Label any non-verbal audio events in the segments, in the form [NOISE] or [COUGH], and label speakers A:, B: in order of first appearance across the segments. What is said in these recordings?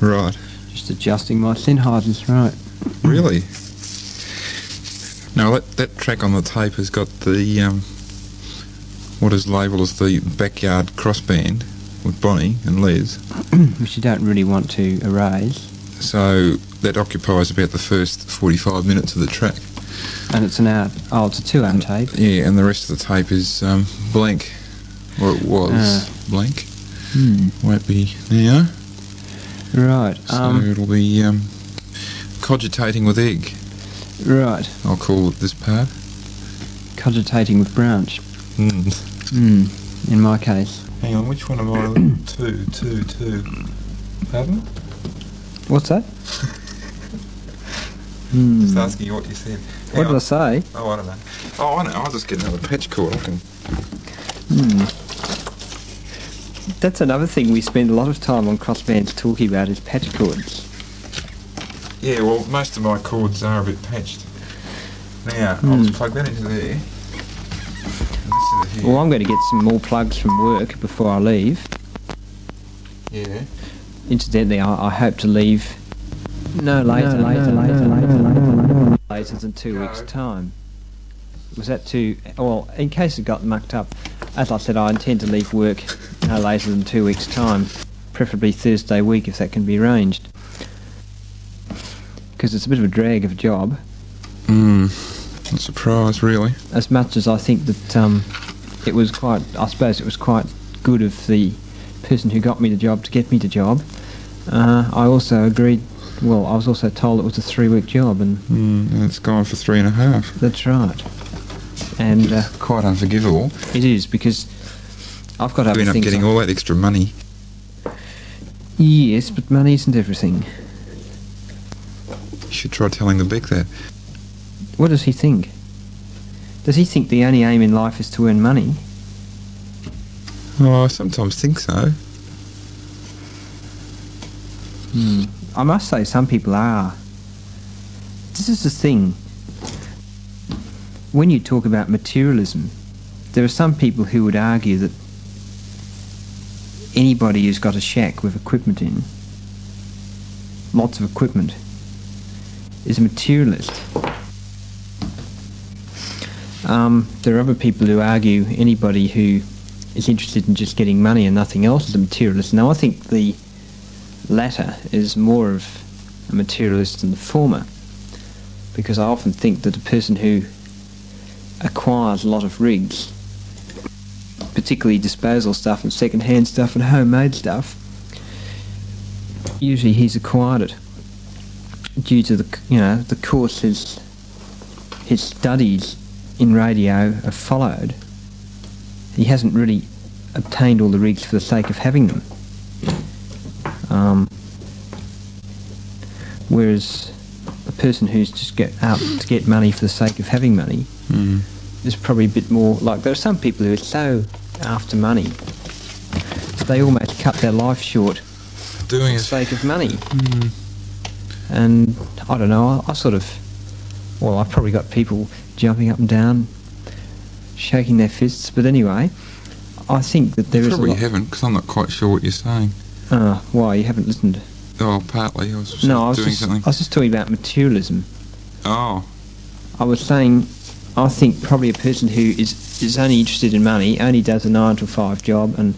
A: Right.
B: Just adjusting my Sennheisers, right.
A: Really? Now that that track on the tape has got the um, what is labelled as the backyard cross band with Bonnie and Liz.
B: Which you don't really want to erase.
A: So that occupies about the first 45 minutes of the track.
B: And it's an hour, oh, it's a two hour tape.
A: Yeah, and the rest of the tape is um, blank, or it was
B: Ah.
A: blank. Won't be now.
B: Right,
A: So
B: um,
A: it'll be um, cogitating with egg.
B: right.
A: I'll call it this part.
B: Cogitating with branch.
A: Mm.
B: Mm. In my case.
A: Hang on, which one am [CLEARS THROAT] I? two, two, two. Pardon?
B: What's that? Hmm.
A: asking you Mm. what you said.
B: What did I say?
A: Oh, I don't know. Oh, I know. I'll just get another patch cord. I can.
B: That's another thing we spend a lot of time on crossbands talking about is patch cords.
A: Yeah, well, most of my cords are a bit patched. Now, I'll just plug that into there. And This is here.
B: Well, I'm going to get some more plugs from work before I leave.
A: Yeah.
B: Incidentally, I, I hope to leave no later, later, later, later, later, later, later than two weeks'
A: No.
B: time. Was that too? Well, in case it got mucked up, as I said, I intend to leave work no later than two weeks' time, preferably Thursday week if that can be arranged, because it's a bit of a drag of a job.
A: Mm. Not surprised, really.
B: as much as I think that um, it was quite, I suppose it was quite good of the person who got me the job to get me the job. Uh, I also agreed. Well, I was also told it was a three-week job, and
A: Mm. And it's gone for three and a half.
B: that's right. And uh,
A: Quite unforgivable.
B: it is because I've got
A: You
B: other
A: end up
B: things.
A: getting
B: on-
A: all that extra money.
B: yes, but money isn't everything.
A: You should try telling the Beck that.
B: What does he think? Does he think the only aim in life is to earn money?
A: Oh, I sometimes think so.
B: I must say, some people are. This is the thing. When you talk about materialism, there are some people who would argue that anybody who's got a shack with equipment in, lots of equipment, is a materialist. Um, there are other people who argue anybody who is interested in just getting money and nothing else is a materialist. Now, I think the latter is more of a materialist than the former. Because I often think that a person who acquires a lot of rigs, particularly disposal stuff and second-hand stuff and homemade stuff, usually he's acquired it due to the c- you know the course his his studies in radio have followed. He hasn't really obtained all the rigs for the sake of having them. Um, whereas a person who's just get out to get money for the sake of having money
A: Mm.
B: is probably a bit more like there are some people who are so after money that they almost cut their life short
A: Doing
B: for the
A: it.
B: sake of money.
A: Hmm.
B: And I don't know, I, I sort of, well, I've probably got people jumping up and down, shaking their fists, but anyway, I think that there is
A: Probably
B: a lot.
A: haven't, because I'm not quite sure what you're saying.
B: Ah, why, you haven't listened?
A: Oh, partly. I was just
B: No, I was,
A: doing
B: just, I
A: something.
B: was just talking about materialism.
A: Oh,
B: I was saying, I think probably a person who is, is only interested in money, only does a nine to five job, and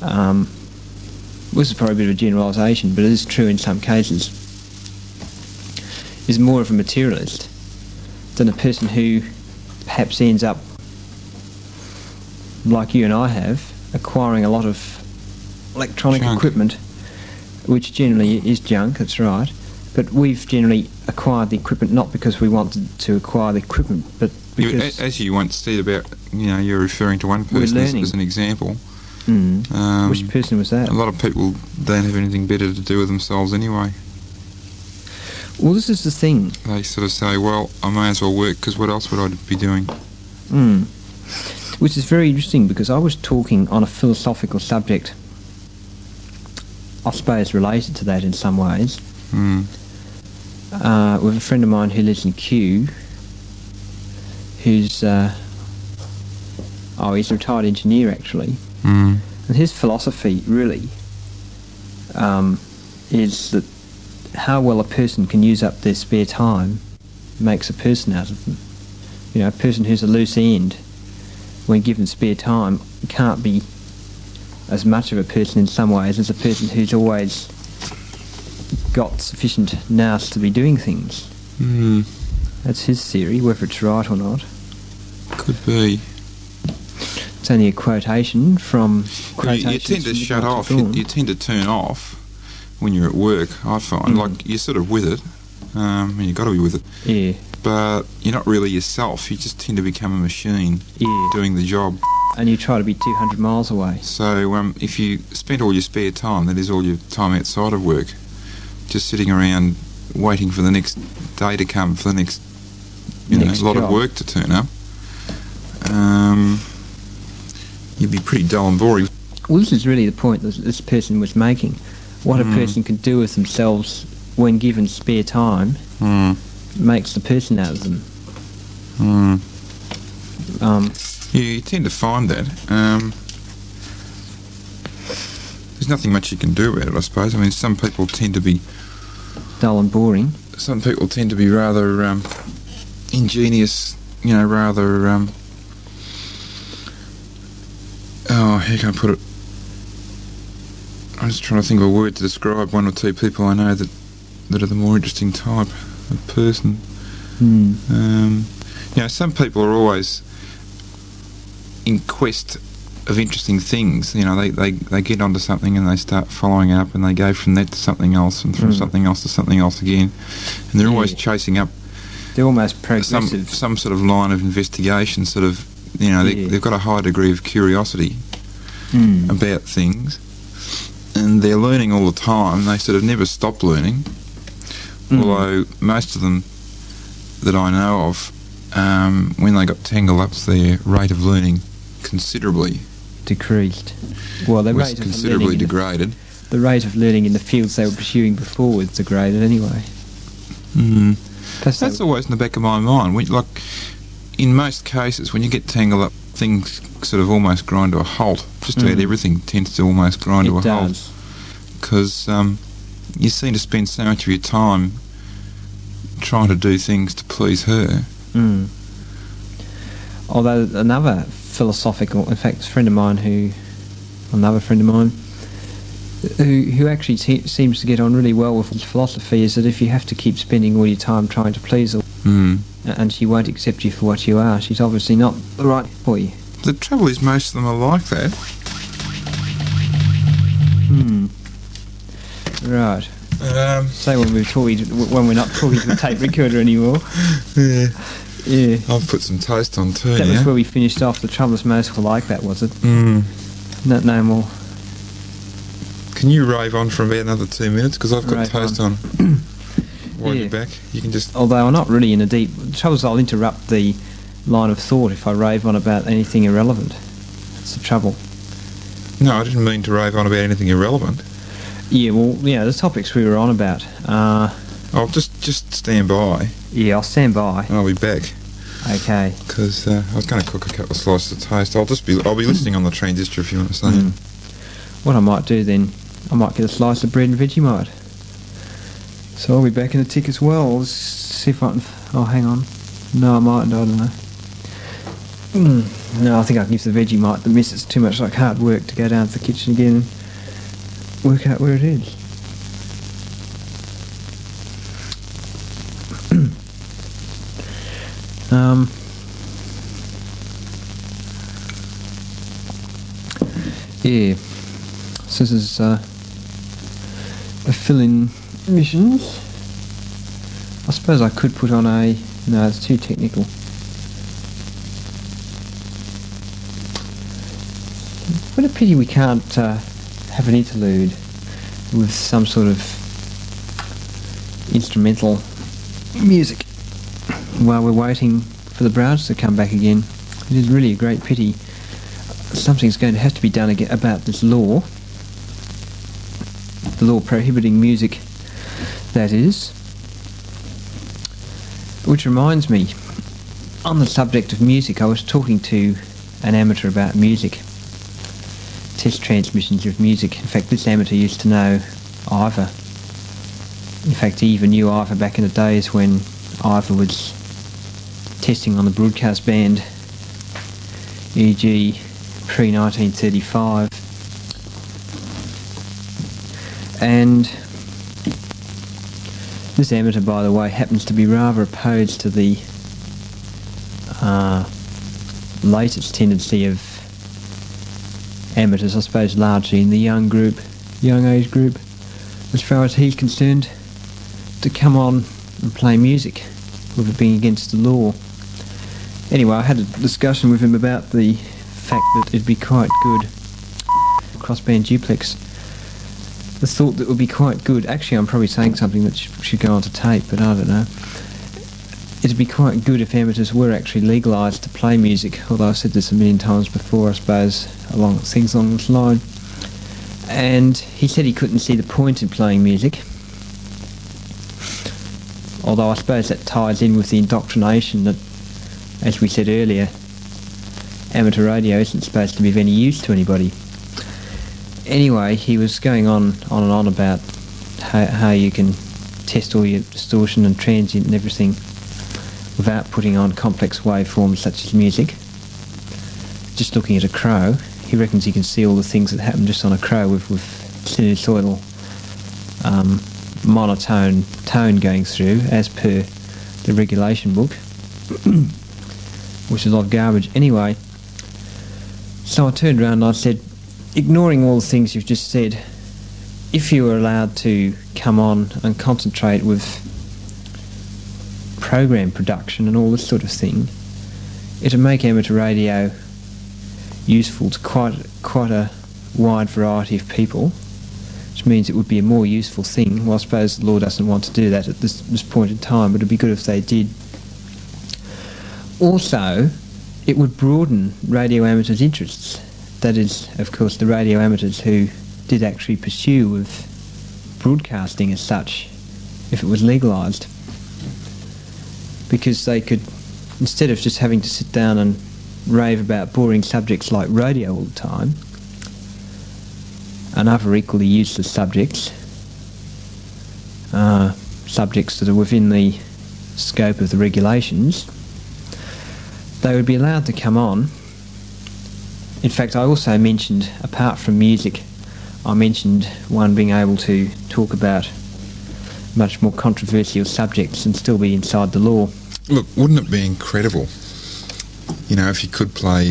B: um, this is probably a bit of a generalisation, but it is true in some cases, is more of a materialist than a person who perhaps ends up, like you and I have, acquiring a lot of electronic
A: Junk.
B: equipment, which generally is junk, that's right. But we've generally acquired the equipment not because we wanted to acquire the equipment, but
A: you, eh,
B: because
A: a- as you once said about, you know, you're referring to one
B: We're
A: person as,
B: learning.
A: as an example.
B: Mm.
A: Um,
B: which person was that?
A: a lot of people don't have anything better to do with themselves anyway.
B: Well, this is the thing.
A: They sort of say, well, I may as well work because what else would I be doing?
B: Mm. Which is very interesting because I was talking on a philosophical subject, I suppose related to that in some ways,
A: Mm.
B: uh, with a friend of mine who lives in Kew, who's, uh, oh, he's a retired Hmm. engineer actually,
A: Mm.
B: and his philosophy really um, is that how well a person can use up their spare time makes a person out of them. You know, a person who's a loose end, when given spare time, can't be as much of a person in some ways as a person who's always got sufficient nous to be doing things.
C: Hmm.
B: That's his theory, whether it's right or not.
C: Could be.
B: It's only a quotation from.
A: Well, you, you
B: quotations
A: tend to
B: from
A: shut
B: Dr.
A: off. You,
B: Thorne.
A: you tend to turn off when you're at work. I find
B: Mm.
A: like you're sort of with it. Um, and you've got to be with it,
B: yeah,
A: but you're not really yourself. You just tend to become a machine
B: yeah.
A: doing the job.
B: And you try to be 200 miles away.
A: So um, if you spent all your spare time, that is all your time outside of work, just sitting around waiting for the next day to come, for the next you
B: Next
A: know lot of
B: job.
A: work to turn up, um, you'd be pretty dull and boring.
B: Well, this is really the point that this person was making. What
A: Mm.
B: a person can do with themselves when given spare time
A: Mm,
B: makes the person out of them.
A: mm.
B: hmm. Um,
A: Yeah, you tend to find that. Um, there's nothing much you can do about it, I suppose. I mean, some people tend to be
B: dull and boring.
A: some people tend to be rather um, ingenious, you know, rather um, oh, how can I put it? I'm just trying to think of a word to describe one or two people I know that that are the more interesting type of person.
B: Hmm.
A: Um, you know, some people are always in quest of interesting things. You know, they, they, they get onto something and they start following it up and they go from that to something else and from
B: Mm.
A: something else to something else again. And they're always
B: Yeah.
A: chasing up
B: They're almost
A: some,
B: progressive.
A: some sort of line of investigation, sort of, you know, they,
B: Yeah.
A: they've got a high degree of curiosity
B: Hmm.
A: about things. And they're learning all the time. They sort of never stop learning
B: Mm.
A: although most of them that I know of, um, when they got tangled up, their rate of learning considerably
B: Decreased. Well, the
A: was
B: rate, of learning
A: considerably
B: in the,
A: degraded.
B: the rate of learning in the fields they were pursuing before was degraded anyway.
A: Mm.
B: That's,
A: That's
B: the,
A: always in the back of my mind. When, like in most cases, when you get tangled up, things sort of almost grind to a halt. Just about
B: Mm.
A: everything tends to almost grind to a
B: it um,
A: halt.
B: does.
A: because um, you seem to spend so much of your time trying to do things to please her.
B: Mm. Although another philosophical, in fact, a friend of mine who, another friend of mine, who who actually te- seems to get on really well with his philosophy is that if you have to keep spending all your time trying to please her,
A: Mm.
B: and she won't accept you for what you are, she's obviously not the right for you.
A: The trouble is, most of them are like that.
B: Hmm. Right.
A: Um,
B: So when we're talking, when we're not talking to the tape recorder anymore,
A: yeah.
B: [LAUGHS] yeah.
A: I've put some toast on too.
B: That
A: yeah?
B: was where we finished off. The trouble is, most will like that, was it?
A: Mm.
B: No, no more.
A: Can you rave on for about another two minutes? Because I've got
B: Rave
A: toast on.
B: [CLEARS THROAT]
A: While
B: Yeah.
A: you're back, you can just.
B: although I'm not really in a deep. The trouble is, I'll interrupt the line of thought if I rave on about anything irrelevant. That's the trouble.
A: No, I didn't mean to rave on about anything irrelevant.
B: Yeah, well, yeah, the topics we were on about. Uh,
A: I'll just just stand by
B: yeah, I'll stand by.
A: and I'll be back
B: Okay.
A: because uh, I was going to cook a couple of slices of toast. I'll just be I'll be listening on the transistor if you want to say.
B: Mm. What I might do then, I might get a slice of bread and Vegemite. So I'll be back in a tick as well. Let's see if I can. Oh, hang on. No, I mightn't. I don't know. Mm. No, I think I can give the Vegemite the miss. It's too much like hard work to go down to the kitchen again and work out where it is. [CLEARS THROAT] um. Yeah. So this is uh, the fill-in missions. I suppose I could put on a. No, it's too technical. What a pity we can't uh, have an interlude with some sort of instrumental music while we're waiting for the Browns to come back again. It is really a great pity. Something's going to have to be done aga about this law the law prohibiting music, that is. Which reminds me, on the subject of music, I was talking to an amateur about music, test transmissions of music. In fact, this amateur used to know Ivor In fact, he even knew Ivor back in the days when Ivor was testing on the broadcast band, e.g., pre 1935. And this amateur, by the way, happens to be rather opposed to the uh, latest tendency of amateurs, I suppose, largely in the young group, young age group, as far as he's concerned, to come on and play music with it being against the law. Anyway, I had a discussion with him about the fact that it'd be quite good crossband duplex. The thought that would be quite good. Actually, I'm probably saying something that sh- should go onto tape, but I don't know. It'd be quite good if amateurs were actually legalised to play music. Although I've said this a million times before, I suppose along things along this line. And he said he couldn't see the point in playing music although I suppose that ties in with the indoctrination that, as we said earlier, amateur radio isn't supposed to be of any use to anybody. Anyway, he was going on, on and on about how, how you can test all your distortion and transient and everything without putting on complex waveforms such as music. Just looking at a crow, he reckons he can see all the things that happen just on a crow with, with sinusoidal um, monotone tone going through as per the regulation book, [CLEARS THROAT] which is a lot of garbage anyway. So I turned around and I said, ignoring all the things you've just said, if you were allowed to come on and concentrate with program production and all this sort of thing, it'd make amateur radio useful to quite quite a wide variety of people which means it would be a more useful thing. Well, I suppose the law doesn't want to do that at this, this point in time, but it'd be good if they did. Also, it would broaden radio amateurs' interests. That is, of course, the radio amateurs who did actually pursue with broadcasting as such, if it was legalised, because they could, instead of just having to sit down and rave about boring subjects like radio all the time, and other equally useless subjects, uh, subjects that are within the scope of the regulations, they would be allowed to come on. In fact, I also mentioned, apart from music, I mentioned one being able to talk about much more controversial subjects and still be inside the law.
A: Look, wouldn't it be incredible? You know, if you could play,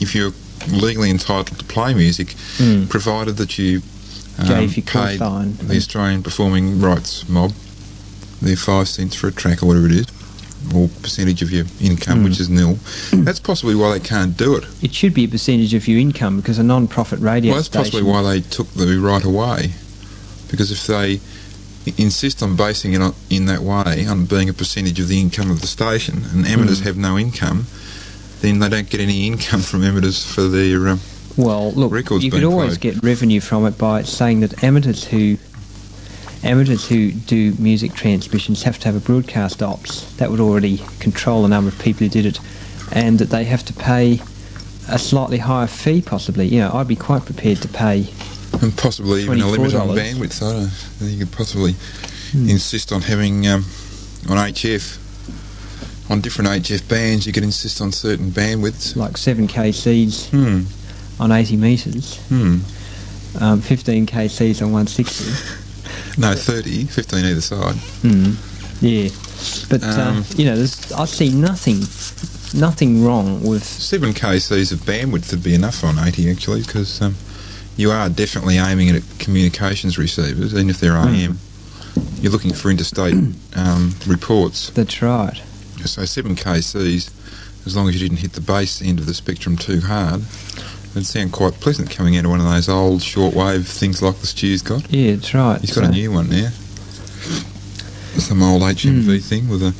A: if you're legally entitled to play music,
B: Mm.
A: provided that you Hmm. um,
B: Gave your call
A: paid
B: sign.
A: the Australian Performing Rights Mob their five cents for a track or whatever it is, or percentage of your income,
B: Mm.
A: which is nil. That's possibly why they can't do it.
B: It should be a percentage of your income because a non-profit radio
A: well, that's possibly
B: station-
A: why they took the right away, because if they i- insist on basing it on, in that way on being a percentage of the income of the station, and amateurs have no income, then they don't get any income from amateurs for their. Um,
B: Well, look,
A: Records
B: you could
A: being
B: always
A: played.
B: get revenue from it by saying that amateurs who amateurs who do music transmissions have to have a broadcast ops. That would already control the number of people who did it, and that they have to pay a slightly higher fee, possibly. You know, I'd be quite prepared to pay.
A: And possibly even a limit on
B: $24.
A: bandwidth. I don't think you could possibly insist on having um, on HF on different HF bands. You could insist on certain bandwidths.
B: Like seven kcs
A: Hmm.
B: on eighty meters,
A: Hmm.
B: um, fifteen kcs on one sixty.
A: No, 30, 15 either side.
B: Mm. Yeah, but uh,
A: Um,
B: you know, there's, I see nothing, nothing wrong with
A: Seven kcs of bandwidth would be enough on 80 actually, because um, you are definitely aiming at communications receivers, even if they're AM. You're looking for interstate um, reports.
B: that's right.
A: So seven kcs, as long as you didn't hit the base end of the spectrum too hard, it'd sound quite pleasant coming out of one of those old shortwave things like the Stew's got.
B: Yeah, that's right.
A: He's got a
B: So-
A: new one now. Some old HMV thing with a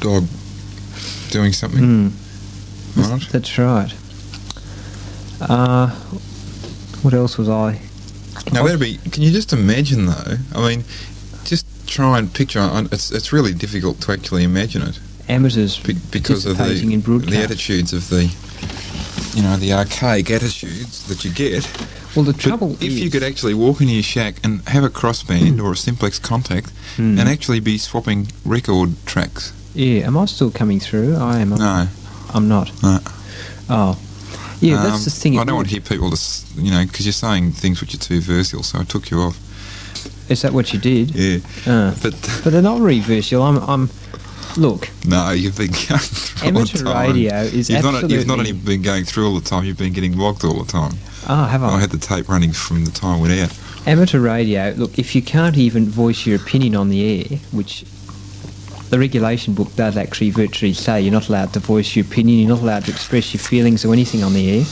A: dog doing something.
B: Mm,
A: Right.
B: that's right. Uh, what else was I?
A: Now that'd be. Can you just imagine though? I mean, just try and picture. and It's it's really difficult to actually imagine it.
B: Amateurs.
A: be- because of
B: participating
A: the,
B: in broadcast.
A: the attitudes of the you know the archaic attitudes that you get
B: Well, the trouble
A: but if
B: is,
A: you could actually walk into your shack and have a crossband or a simplex contact
B: Hmm.
A: and actually be swapping record tracks.
B: yeah, am I still coming through? I am.
A: No,
B: I'm not.
A: No.
B: Oh, yeah,
A: um,
B: that's the thing.
A: I
B: it
A: don't want
B: would-
A: to hear people to, s- you know, because you're saying things which are too versatile. So I took you off.
B: Is that what you did?
A: Yeah,
B: Uh,
A: but [LAUGHS]
B: but they're not really versatile. I'm. I'm. Look,
A: no, you've been [LAUGHS] going through all the
B: amateur
A: time.
B: radio is
A: You've not,
B: absolutely.
A: you've not only been going through all the time, you've been getting logged all the time.
B: Ah, have
A: I
B: I?
A: had the tape running from the time we went out.
B: Amateur radio. Look, if you can't even voice your opinion on the air, which the regulation book does actually virtually say you're not allowed to voice your opinion, you're not allowed to express your feelings or anything on the air.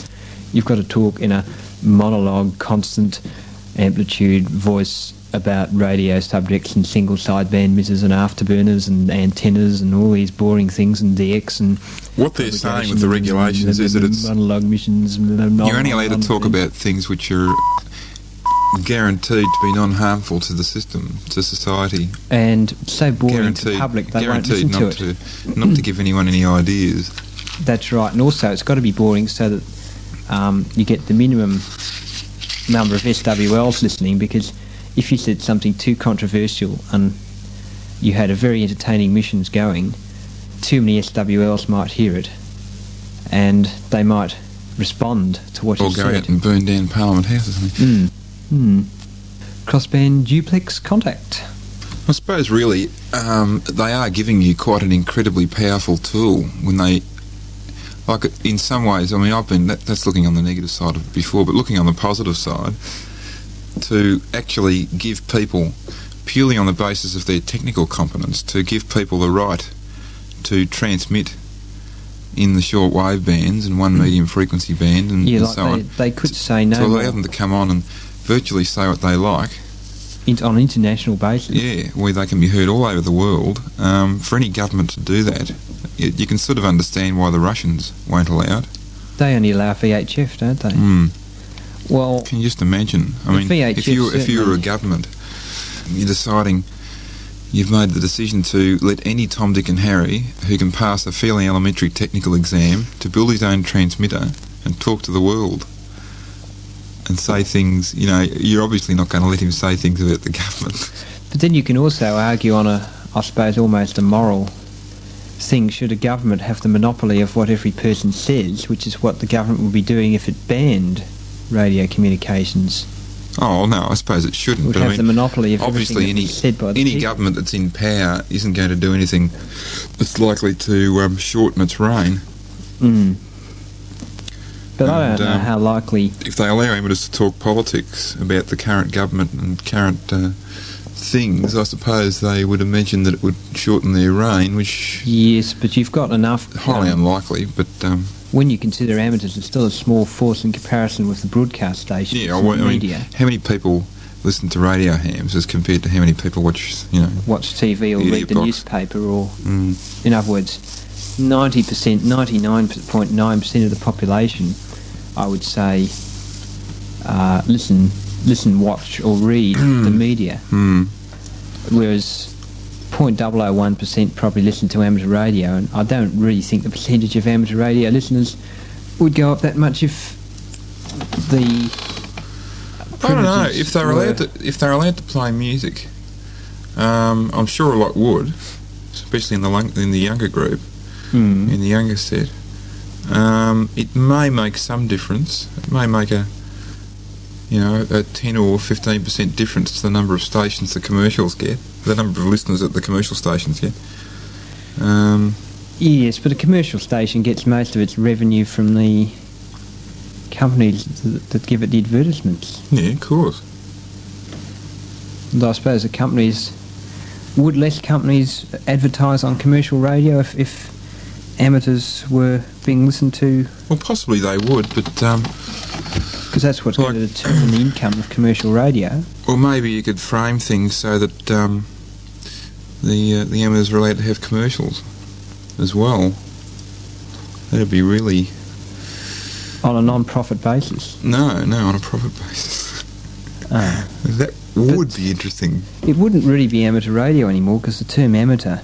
B: You've got to talk in a monologue, constant amplitude voice about radio subjects and single sideband misses and afterburners and antennas and all these boring things and DX and
A: What they're saying with the
B: propagation
A: regulations
B: and
A: is that it's
B: monologue missions.
A: You're only allowed to talk about things which are guaranteed to be non-harmful to the system, to society.
B: and so boring to
A: guaranteed,
B: the public they won't
A: guaranteed
B: listen to
A: not
B: it.
A: to, not to give anyone any ideas.
B: That's right, and also it's got to be boring so that um, you get the minimum number of SWLs listening. Because if you said something too controversial and you had a very entertaining missions going, too many SWLs might hear it, and they might respond to what
A: Or
B: you
A: go
B: said.
A: out and burn down Parliament House or something.
B: Mm. Mm. Crossband duplex contact.
A: I suppose really um, they are giving you quite an incredibly powerful tool when they. Like in some ways, I mean, I've been that, that's looking on the negative side of it before, but looking on the positive side, to actually give people purely on the basis of their technical competence, to give people the right to transmit in the short wave bands and one medium frequency band and, Mm, and
B: Yeah, Hmm. like
A: so on,
B: they, they could say
A: to
B: no
A: allow
B: more
A: them to come on and virtually say what they like.
B: in, on an international basis.
A: Yeah, where they can be heard all over the world. Um, for any government to do that, you, you can sort of understand why the Russians won't allow it.
B: They only allow VHF, don't they?
A: Mm.
B: Well,
A: Can you just imagine? I
B: The
A: mean,
B: VHF
A: if you if you were a
B: certainly-
A: government, you're deciding. You've made the decision to let any Tom, Dick, and Harry who can pass a fairly elementary technical exam to build his own transmitter and talk to the world and say things. You know, you're obviously not going to let him say things about the [LAUGHS] government.
B: but then you can also argue on a, I suppose, almost a moral thing. Should a government have the monopoly of what every person says, which is what the government would be doing if it banned radio communications?
A: Oh no, I suppose it shouldn't.
B: Would
A: but I
B: have
A: mean,
B: the monopoly of
A: obviously
B: everything that
A: any-
B: was said by the
A: Any
B: people.
A: government that's in power isn't going to do anything that's likely to um, shorten its reign.
B: Mm. But I
A: And,
B: don't know
A: um,
B: how likely.
A: If they allow emitters to talk politics about the current government and current uh, things, I suppose they would imagine that it would shorten their reign, which
B: Yes, but you've got enough.
A: is highly
B: um,
A: unlikely. But um,
B: when you consider amateurs, it's still a small force in comparison with the broadcast stations
A: yeah, I,
B: and
A: wa- I mean,
B: media.
A: how many people listen to radio hams as compared to how many people watch? You know,
B: watch TV or
A: Idiot
B: read the
A: box.
B: newspaper or
A: mm,
B: In other words, 90%, 99.9% of the population, I would say, uh, listen, listen, watch or read the media,
A: mm,
B: whereas 0.001% probably listen to amateur radio, and I don't really think the percentage of amateur radio listeners would go up that much if the
A: I don't know
B: privileges
A: if they're
B: were-
A: allowed to if they're allowed to play music. Um, I'm sure a lot would, especially in the lung- in the younger group,
B: Hmm.
A: in the younger set. Um, it may make some difference. It may make a you know a ten or fifteen percent difference to the number of stations the commercials get, the number of listeners that the commercial stations get. Um,
B: Yes, but a commercial station gets most of its revenue from the companies that, that give it the advertisements.
A: yeah, of course.
B: And I suppose the companies would less companies advertise on commercial radio if, if amateurs were being listened to,
A: Well, possibly they would, but um,
B: because that's what's going to
A: Like-
B: determine the income of commercial radio.
A: Or maybe you could frame things so that um, the uh, the amateurs are allowed to have commercials as well. That'd be really
B: On a non-profit basis,
A: no, no, on a profit basis. [LAUGHS]
B: Ah.
A: that would be interesting.
B: it wouldn't really be amateur radio anymore because the term amateur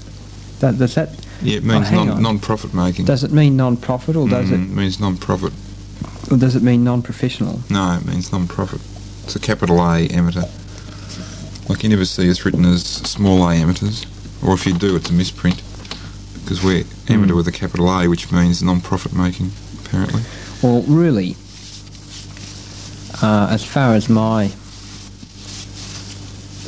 B: that, does that
A: Yeah, it
B: Oh,
A: means
B: hang on.
A: non non profit making.
B: does it mean non-profit or does
A: Mm, means non profit.
B: it Or does it mean non-professional?
A: No, it means non-profit. It's a capital A amateur. Like you never see us written as small a amateurs, or if you do, it's a misprint because we're
B: Hmm.
A: amateur with a capital A, which means non-profit making, apparently.
B: Well, really, uh, as far as my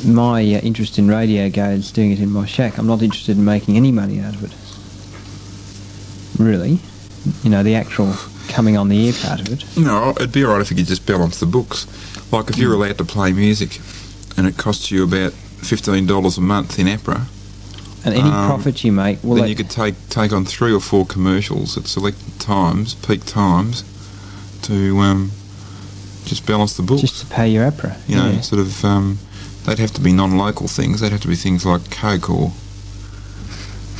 B: my uh, interest in radio goes, doing it in my shack, I'm not interested in making any money out of it. Really, you know, the actual coming on the air part of it.
A: No, it'd be alright if you could just balance the books. Like if you're allowed to play music, and it costs you about fifteen dollars a month in APRA,
B: And any
A: Um,
B: profit you make, well,
A: then
B: that-
A: you could take take on three or four commercials at selected times, peak times, to um, just balance the books.
B: just to pay your APRA.
A: you know, sort of. Um, they'd have to be non-local things. They'd have to be things like coke or,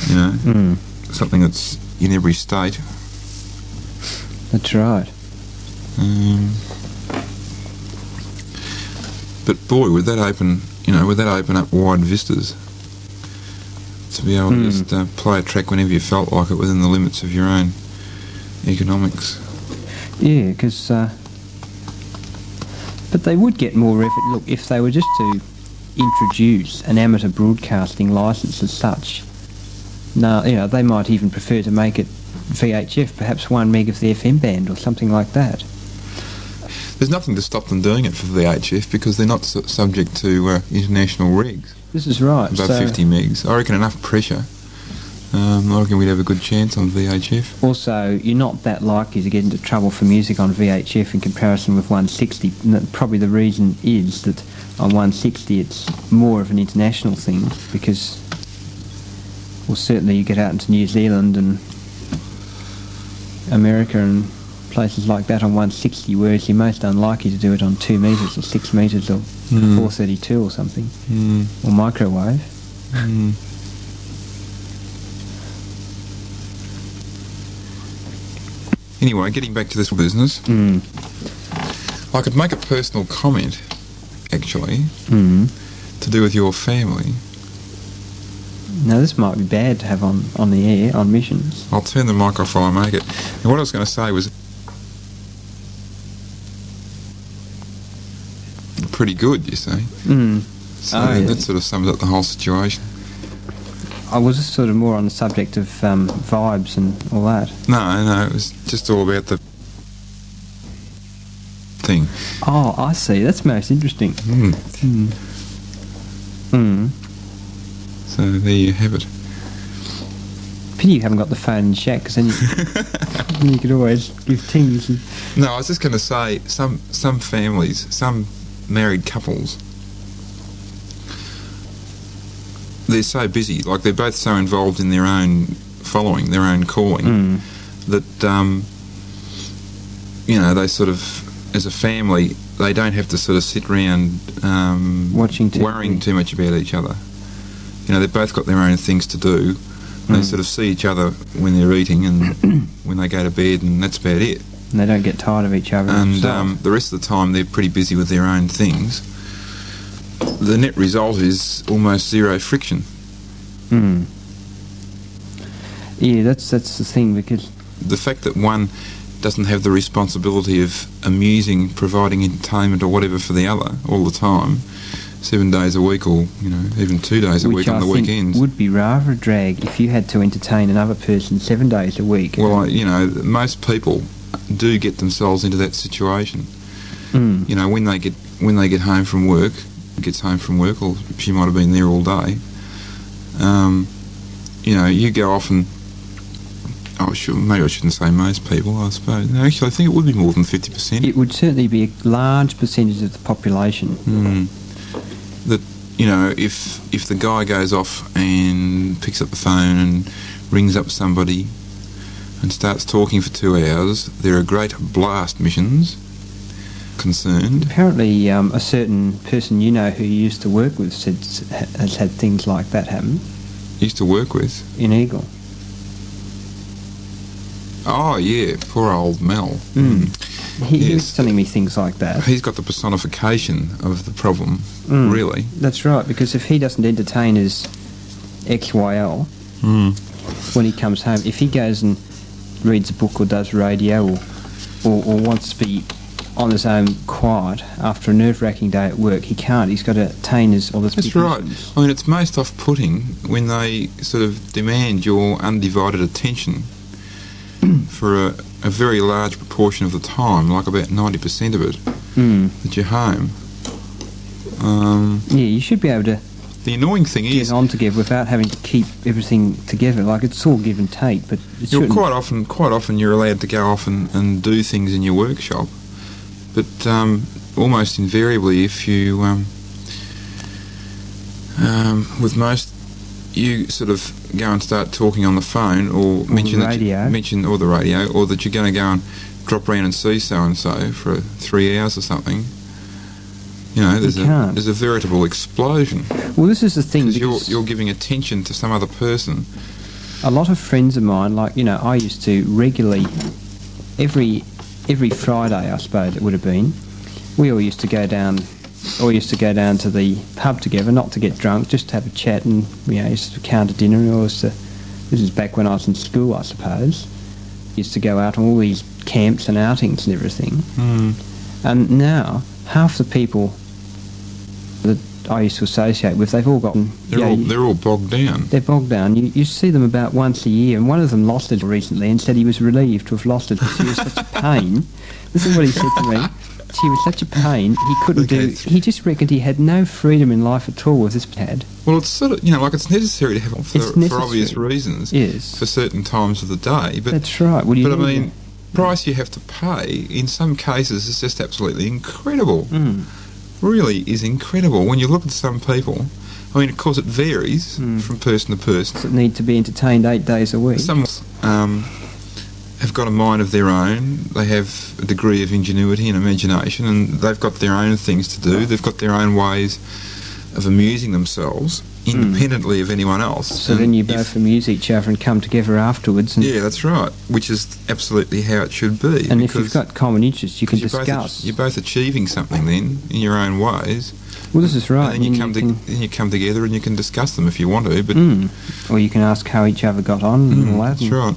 A: you know,
B: Mm,
A: something that's in every state.
B: that's right.
A: Um, but boy, would that open, you know, would that open up wide vistas to be able to
B: Mm.
A: just uh, play a track whenever you felt like it within the limits of your own economics.
B: Yeah, because. Uh, but they would get more effort. Look, if they were just to introduce an amateur broadcasting license as such, now, you know, they might even prefer to make it VHF, perhaps one meg of the FM band or something like that.
A: There's nothing to stop them doing it for VHF because they're not su- subject to uh, international rigs
B: This is right.
A: above
B: so
A: 50 megs. I reckon enough pressure. Um, I reckon we'd have a good chance on VHF.
B: Also, you're not that likely to get into trouble for music on VHF in comparison with 160. And that- Probably the reason is that on 160 it's more of an international thing because, well, certainly you get out into New Zealand and America and places like that on 160, whereas you're most unlikely to do it on 2 metres or 6 metres or 432 or something,
A: Mm,
B: or microwave.
A: mm. Anyway, getting back to this business.
B: Mm.
A: I could make a personal comment, actually,
B: Mm.
A: to do with your family.
B: Now, this might be bad to have on, on the air, on missions.
A: I'll turn the mic off while I make it. And what I was going to say was pretty good, you see.
B: Mm.
A: So
B: Oh, yeah.
A: that sort of sums up the whole situation.
B: I was just sort of more on the subject of um, vibes and all that.
A: No, no, it was just all about the thing.
B: Oh, I see. That's most interesting.
A: Mm.
B: Hmm. Hmm.
A: So there you have it.
B: Pity you haven't got the phone in the shack, because
A: [LAUGHS]
B: then you, then you could always give teams. And,
A: No, I was just going to say some some families, some married couples, they're so busy, like they're both so involved in their own following, their own calling,
B: mm.
A: that um, you know they sort of, as a family, they don't have to sort of sit round um,
B: Watching TV.
A: worrying too much about each other. You know, they've both got their own things to do. and They
B: Mm.
A: sort of see each other when they're eating and
B: [CLEARS THROAT]
A: when they go to bed, and that's about it
B: And they don't get tired of each other.
A: and
B: so-
A: um, the rest of the time they're pretty busy with their own things. The net result is almost zero friction.
B: Hmm. Yeah, that's that's the thing because
A: The fact that one doesn't have the responsibility of amusing, providing entertainment or whatever for the other all the time, seven days a week or you know even two days a
B: which
A: week
B: I
A: on the
B: think
A: weekends.
B: would be rather a drag if you had to entertain another person seven days a week.
A: well, I, you know, most people do get themselves into that situation.
B: Hmm.
A: You know, when they get when they get home from work, gets home from work, or she might have been there all day. Um, you know, you go off and oh, sure, maybe I shouldn't say most people. I suppose no, actually, I think it would be more than fifty percent.
B: It would certainly be a large percentage of the population.
A: Hmm. That you know, if if the guy goes off and picks up the phone and rings up somebody and starts talking for two hours, there are great blast missions concerned.
B: Apparently, um, a certain person you know who you used to work with said, has had things like that happen
A: Used to work with.
B: in Eagle.
A: Oh yeah, poor old Mel.
B: He, he
A: Yes.
B: was telling me things like that.
A: He's got the personification of the problem,
B: Mm.
A: really.
B: That's right, because if he doesn't entertain his XYL
A: Hmm.
B: when he comes home, if he goes and reads a book or does radio or or, or wants to be on his own quiet after a nerve-wracking day at work, he can't. He's got to attain his... All his
A: That's right. Mm-hmm. I mean, it's most off-putting when they sort of demand your undivided attention for a, a very large proportion of the time, like about 90% of it,
B: Mm.
A: that you're home. Um,
B: Yeah, you should be able to
A: the annoying thing
B: get
A: is,
B: on together without having to keep everything together. Like, it's all give and take, but it
A: you're
B: shouldn't...
A: quite often, quite often, you're allowed to go off and, and do things in your workshop, but um, almost invariably, if you, um, um, with most, you sort of go and start talking on the phone or,
B: the
A: mention that you,
B: radio.
A: mention or the radio or that you're going to go and drop round and see so and so for three hours or something. You know, there's a
B: can't.
A: there's a veritable explosion
B: Well, this is the thing,
A: because you're
B: because
A: you're giving attention to some other person.
B: a lot of friends of mine, like, you know, I used to regularly, every every Friday, I suppose it would have been, we all used to go down... All used to go down to the pub together, not to get drunk, just to have a chat, and you know, used to counter dinner. and all used to, this is back when I was in school, I suppose. Used to go out on all these camps and outings and everything. Hmm. And now, half the people that I used to associate with, they've all gotten.
A: They're
B: yeah,
A: all
B: you-
A: they're all bogged down.
B: they're bogged down. You, you see them about once a year, and one of them lost it recently and said he was relieved to have lost it because he was
A: [LAUGHS]
B: such a pain. This is what he said to me. She was such a pain, he couldn't
A: Okay,
B: do.
A: it's-
B: He just reckoned he had no freedom in life at all with this pad.
A: Well, it's sort of you know like it's necessary to have it for,
B: It's
A: for obvious
B: necessary.
A: reasons
B: Yes.
A: for certain times of the day, but
B: That's right. What do you
A: but I
B: need
A: mean, price you have to pay in some cases is just absolutely incredible.
B: then? Mm.
A: Really, is incredible when you look at some people. I mean, of course, it varies
B: Mm.
A: from person to person.
B: that need to be entertained eight days a week.
A: Some um, have got a mind of their own. They have a degree of ingenuity and imagination, and they've got their own things to do. They've got their own ways of amusing themselves independently of anyone else.
B: Hmm. so
A: And
B: then you
A: if-
B: both amuse each other and come together afterwards. And,
A: yeah, that's right. Which is absolutely how it should be.
B: and if
A: because-
B: you've got common interests, you can
A: you're both,
B: discuss.
A: ach- you're both achieving something then in your own ways,
B: well, this is right.
A: and then you come
B: and
A: to,
B: you
A: then you come together and you can discuss them if you want to. But
B: can- mm. or you can ask how each other got on and
A: Mm,
B: all that.
A: that's
B: and
A: right.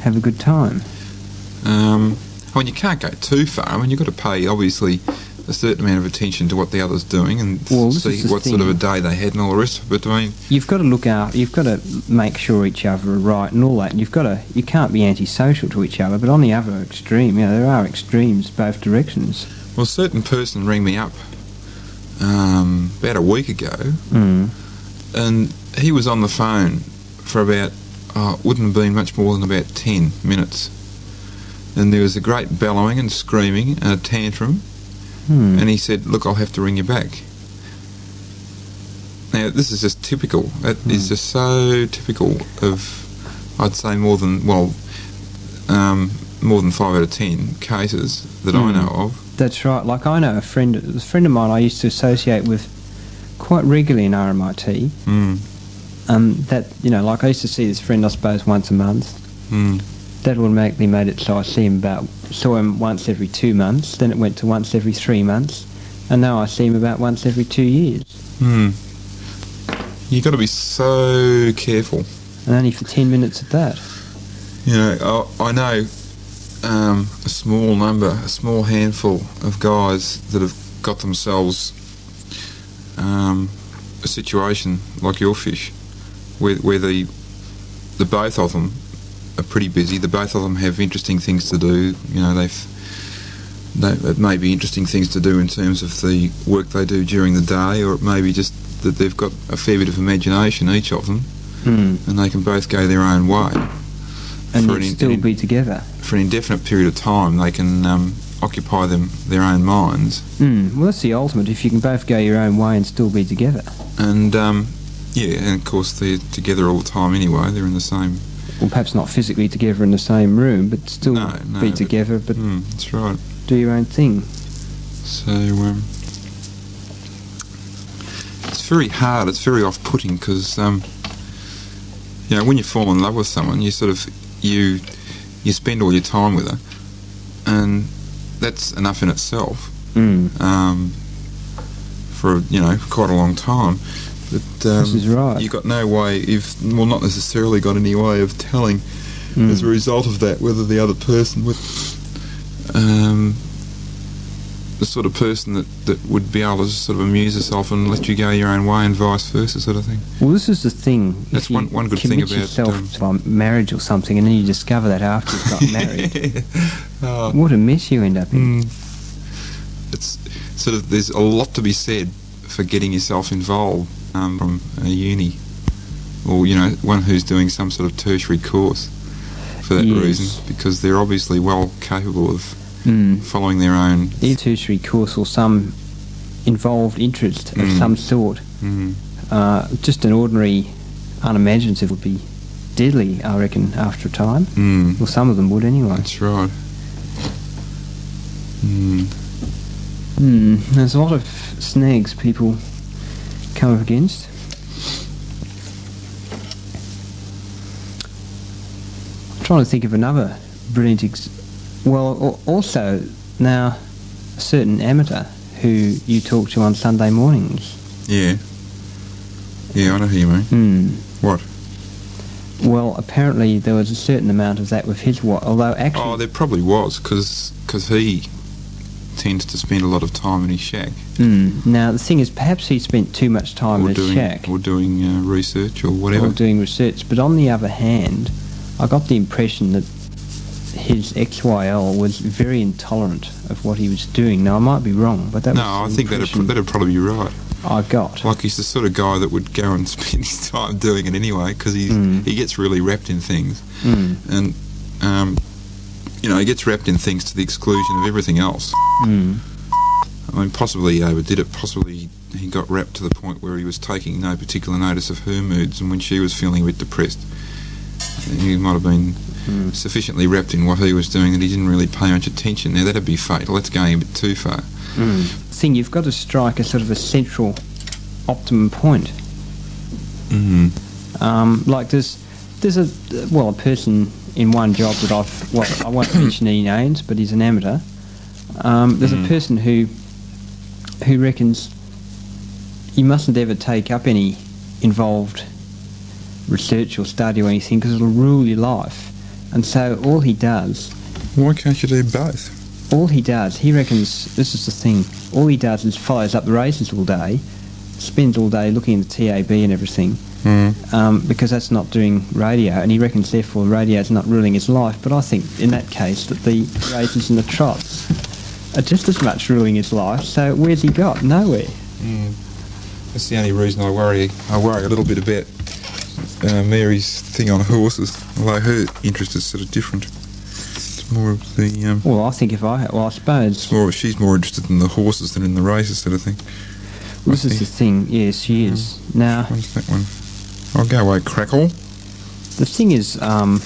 B: Have a good time.
A: Um, I mean, you can't go too far. I mean, you've got to pay obviously a certain amount of attention to what the other's doing and
B: Well, this
A: see
B: is the
A: what sort of a
B: thing.
A: day they had and all the rest. of it. But I mean,
B: You've got to look out. You've got to make sure each other are right and all that. And you've got to. You can't be antisocial to each other. But on the other extreme, you know, there are extremes both directions.
A: well, a certain person rang me up um, about a week ago, Hmm.
B: Mm.
A: and he was on the phone for about oh, it wouldn't have been much more than about 10 minutes and there was a great bellowing and screaming and a tantrum
B: Hmm.
A: and he said look i'll have to ring you back now this is just typical That is just so typical of i'd say more than well um, more than 5 out of 10 cases that i
B: Hmm.
A: know of
B: That's right. Like I know a friend, a friend of mine I used to associate with quite regularly in RMIT.
A: mm,
B: Um, that you know, like I used to see this friend, I suppose, once a month.
A: mm,
B: That automatically made it so I see him about saw him once every two months. Then it went to once every three months, and now I see him about once every two years,
A: mm. you've got to be so careful
B: and only for ten minutes at that.
A: You know, I, I know um, a small number, a small handful of guys that have got themselves um, a situation like your fish, where, where the the both of them are pretty busy. The both of them have interesting things to do. You know, they've they, it may be interesting things to do in terms of the work they do during the day, or it may be just that they've got a fair bit of imagination each of them,
B: Mm.
A: and they can both go their own way
B: And
A: Hmm. For an
B: you'd
A: in-
B: still
A: an in-
B: be together.
A: for an indefinite period of time, they can um, occupy them their own minds.
B: Mm. Well, that's the ultimate. If you can both go your own way and still be together.
A: And um, yeah, and of course they're together all the time anyway. They're in the same.
B: Well, perhaps not physically together in the same room, but still
A: No, no,
B: be
A: but-
B: together, but
A: Mm, that's right.
B: do your own thing.
A: So um, it's very hard. It's very off-putting because um, you know when you fall in love with someone, you sort of you you spend all your time with her, and that's enough in itself.
B: Mm.
A: um, for you know quite a long time. But um,
B: This is right.
A: You've got no way. You've well, not necessarily got any way of telling as a
B: Mm.
A: result of that whether the other person would um, the sort of person that, that would be able to sort of amuse herself and let you go your own way and vice versa sort of thing.
B: Well, this is the thing. If
A: That's
B: you
A: one- one good
B: commit
A: thing about,
B: yourself
A: um,
B: to a marriage or something, and then you discover that after you've
A: [LAUGHS]
B: got married,
A: Oh,
B: what a mess you end up in.
A: mm. It's sort of there's a lot to be said for getting yourself involved um, from a uni or you know one who's doing some sort of tertiary course for that
B: Yes.
A: reason because they're obviously well capable of
B: Mm.
A: following their own.
B: Either tertiary course or some involved interest of
A: Mm.
B: some sort.
A: Mm.
B: Uh, just an ordinary unimaginative would be deadly, I reckon, after a time.
A: Mm.
B: Well, some of them would anyway.
A: That's right. Mm.
B: Hmm, there's a lot of snags people come up against. I'm trying to think of another brilliant. Ex- well, al- also now a certain amateur who you talk to on Sunday mornings.
A: Yeah. Yeah, I know who you mean.
B: Hmm.
A: What?
B: Well, apparently there was a certain amount of that with his wife. Although actually,
A: Oh, there probably was, because he tends to spend a lot of time in his shack.
B: Hmm. now the thing is, perhaps he spent too much time
A: or
B: in his
A: doing,
B: shack.
A: Or doing uh, research or
B: or
A: whatever.
B: doing research. But on the other hand, I got the impression that his XYL was very intolerant of what he was doing. Now I might be wrong, but that
A: no, I
B: was the
A: think that'd, pr-
B: impression
A: that'd probably be right.
B: I got.
A: Like, he's the sort of guy that would go and [LAUGHS] spend his time doing it anyway, because
B: Mm.
A: he gets really wrapped in things.
B: Mm,
A: And, um, you know, he gets wrapped in things to the exclusion of everything else.
B: mm,
A: I mean, possibly he overdid it. Possibly he got wrapped to the point where he was taking no particular notice of her moods, and when she was feeling a bit depressed, he might have been Hmm.
B: mm.
A: sufficiently wrapped in what he was doing that he didn't really pay much attention. Now that'd be fatal. That's going a bit too far. hmm.
B: Thing you've got to strike a sort of a central optimum point.
A: Mm.
B: Um, like there's there's a well a person in one job that I've well I won't mention any names, but he's an amateur. Um, there's a person who who reckons you mustn't ever take up any involved research or study or anything because it'll rule your life. And so all he does
A: Why can't you do both?
B: all he does, he reckons this is the thing. All he does is follows up the races all day, spends all day looking at the TAB and everything,
A: Mm.
B: um, because that's not doing radio, and he reckons therefore radio's not ruling his life. But I think in that case that the races and the trots are just as much ruling his life. So where's he got? Nowhere.
A: That's the only reason I worry. I worry a little bit about uh, Mary's thing on horses, although her interest is sort of different. It's more of the um,
B: Well, I think if I well, I suppose
A: more. She's more interested in the horses than in the races, sort of thing.
B: this is the thing. Yes, she is. Now
A: What's that one? I'll go away, crackle.
B: the thing is, um,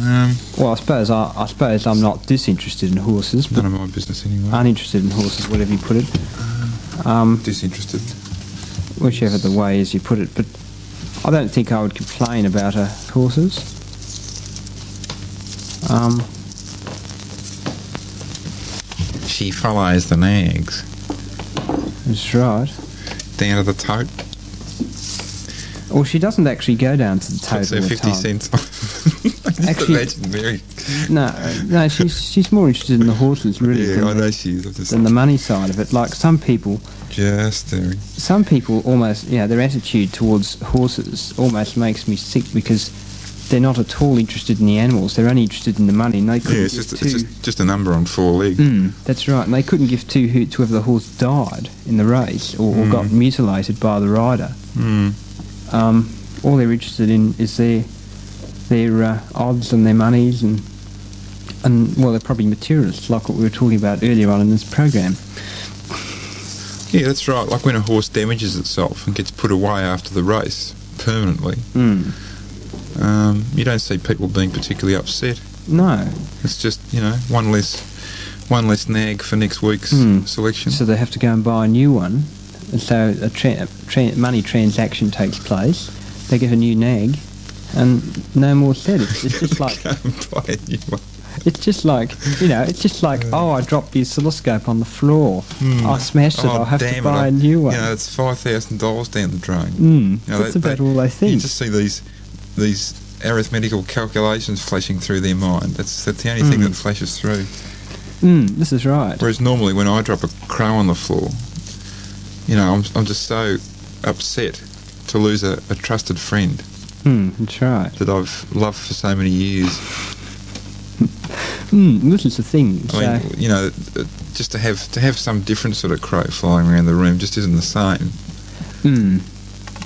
A: Um,
B: well, I suppose I, I suppose I'm not disinterested in horses,
A: none
B: but
A: of my business anyway.
B: uninterested in horses, whatever you put it. Um,
A: Disinterested.
B: whichever the way is you put it. But I don't think I would complain about uh, horses. Um,
A: She follows the nags
B: that's right.
A: down to the tote.
B: Well, she doesn't actually go down to the tote
A: Puts
B: all
A: her
B: the
A: fifty
B: time.
A: cents. [LAUGHS] I just
B: Actually-
A: imagine Mary.
B: No, uh,
A: [LAUGHS]
B: no, she's she's more interested in the horses really
A: yeah,
B: than,
A: I
B: the,
A: know she is. I'm just,
B: than the money side of it. Like some people,
A: just staring.
B: some people almost, you know, their attitude towards horses almost makes me sick because they're not at all interested in the animals. They're only interested in the money, and they could
A: Yeah, it's just, it's just just a number on four legs.
B: Mm, that's right. And they couldn't give two hoots whether the horse died in the race or, or got mutilated by the rider.
A: Mm.
B: Um, all they're interested in is their their uh, odds and their monies and and well, they're probably materialists, like what we were talking about earlier on in this program.
A: Yeah, that's right. Like when a horse damages itself and gets put away after the race permanently,
B: Mm.
A: um, you don't see people being particularly upset.
B: No,
A: It's just you know one less one less nag for next week's
B: Mm.
A: selection.
B: so they have to go and buy a new one, and so a tra- tra- money transaction takes place. They get a new nag, and no more said. It's, it's just like
A: Go and buy a new one.
B: It's just like you know. It's just like oh, I dropped the oscilloscope on the floor. I smashed it. I'll have to
A: Hmm. Oh, damn
B: buy
A: I-
B: a new one.
A: You know, it's five thousand dollars down the drain.
B: mm,
A: You know,
B: that's
A: they-
B: about
A: they-
B: all they
A: You
B: think.
A: just see these these arithmetical calculations flashing through their mind. That's that's the only thing
B: Mm.
A: that flashes through.
B: Mm, this is right.
A: Whereas normally when I drop a crow on the floor, you know, I'm, I'm just so upset to lose a, a trusted friend
B: Mm, that's right.
A: that I've loved for so many years.
B: Mm, this is the thing.
A: I
B: So,
A: mean, you know, uh, just to have to have some different sort of crow flying around the room just isn't the same.
B: mm,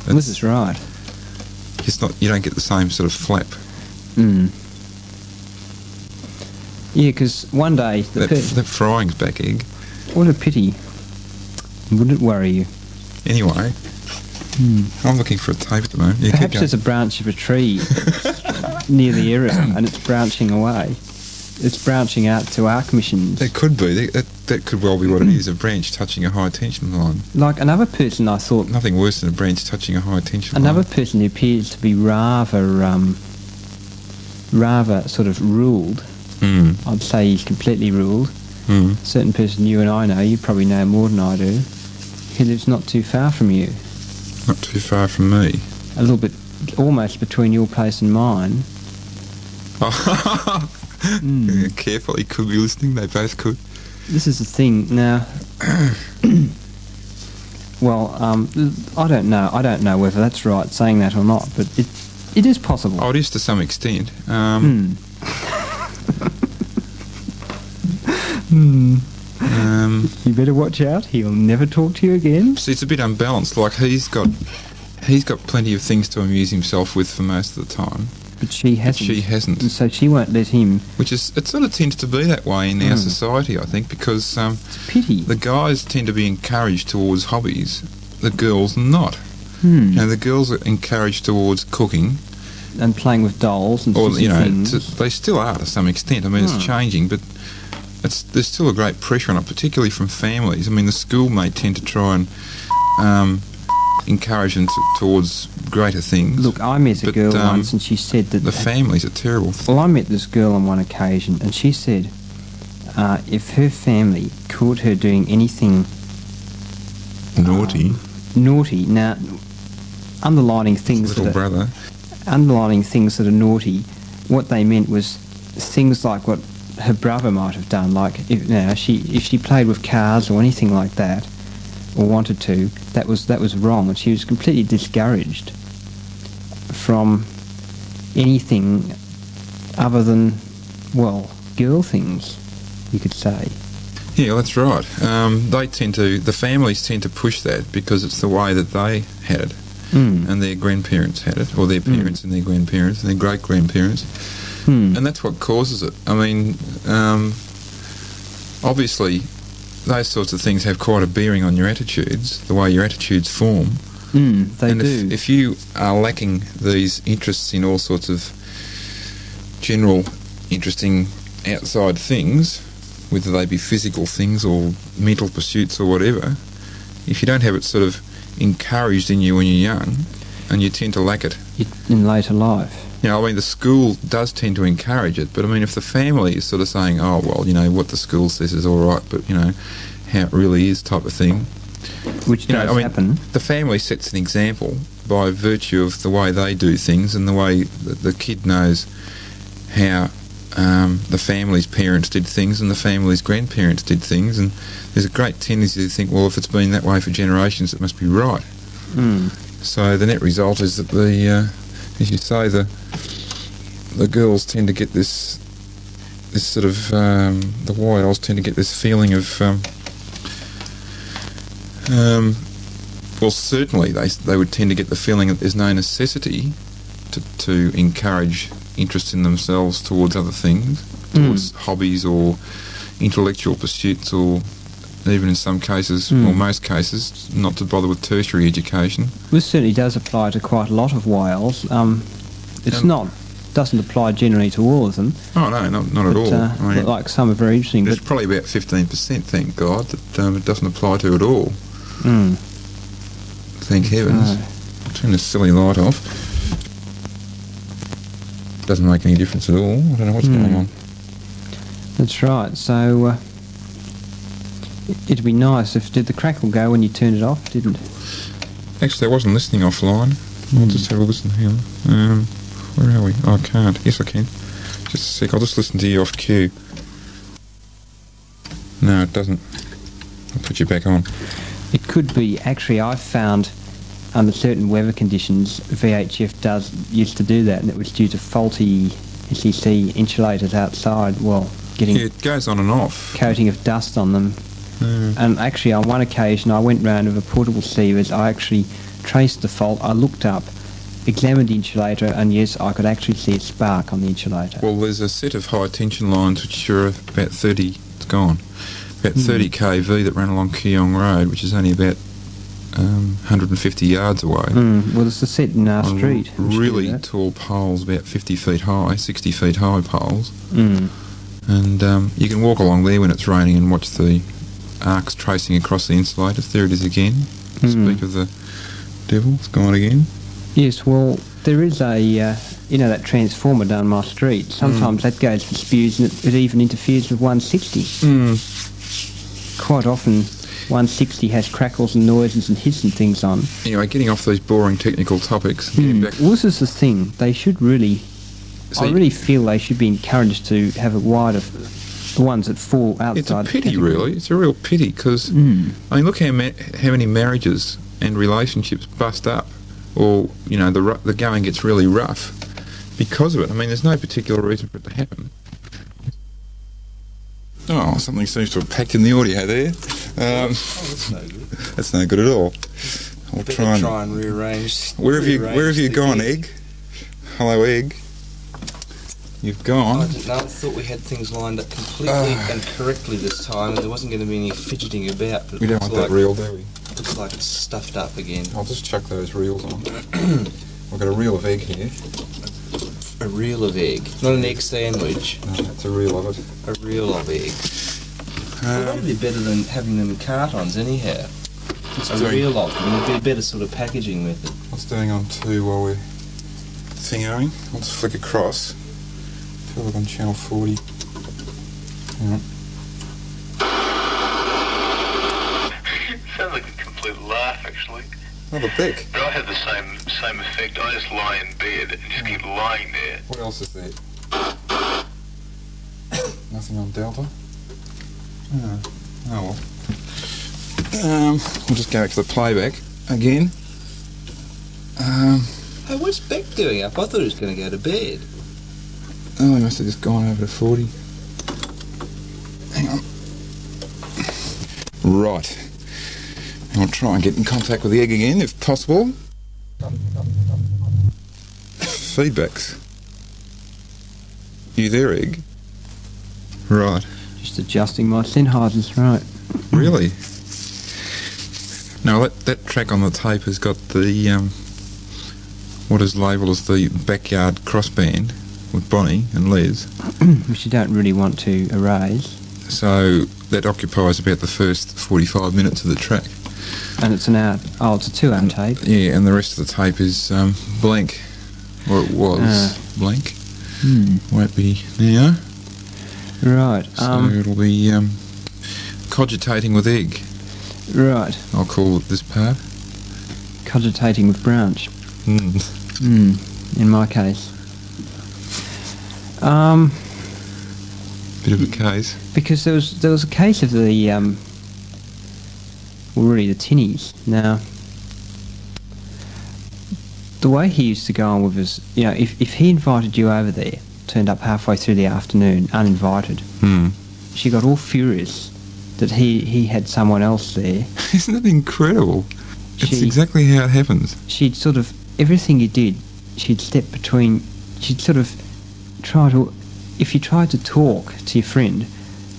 B: this
A: It's,
B: is right.
A: it's not. You don't get the same sort of flap.
B: Mm. Yeah, because one day the
A: That,
B: per-
A: that frying's back egg.
B: what a pity. Would it worry you?
A: Anyway, I'm looking for a tape at the moment. Hmm. You keep
B: Perhaps
A: going.
B: there's a branch of
A: [LAUGHS]
B: a tree that's near the area, and it's branching away. It's branching out to arc missions.
A: That could be. That, that, that could well be what it is, a branch touching a high tension line.
B: Like another person, I thought
A: Nothing worse than a branch touching a high tension
B: Another
A: line.
B: person who appears to be rather, um, rather sort of ruled.
A: Mm,
B: I'd say he's completely ruled.
A: mm.
B: Certain person you and I know, you probably know more than I do. He lives not too far from you,
A: Not too far from me.
B: a little bit, almost between your place and mine. Hmm.
A: Yeah, [LAUGHS] Careful, he could be listening. They both could.
B: This is the thing now. [COUGHS] well, um, I don't know. I don't know whether that's right saying that or not, but it it is possible.
A: Oh, it is to some extent. Um,
B: Hmm. [LAUGHS]
A: um,
B: Hmm. You better watch out. He'll never talk to you again.
A: so it's a bit unbalanced. Like he's got, he's got plenty of things to amuse himself with for most of the time.
B: But she
A: but
B: hasn't.
A: She hasn't.
B: And so she won't let him.
A: which is it sort of tends to be that way in our
B: Mm.
A: society, I think, because um,
B: It's a pity.
A: the guys tend to be encouraged towards hobbies, the girls not.
B: Hmm.
A: You know, the girls are encouraged towards cooking,
B: And playing with dolls and
A: or
B: sorts
A: you
B: of
A: know,
B: things.
A: to, they still are to some extent. I mean,
B: Mm.
A: it's changing, but it's there's still a great pressure on it, particularly from families. I mean, the school may tend to try and um, encourage them to, towards greater things.
B: Look, I met a
A: But,
B: girl
A: um,
B: once and she said that.
A: the families are terrible.
B: well, I met this girl on one occasion and she said uh, if her family caught her doing anything
A: Naughty
B: naughty, now, underlining things
A: little
B: that are,
A: brother.
B: underlining things that are naughty, what they meant was things like what her brother might have done, like if, you know, she if she played with cars or anything like that, or wanted to, that was that was wrong, and she was completely discouraged from anything other than well, girl things, you could say.
A: Yeah, that's right. Um, they tend to the families tend to push that because it's the way that they had it.
B: Mm.
A: and their grandparents had it, or their parents and their grandparents and their great grandparents,
B: Hmm.
A: and that's what causes it. I mean, um, obviously, those sorts of things have quite a bearing on your attitudes, the way your attitudes form.
B: Mm, they
A: Hmm. and
B: do.
A: If, if you are lacking these interests in all sorts of general, interesting outside things, whether they be physical things or mental pursuits or whatever, if you don't have it sort of encouraged in you when you're young, and you tend to lack it.
B: It- in later life.
A: You know, I mean, the school does tend to encourage it, but I mean, if the family is sort of saying, oh, well, you know, what the school says is all right, but, you know, how it really is type of thing,
B: Which
A: You know,
B: does
A: I mean,
B: happen.
A: the family sets an example by virtue of the way they do things and the way that the kid knows how um, the family's parents did things and the family's grandparents did things. And there's a great tendency to think, well, if it's been that way for generations, it must be right.
B: Mm.
A: So the net result is that the, uh, as you say, the the girls tend to get this this sort of um, the wiles tend to get this feeling of um, um, well, certainly they they would tend to get the feeling that there's no necessity to to encourage interest in themselves towards other things, towards hobbies or intellectual pursuits or even in some cases,
B: Mm.
A: or most cases, not to bother with tertiary education.
B: This certainly does apply to quite a lot of whales. Um, it's
A: Um,
B: not doesn't apply generally to all of them,
A: Oh no, not, not
B: but
A: at all.
B: uh,
A: I mean,
B: like some are very interesting.
A: there's
B: But
A: probably about fifteen percent, thank God, that um, it doesn't apply to at all.
B: mm,
A: Thank heavens. Turn this silly light off. Doesn't make any difference at all. I don't know what's
B: Hmm.
A: going on.
B: that's right. So uh, it- it'd be nice if did the crackle go when you turned it off? Didn't? it?
A: Actually, I wasn't listening offline.
B: Hmm.
A: I'll just have a listen here. Um, where are we? Oh, I can't. Yes, I can. Just a sec. I'll just listen to you off cue. No, it doesn't. I'll put you back on.
B: It could be actually. I've found under certain weather conditions, VHF does used to do that, and it was due to faulty SEC insulators outside. Well, getting
A: Yeah, it goes on and off.
B: coating of dust on them.
A: Mm.
B: And actually, on one occasion, I went round with a portable sievers. I actually traced the fault. I looked up, examined the insulator, and yes, I could actually see a spark on the insulator.
A: Well, there's a set of high tension lines which are about 30, it's gone,
B: Hmm.
A: about 30 kV that ran along Keong Road, which is only about um, 150 yards away.
B: Mm, well, it's the set in our
A: On
B: street. which did
A: Oh, Really
B: that.
A: tall poles, about 50 feet high, 60 feet high poles.
B: Mm.
A: And um, you can walk along there when it's raining and watch the arcs tracing across the insulators. There it is again.
B: Mm.
A: Speak of the devil, it's gone again.
B: Yes, well, there is a, uh, you know, that transformer down my street. Sometimes that goes for spews and it, it even interferes with 160.
A: Mm.
B: Quite often, 160 has crackles and noises and hiss and things on. Hmm.
A: Anyway, getting off these boring technical topics. Getting back,
B: Well, this is the thing. They should really,
A: See,
B: I really feel they should be encouraged to have a wider, the ones that fall outside.
A: it's a
B: the
A: pity,
B: category.
A: really. It's a real pity because
D: Mm.
A: I mean, look how ma- how many marriages and relationships bust up, or you know, the ru- the going gets really rough because of it. I mean, there's no particular reason for it to happen. Oh, something seems to have packed in the audio there. Um,
E: Oh, that's no good.
A: that's no good at all. I'll
E: Better
A: try and.
E: try and rearrange.
A: Where have you
E: rearrange
A: Where have you
E: the
A: gone, Egg? Hello, Egg. You've
E: I
A: gone.
E: didn't know. I thought we had things lined up completely
A: Ah.
E: and correctly this time, and there wasn't going to be any fidgeting about. But
A: We
E: it
A: don't
E: looks
A: want
E: like,
A: that Oh. reel, do we?
E: looks like it's stuffed up again.
A: I'll just chuck those reels on. [CLEARS THROAT] I've got a reel of egg here.
E: A reel of egg, not an egg sandwich.
A: No, that's a reel of it.
E: A reel of egg.
A: Um,
E: Well, that'd be better than having them in cartons, anyhow.
A: What's
E: A
A: doing,
E: reel of them. It'd be a better sort of packaging method.
A: what's doing on two while we're thingoing? I'll just flick across. Have a look on channel 40.
F: [LAUGHS] Sounds like a complete laugh, actually.
A: Another beck.
F: But I had the same same effect. I just lie in bed and just keep lying there.
A: What else is there? Nothing on Delta? Oh, oh well. Um, we'll just go back to the playback again. Um,
E: Hey, what's Beck doing up? I thought he was going to go to bed.
A: Oh, he must have just gone over to 40. Hang on. Right. I'll try and get in contact with the egg again if possible. Feedbacks. You there, egg? Right.
B: Just adjusting my Sennheisers, right? [CLEARS THROAT]
A: Really? Now, that, that track on the tape has got the, um, what is labelled as the backyard cross band with Bonnie and Liz.
B: Which you don't really want to erase,
A: So that occupies about the first 45 minutes of the track.
B: and it's an hour. Oh, it's a two-hour tape.
A: Yeah, and the rest of the tape is um, blank, or it was
B: Ah.
A: blank.
D: Mm.
A: Won't be now,
B: Right.
A: so
B: Um.
A: it'll be um, cogitating with egg.
B: Right.
A: I'll call it this part.
B: Cogitating with branch.
A: Mm.
B: Mm, in my case. Um,
A: Bit of a case.
B: because there was there was a case of the um, well, really the tinnies. Now, the way he used to go on with his, you know, if if he invited you over there, turned up halfway through the afternoon uninvited,
A: Hmm.
B: she got all furious that he he had someone else there.
A: [LAUGHS] Isn't it incredible? It's
B: She-
A: exactly how it happens.
B: she'd sort of everything you did, she'd step between. She'd sort of try to, if you tried to talk to your friend,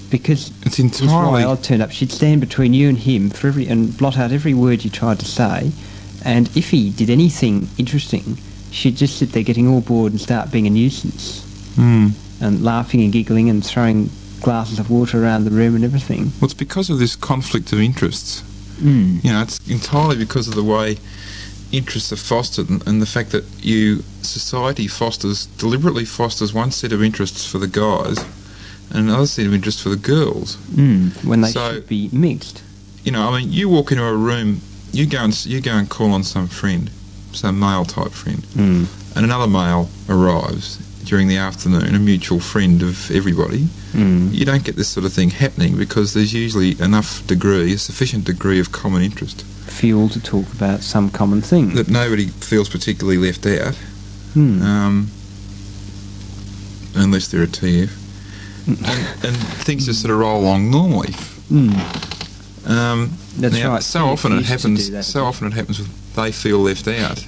B: because
A: It's
B: it was Ryle
A: entirely.
B: turned up, she'd stand between you and him for every and blot out every word you tried to say, and if he did anything interesting, she'd just sit there getting all bored and start being a nuisance
A: Hmm.
B: and laughing and giggling and throwing glasses of water around the room and everything.
A: Well, it's because of this conflict of interests.
B: Mm.
A: you know, it's entirely because of the way interests are fostered and, and the fact that you society fosters deliberately fosters one set of interests for the guys and another set of interests for the girls.
B: Mm. When they
A: So-
B: should be mixed.
A: You know, I mean, you walk into a room, you go and s- you go and call on some friend, some male type friend,
B: Mm.
A: and another male arrives. during the afternoon, a mutual friend of everybody,
B: Mm.
A: you don't get this sort of thing happening because there's usually enough degree, a sufficient degree of common interest
B: Fuel to talk about some common thing.
A: that nobody feels particularly left out,
B: Mm.
A: um, unless they're a TF. and, and things just sort of roll along normally.
B: Mm.
A: Um,
B: That's
A: now,
B: right.
A: So often it
D: used to do
A: happens.
D: that.
A: So often it happens. With, they feel left out.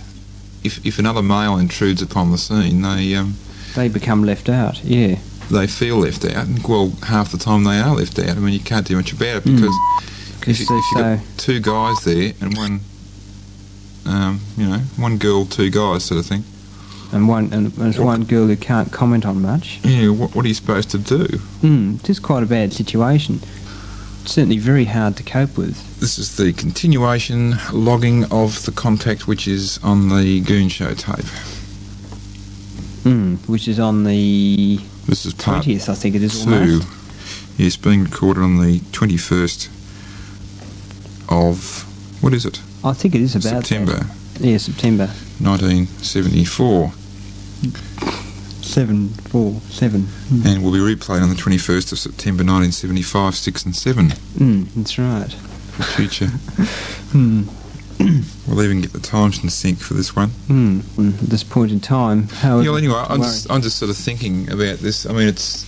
A: If, if another male intrudes upon the scene, they um,
B: They become left out. Yeah.
A: they feel left out. And well, half the time they are left out. I mean, you can't do much about it
D: Hmm.
B: Mm.
A: because if,
B: Because
A: you,
B: they're
A: if you've
B: so.
A: got two guys there and one, um, you know, one girl, two guys, sort of thing.
B: And one and there's one girl who can't comment on much.
A: Yeah, what, what are you supposed to do?
B: Mm. It is quite a bad situation. Certainly very hard to cope with.
A: This is the continuation logging of the contact, which is on the Goon Show tape.
B: Mm. Which is on the
A: This is part
B: twentieth, I think it is.
A: two.
B: Almost.
A: Yes, being recorded on the 21st of, what is it?
B: I think it is about that.
A: September
B: Yeah, September
A: 1974.
B: seven four seven.
A: And will be replayed on the 21st of September 1975, 6 and 7
B: Mm. That's right.
A: for future.
B: Mm.
A: we'll even get the times in sync for this one.
B: Hmm. mm, At this point in time, how
A: Yeah, well, anyway, I'm
B: worry.
A: just, I'm just sort of thinking about this. I mean, it's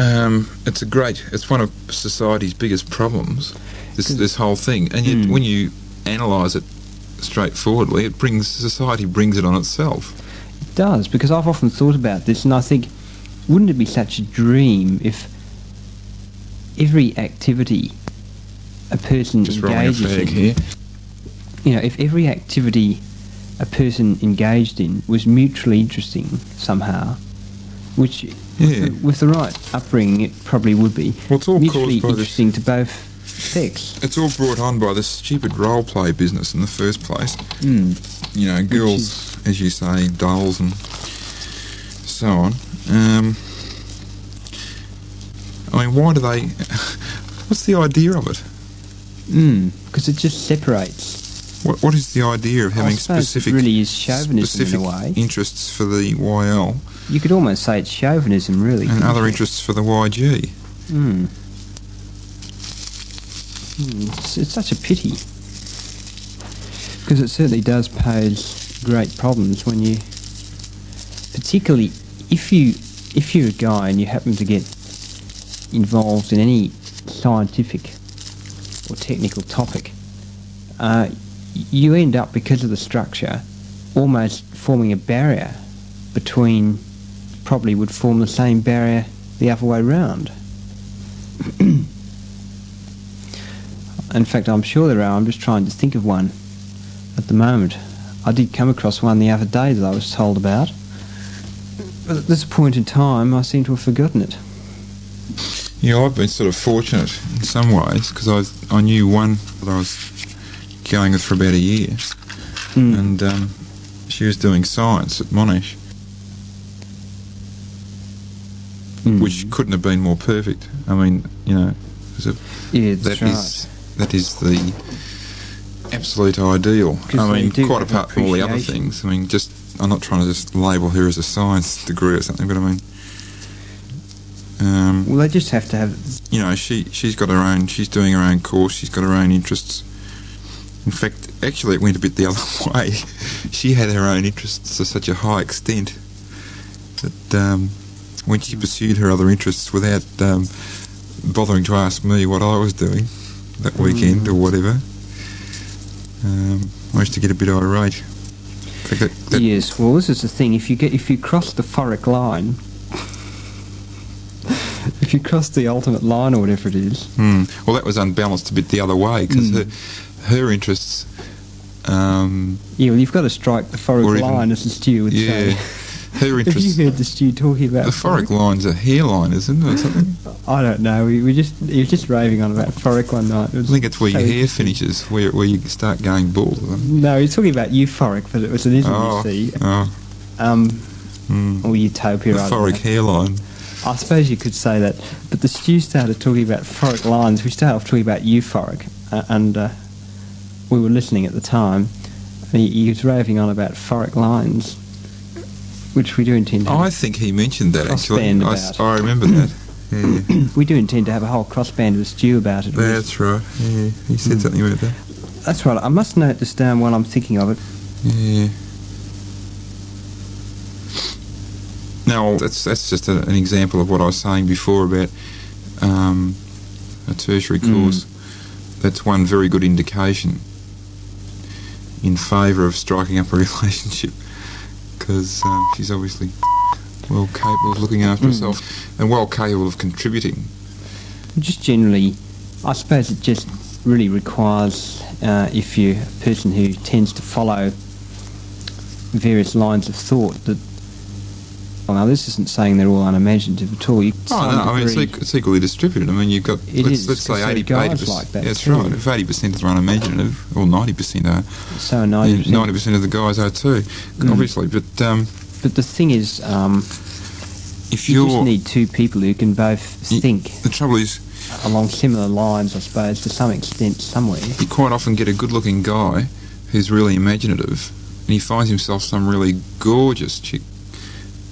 A: um, it's a great, it's one of society's biggest problems. This this whole thing, and yet
B: Hmm.
A: when you analyse it straightforwardly, it brings society brings it on itself.
B: it does because I've often thought about this, and I think, wouldn't it be such a dream if every activity a person
A: Just rolling a
B: engages
A: fag
B: in,
A: here.
B: you know, if every activity a person engaged in was mutually interesting somehow, which [LAUGHS]
A: Yeah,
B: with the right upbringing it probably would be
A: well, it's all
B: mutually
A: caused by this.
B: interesting to both sex.
A: It's all brought on by this stupid role play business in the first place.
B: Mm.
A: You know, girls, as you say, dolls and so on. Um, I mean, why do they? [LAUGHS] What's the idea of it?
B: Because Hmm. it just separates.
A: What, what is the idea of
B: I
A: having
B: suppose it
A: specific
B: really is chauvinism in a
A: specific
B: way.
A: interests for the YL
B: You could almost say it's chauvinism, really.
A: and
B: couldn't
A: other
B: you?
A: interests for the YG?
B: Mm. Mm, It's, it's such a pity because it certainly does pose great problems when you, particularly if you if you're a guy and you happen to get involved in any scientific or technical topic, uh, you end up because of the structure almost forming a barrier between probably would form the same barrier the other way round. In fact, I'm sure there are. I'm just trying to think of one at the moment. I did come across one the other day that I was told about. But at this point in time, I seem to have forgotten it.
A: You know, I've been sort of fortunate in some ways because I I knew one that I was going with for about a year,
B: Mm.
A: and um, she was doing science at Monash,
B: Mm.
A: which couldn't have been more perfect. I mean, you know,
B: yeah,
A: that
B: that's
A: is
B: right.
A: that is the absolute ideal.
B: 'Cause
A: I
B: they
A: mean,
B: do
A: quite
B: have
A: apart from all the other
B: appreciation.
A: things. I mean, just I'm not trying to just label her as a science degree or something, but I mean, um,
B: Well, they just have to have.
A: you know, she she's got her own. She's doing her own course. She's got her own interests. In fact, actually, it went a bit the other [LAUGHS] way. she had her own interests to such a high extent that um, when she pursued her other interests without um, bothering to ask me what I was doing that weekend or whatever, um, I used to get a bit irate. In fact, that, that
B: Yes, well, this is the thing. If you get, if you cross the foric line, [LAUGHS] if you cross the ultimate line or whatever it is,
A: Hmm. Well, that was unbalanced a bit the other way because her, her interests. Um,
B: yeah, well, you've got to strike the foric
A: Or even-
B: line, as the stew would
A: yeah,
B: say.
A: [LAUGHS] her
B: [LAUGHS] Have
A: interests.
B: um, you heard the stew talking about
A: The foric line's a hairline, isn't it, or something?
B: I don't know. We were just he was just raving on about euphoric one night. It
A: I
B: was-
A: think it's where your
B: so-
A: hair finishes, where where you start going bald. isn't it?
B: No, he's talking about euphoric, but it was an ism,
A: Oh,
B: you see,
A: oh,
B: um,
A: mm.
B: or utopia.
A: the
B: I don't
A: foric
B: know.
A: hairline.
B: I suppose you could say that. But the stew started talking about euphoric lines. We started off talking about euphoric, uh, and uh, we were listening at the time. He, he was raving on about euphoric lines. which we do intend to
A: I think he mentioned that actually.
B: Crossband
A: I,
B: about.
A: s- I remember
B: [COUGHS]
A: that. Yeah,
B: we do intend to have a whole crossband of stew about it.
A: that's right. Yeah, he
B: Hmm.
A: said something about that.
B: That's right. I must note this down while I'm thinking of it.
A: Yeah. Now that's that's just a, an example of what I was saying before about um, a tertiary course. That's one very good indication in favour of striking up a [LAUGHS] relationship because um, she's obviously well capable of looking after herself and well capable of contributing.
B: Just generally, I suppose it just really requires uh, if you're a person who tends to follow various lines of thought that. Well, now this isn't saying they're all unimaginative at all. You
A: Oh,
B: some
A: no, I mean, it's,
B: degree-
A: equ- it's equally distributed. I mean, you've got,
B: It
A: let's,
B: is,
A: let's say,
B: because
A: 80,
B: there are guys
A: 80%.
B: like that
A: that's
B: too.
A: right. If 80% are unimaginative, or 90% are, Yeah,
B: so 90%.
A: 90% of the guys are too,
B: Mm.
A: obviously. But um,
B: But the thing is, um,
A: if
B: you
A: you're.
B: just need two people who can both
A: Y-
B: think
A: the trouble is,
B: along similar lines, I suppose, to some extent, somewhere.
A: you quite often get a good looking guy who's really imaginative and he finds himself some really gorgeous chick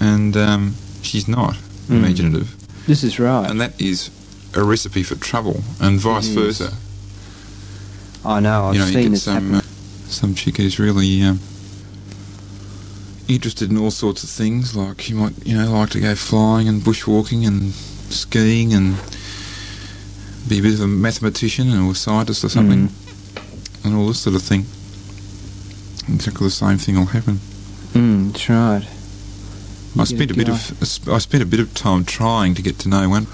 A: and um, she's not
B: Mm.
A: imaginative.
B: This is right.
A: And that is a recipe for trouble and vice
B: It is.
A: versa.
B: I know. I've
A: you know, you
B: seen
A: get
B: this
A: some,
B: happen.
A: uh, some chick who's really. Um, Interested in all sorts of things, like she might, you know, like to go flying and bushwalking and skiing and be a bit of a mathematician or scientist or something,
B: Mm.
A: and all this sort of thing. Exactly the same thing will happen. uh,
B: Mm, that's right.
A: I
B: You
A: spent a
B: get
A: bit
B: guy-
A: of I sp- I spent a bit of time trying to get to know one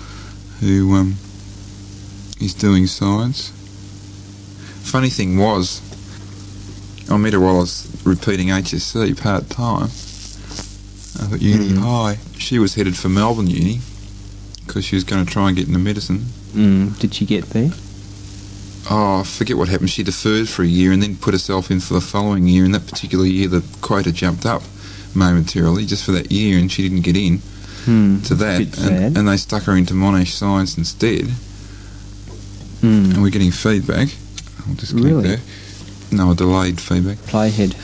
A: who um, is doing science. Funny thing was, I met her while I was repeating HSC part time up at Uni High. She was headed for Melbourne Uni because she was going to try and get into medicine.
B: Mm, did you get there?
A: Oh, I forget what happened. She deferred for a year and then put herself in for the following year. And that particular year, the quota jumped up momentarily just for that year, and she didn't get in
B: Mm,
A: to that,
B: Bit sad.
A: and, and they stuck her into Monash Science instead.
B: mm,
A: And we're getting feedback. I'll just click
B: Really?
A: there. No, delayed feedback.
B: playhead.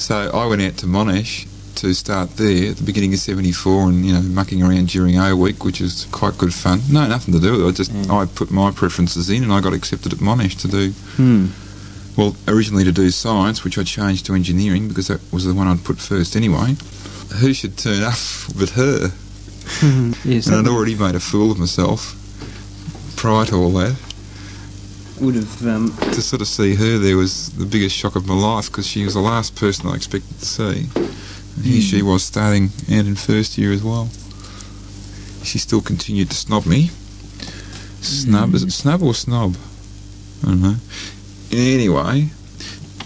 A: So I went out to Monash to start there at the beginning of '74, and you know, mucking around during O week, which is quite good fun. No, nothing to do with it. I just I put my preferences in, and I got accepted at Monash to do
B: Mm,
A: well originally to do science, which I changed to engineering because that was the one I'd put first anyway. Who should turn up [LAUGHS] but her?
B: [LAUGHS] yes,
A: And I'd
B: that
A: already made a fool of myself prior to all that.
B: would have. Um,
A: To sort of see her there was the biggest shock of my life because she was the last person I expected to see. And here she was starting out in first year as well. She still continued to snob me. Snub, is it snub or snob? I don't know. Anyway,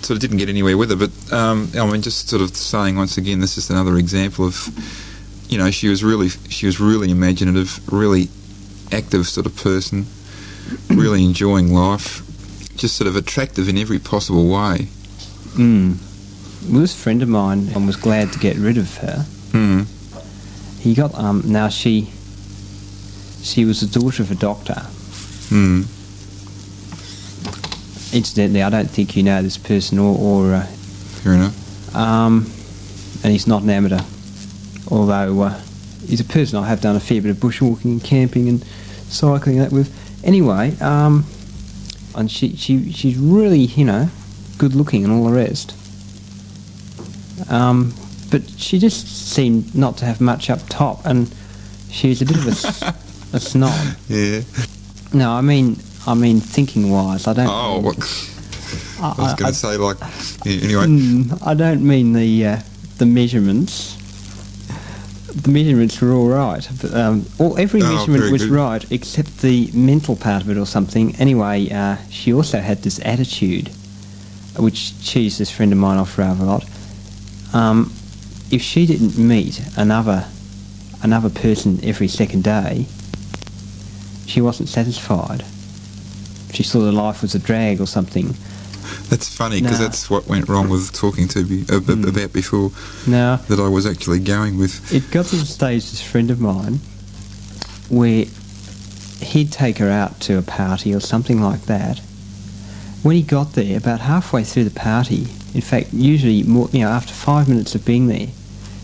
A: sort of didn't get anywhere with her, but um, I mean, just sort of saying once again, this is another example of, you know, she was really, she was really imaginative, really active sort of person, really enjoying life, just sort of attractive in every possible way.
B: mm. Well, this friend of mine um, was glad to get rid of her.
A: Mm.
B: He got. Um, now she. She was the daughter of a doctor.
A: Mm.
B: Incidentally, I don't think you know this person, or, or uh,
A: Fair enough.
B: um, and he's not an amateur. Although uh, he's a person I have done a fair bit of bushwalking and camping and cycling and that with. Anyway, um, and she, she she's really you know good looking and all the rest. Um, but she just seemed not to have much up top, and she was a bit of a, s- a snob.
A: Yeah.
B: No, I mean I mean thinking wise. I don't.
A: Oh, what,
B: I,
A: I was
B: I-
A: going
B: I-
A: to say like. Yeah, anyway.
B: Mm, I don't mean the uh, the measurements. The measurements were all right. But, um, all, every
A: Oh,
B: measurement
A: very
B: was
A: good.
B: right except the mental part of it or something. Anyway, uh, she also had this attitude, which cheesed this friend of mine off rather a lot. Um, if she didn't meet another another person every second day, she wasn't satisfied. She saw that life was a drag or something.
A: That's funny because
B: Nah. Mm.
A: that's what went wrong with talking to me ab- ab- about before
B: Now,
A: that I was actually going with.
B: It got to the stage, this friend of mine, where he'd take her out to a party or something like that. When he got there, about halfway through the party, in fact, usually more, you know, after five minutes of being there,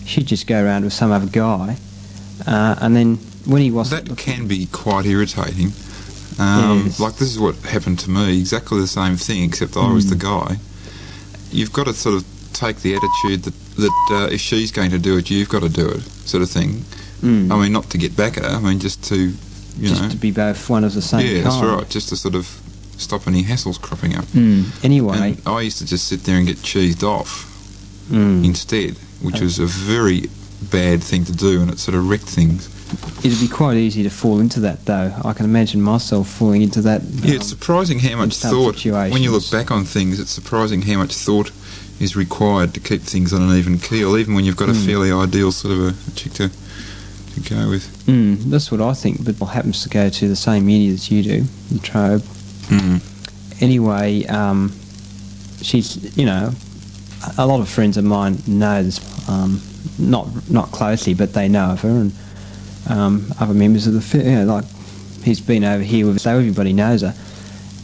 B: she'd just go around with some other guy, uh, and then when he wasn't
A: That
B: looking-
A: can be quite irritating. Um,
B: Yes.
A: Like this is what happened to me, exactly the same thing, except I was the
B: Mm.
A: guy. You've got to sort of take the attitude that that uh, if she's going to do it, you've got to do it, sort of thing.
B: Mm.
A: I mean, not to get back at her. I mean, just to, Oh, you
B: just
A: know,
B: to be both one of the same
A: yeah,
B: kind.
A: that's right. Just to sort of stop any hassles cropping up.
B: Mm. Anyway,
A: And I used to just sit there and get cheesed off Hmm.
B: mm.
A: instead, which was a very bad thing to do, and it sort of wrecked things.
B: it'd be quite easy to fall into that, though. I can imagine myself falling into that.
A: Yeah, it's surprising how much
B: some
A: thought. When you look
B: situations.
A: back on things, it's surprising how much thought is required to keep things on an even keel, even when you've got a fairly ideal sort of a, a chick to, to go with.
B: Mm, that's what I think. But what happens to go to the same uni as you do, the Trobe.
A: Mm.
B: Anyway, um, she's you know, a- a lot of friends of mine know this, um, not not closely, but they know of her and um, other members of the fa- you know, like he's been over here with so everybody knows her,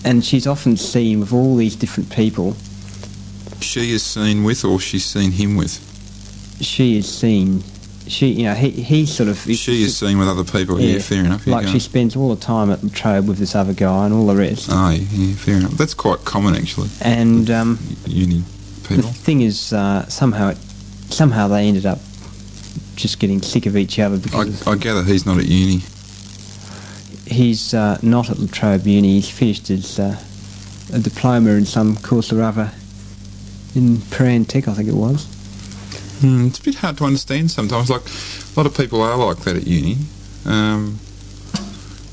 B: and she's often seen with all these different people.
A: She is seen with, or she's seen him with.
B: She is seen. She, you know, he, he sort of.
A: She is seen with other people. Yeah, fair enough.
B: Like she
A: she's.
B: spends all the time at the Trobe with this other guy and all the rest.
A: Aye, yeah, fair enough. That's quite common, actually.
B: And um,
A: Uni
B: the
A: people.
B: thing is, uh, somehow, it, somehow they ended up just getting sick of each other
A: I,
B: because
A: I gather he's not at uni.
B: he's uh, not at La Trobe Uni. He's finished his uh, a diploma in some course or other in Peran Tech, I think it was.
A: Hmm, it's a bit hard to understand sometimes. Like a lot of people are like that at uni. Um,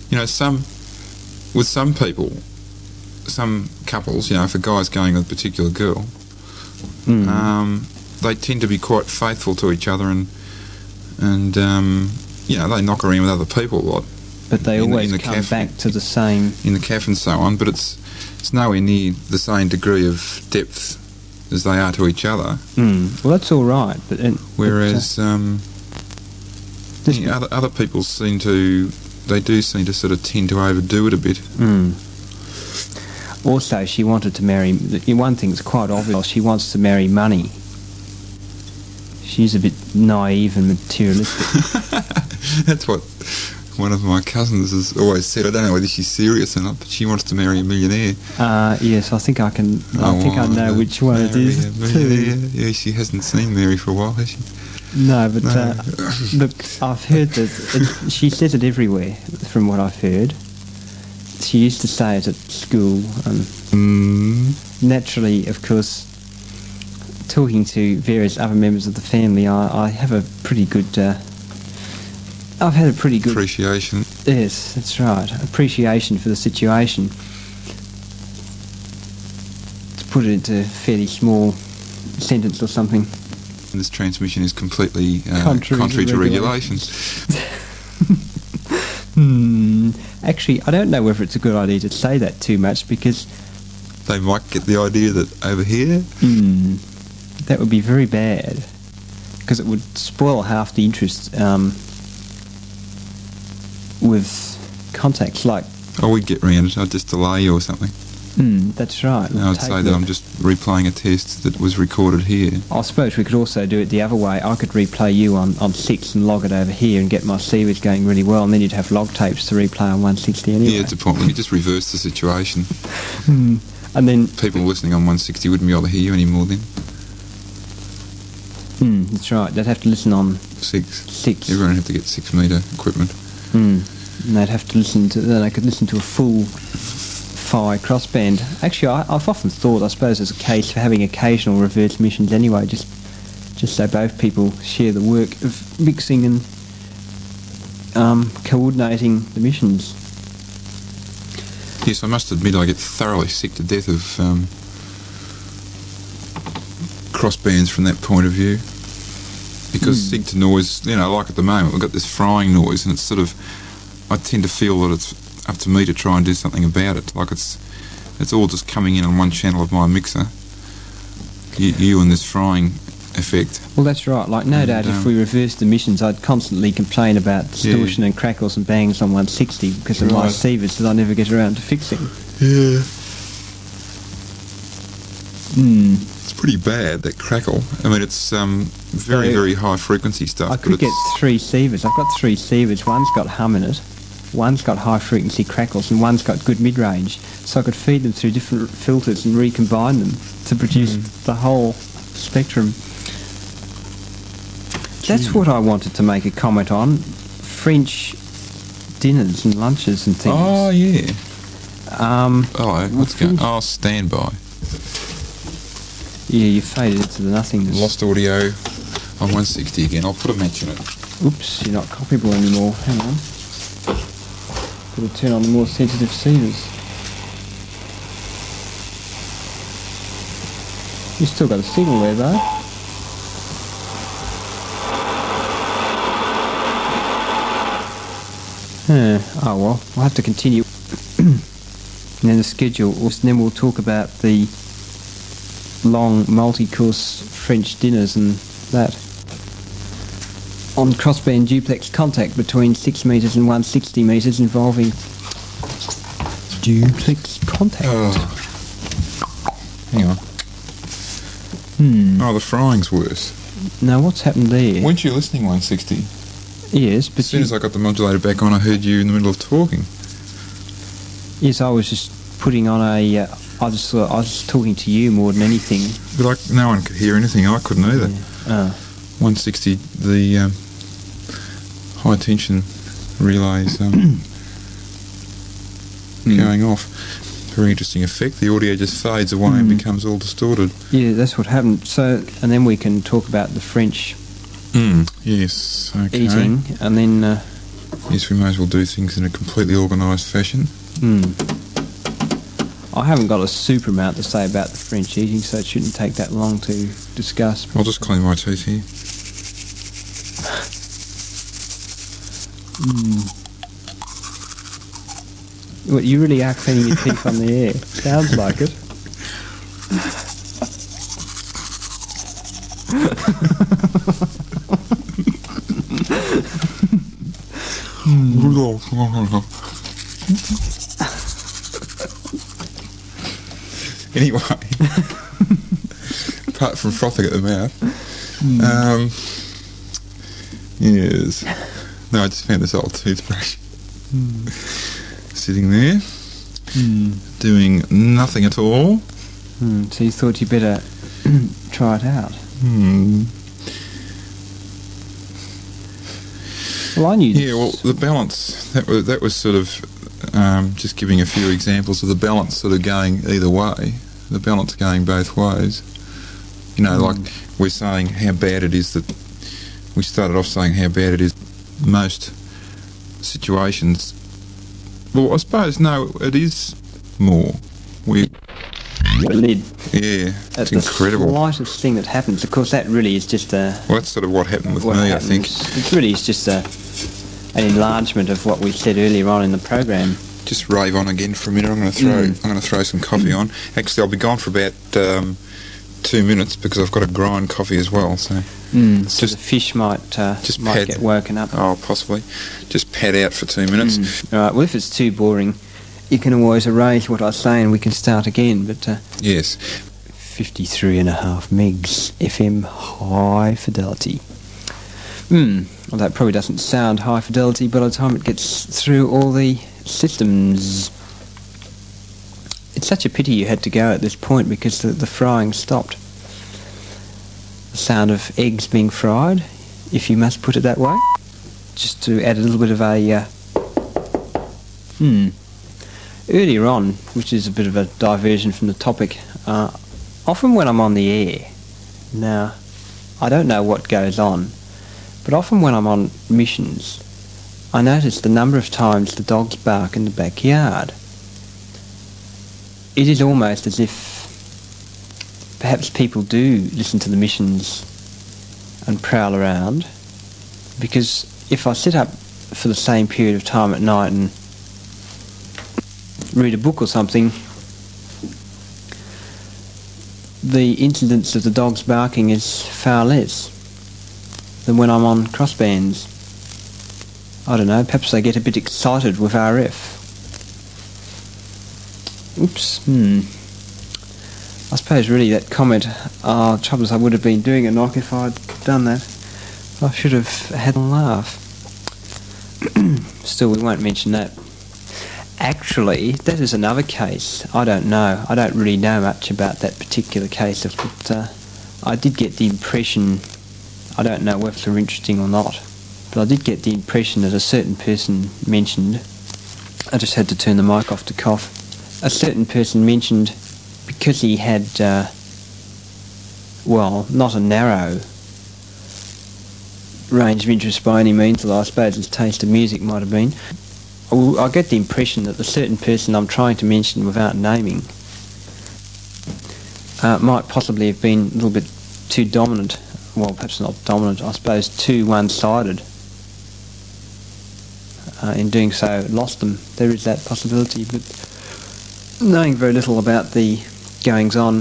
A: you know, some with some people, some couples. You know, if a guy's going with a particular girl,
B: Mm.
A: um, they tend to be quite faithful to each other, and and um, you know they knock around with other people a lot
B: but they
A: in the- in
B: always
A: the
B: come
A: cafe-
B: back to the same.
A: in the cafe and so on. But it's it's nowhere near the same degree of depth as they are to each other.
B: Mm. Well, that's all right, but and,
A: Whereas um,
B: This
A: yeah, other, other people seem to, they do seem to sort of tend to overdo it a bit. [LAUGHS]
B: Mm. Also, she wanted to marry. the- One thing that's quite obvious: she wants to marry money. She's a bit naive and materialistic.
A: That's what one of my cousins has always said. I don't know whether she's serious or not, but she wants to marry a millionaire.
B: uh, yes, I think I can. I, think I
A: wanna
B: know which one it
A: marry
B: is.
A: a
B: [LAUGHS] too.
A: millionaire. Yeah, she hasn't seen Mary for a while, has she?
B: No, but
A: No.
B: uh, look, I've heard that it, she says it everywhere. From what I've heard, she used to say it at school, and
A: Mm.
B: naturally, of course, talking to various other members of the family, I, I have a pretty good. Uh, I've had a pretty good.
A: Appreciation.
B: yes, that's right. Appreciation for the situation. To put it into a fairly small sentence or something.
A: And this transmission is completely uh,
B: Contrary to
A: contrary, to
B: regulations.
A: regulations.
B: Hmm. Actually, I don't know whether it's a good idea to say that too much because
A: They might get the idea that over here,
B: Hmm. That would be very bad because it would spoil half the interest um, with contacts. Like,
A: I would oh, get round it. I'd just delay you or something.
B: mm, that's right.
A: No, I'd
B: Take
A: say that
B: the-
A: I'm just replaying a test that was recorded here.
B: I suppose we could also do it the other way. I could replay you on, on six and log it over here and get my series going really well, and then you'd have log tapes to replay on 160 anyway.
A: Yeah, it's a point. Let me just reverse the situation.
B: Hmm. And then,
A: People listening on 160 wouldn't be able to hear you anymore then.
B: hmm, that's right. They'd have to listen on
A: Six.
B: six.
A: Everyone would have to get six metre equipment.
B: Hmm. And they'd have to listen to. Then I could listen to a full Phi crossband. Actually, I, I've often thought. I suppose there's a case for having occasional reverse missions anyway, just just so both people share the work of mixing and um, coordinating the missions.
A: Yes, I must admit I get thoroughly sick to death of um, crossbands from that point of view. Because sig to noise, you know, like at the moment, we've got this frying noise and it's sort of, I tend to feel that it's up to me to try and do something about it. Like it's, it's all just coming in on one channel of my mixer. You, you and this frying effect.
B: Well, that's right. Like, no
A: And,
B: doubt, if
A: um,
B: we reversed the missions, I'd constantly complain about distortion and crackles and bangs on 160 because of my
A: Right.
B: receivers that I never get around to fixing.
A: Yeah.
B: Mm.
A: It's pretty bad that crackle. I mean, it's um, very
B: So-
A: very high frequency stuff.
B: I
A: but
B: could get
A: it's-
B: three sievers. I've got three sievers. One's got hum in it, one's got high frequency crackles, and one's got good mid range. So I could feed them through different filters and recombine them to produce
A: Mm.
B: the whole spectrum. That's what I wanted to make a comment on. French dinners and lunches and things.
A: Oh yeah.
B: Um,
A: Oh, what's going? Oh, standby.
B: yeah, you faded into the nothingness.
A: Lost audio on 160 again. I'll put a match in it.
B: Oops, you're not copyable anymore. Hang on. Gotta turn on the more sensitive sievers. You still got a signal there though. Huh. Oh well, we'll have to continue. [CLEARS THROAT] and then the schedule, or then we'll talk about the long multi-course French dinners and that on crossband duplex contact between 6 metres and 160 metres involving duplex contact.
A: Oh. Hang on.
B: Hmm.
A: Oh, the frying's worse.
B: Now, what's happened there?
A: Weren't you listening 160?
B: Yes, but
A: As soon
B: you-
A: as I got the modulator back on, I heard you in the middle of talking.
B: yes, I was just putting on a. Uh, I just thought I was just talking to you more than anything.
A: But like no one could hear anything. I couldn't either.
B: Oh.
A: 160, the um, high tension relays um, [COUGHS] going off. Very interesting effect. The audio just fades away and becomes all distorted.
B: Yeah, that's what happened. So, and then we can talk about the French
A: Yes. Okay.
B: eating, and then. Uh,
A: Yes, we may as well do things in a completely organised fashion.
B: hmm. I haven't got a super amount to say about the French eating, so it shouldn't take that long to discuss.
A: I'll just clean my teeth here.
B: Well, you really are cleaning your teeth on
A: [LAUGHS]
B: the air. Sounds like it.
A: anyway, [LAUGHS] apart from frothing at the mouth, um, yes. No, I just found this old toothbrush sitting there, Hmm. doing nothing at all.
B: Hmm, so you thought you better [CLEARS THROAT] try it out.
A: Hmm.
B: Well, I knew.
A: Yeah, well, the balance that was that was sort of um, just giving a few examples of the balance sort of going either way, the balance going both ways. You know,
B: Mm.
A: like we're saying how bad it is that we started off saying how bad it is most situations. Well, I suppose no, it is more. We
B: the lid
A: yeah, it's
B: at the
A: incredible.
B: slightest thing that happens. Of course, that really is just a.
A: Well, that's sort of what happened with
B: what
A: me,
B: happens.
A: I think.
B: it really is just a an enlargement of what we said earlier on in the program.
A: just rave on again for a minute. I'm going to throw
B: Mm.
A: I'm going to throw some coffee on. Actually, I'll be gone for about um, two minutes because I've got to grind coffee as well. So,
B: Mm, so
A: Just-
B: the fish might uh,
A: just
B: might
A: pad-
B: get woken up.
A: oh, possibly just pad out for two minutes.
B: Mm. All right. Well, if it's too boring, you can always erase what I say and we can start again. But uh,
A: Yes,
B: 53 and a half megs FM high fidelity. Hmm, well, that probably doesn't sound high fidelity by the time it gets through all the systems. It's such a pity you had to go at this point because the, the frying stopped. The sound of eggs being fried, if you must put it that way. Just to add a little bit of a. Uh, hmm. Earlier on, which is a bit of a diversion from the topic, uh, often when I'm on the air, now I don't know what goes on, but often when I'm on missions, I notice the number of times the dogs bark in the backyard. It is almost as if perhaps people do listen to the missions and prowl around, because if I sit up for the same period of time at night and read a book or something, the incidence of the dogs barking is far less than when I'm on crossbands. I don't know, perhaps they get a bit excited with RF. Oops, hmm. I suppose really that comment, oh, the trouble is I would have been doing a knock if I'd done that. I should have had a laugh. [CLEARS THROAT] Still, we won't mention that. Actually, that is another case. I don't know. I don't really know much about that particular case, of- but uh, I did get the impression, I don't know whether they're interesting or not, but I did get the impression that a certain person mentioned, I just had to turn the mic off to cough, a certain person mentioned because he had, uh, well, not a narrow range of interest by any means, although I suppose his taste of music might have been. I will- I get the impression that the certain person I'm trying to mention without naming uh, might possibly have been a little bit too dominant. Well, perhaps not dominant, I suppose, too one sided. Uh, in doing so, lost them. There is that possibility, but knowing very little about the goings on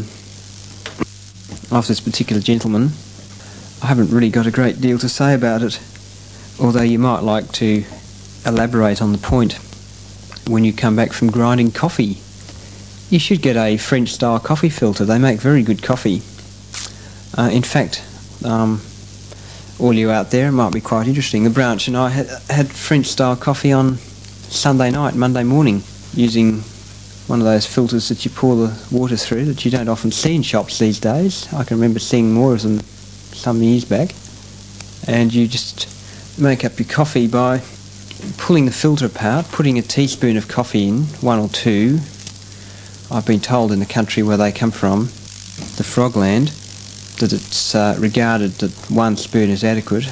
B: of this particular gentleman, I haven't really got a great deal to say about it. Although you might like to elaborate on the point when you come back from grinding coffee. You should get a French style coffee filter. They make very good coffee. Uh, in fact, um, all you out there it might be quite interesting. The branch and I had, had French style coffee on Sunday night, Monday morning, using one of those filters that you pour the water through that you don't often see in shops these days. I can remember seeing more of them some years back. And you just make up your coffee by pulling the filter apart, putting a teaspoon of coffee in, one or two. I've been told in the country where they come from, the frogland, that it's uh, regarded that one spoon is adequate.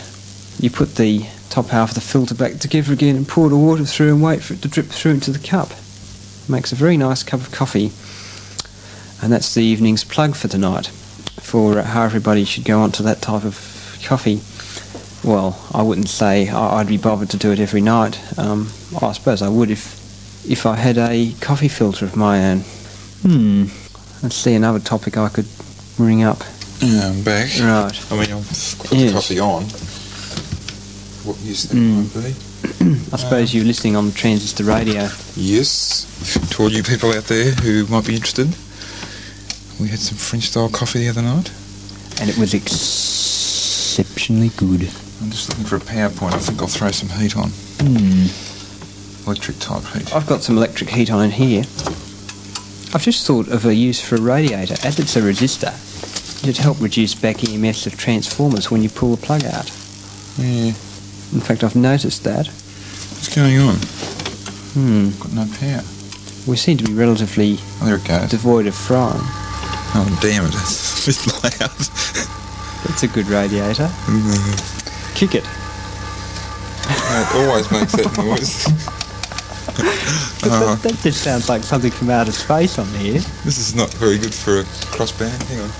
B: You put the top half of the filter back together again and pour the water through and wait for it to drip through into the cup makes a very nice cup of coffee. And that's the evening's plug for tonight, for uh, how everybody should go on to that type of coffee. Well, I wouldn't say I- I'd be bothered to do it every night. Um, I suppose I would if if I had a coffee filter of my own.
D: Hmm.
B: Let's see another topic I could bring up.
A: Yeah, I'm back.
B: Right.
A: I mean, I'll put
B: Um, Yes.
A: the coffee on. What use that
B: Mm.
A: might be?
B: I suppose you're listening on transistor radio.
A: Yes, to all you people out there who might be interested. We had some French style coffee the other night.
B: And it was exceptionally good.
A: I'm just looking for a PowerPoint. I think I'll throw some heat on.
B: Mm.
A: Electric type heat.
B: I've got some electric heat on in here. I've just thought of a use for a radiator. As it's a resistor, it'd help reduce back EMFs of transformers when you pull the plug out.
A: Yeah.
B: In fact, I've noticed that.
A: What's going on?
B: Hmm.
A: Got no power.
B: We seem to be relatively
A: Oh, there it goes.
B: devoid of frying.
A: Oh, damn it. [LAUGHS] It's a bit loud.
B: That's a good radiator. Kick it.
A: it always makes that noise.
B: But
A: Uh-huh.
B: that, that just sounds like something from outer space on here.
A: This is not very good for a crossband. Hang on.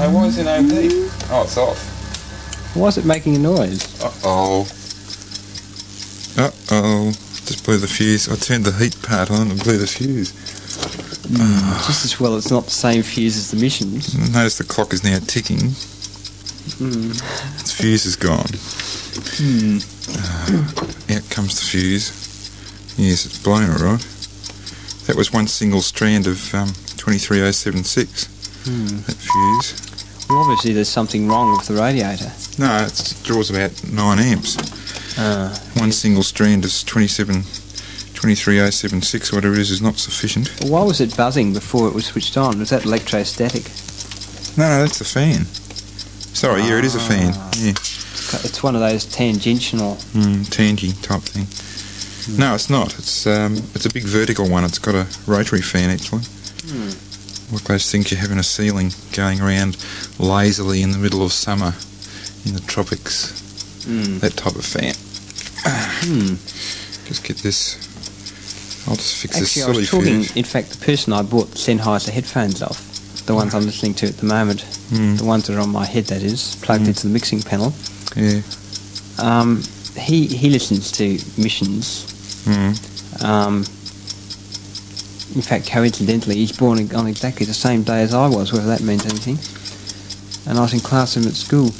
A: Oh, why is there no heat? Oh, it's off.
B: Why is it making a noise?
A: Uh-oh. Uh-oh. Just blew the fuse. I turned the heat part on and blew the fuse.
B: [SIGHS] Just as well it's not the same fuse as the missions.
A: Notice the clock is now ticking. Its fuse is gone. Uh, out comes the fuse. Yes, it's blown, all right. That was one single strand of um, 23076. That fuse.
B: Well, obviously there's something wrong with the radiator.
A: No, it draws about 9 amps.
B: Uh,
A: One single strand is 27, 23076, whatever it is, is not sufficient.
B: Why was it buzzing before it was switched on? Was that electrostatic?
A: No, no, that's the fan. Sorry, yeah, it is a fan. Yeah.
B: It's one of those tangential.
A: Mm, tangy type thing. No, it's not. It's um, it's a big vertical one. It's got a rotary fan actually.
B: Hmm.
A: Like those things you have in a ceiling going around lazily in the middle of summer in the tropics.
B: Hmm.
A: That type of fan. Just get this. I'll just fix
B: Actually, I
A: this
B: was
A: silly
B: talking.
A: fuse.
B: In fact, the person I bought the Sennheiser headphones off, the ones I'm listening to at the moment,
A: Mm,
B: the ones that are on my head, that is, plugged into the mixing panel.
A: yeah.
B: Um, he he listens to missions.
A: Mm.
B: Um, in fact, coincidentally, he's born on exactly the same day as I was, whether that means anything. And I was in class with him at school.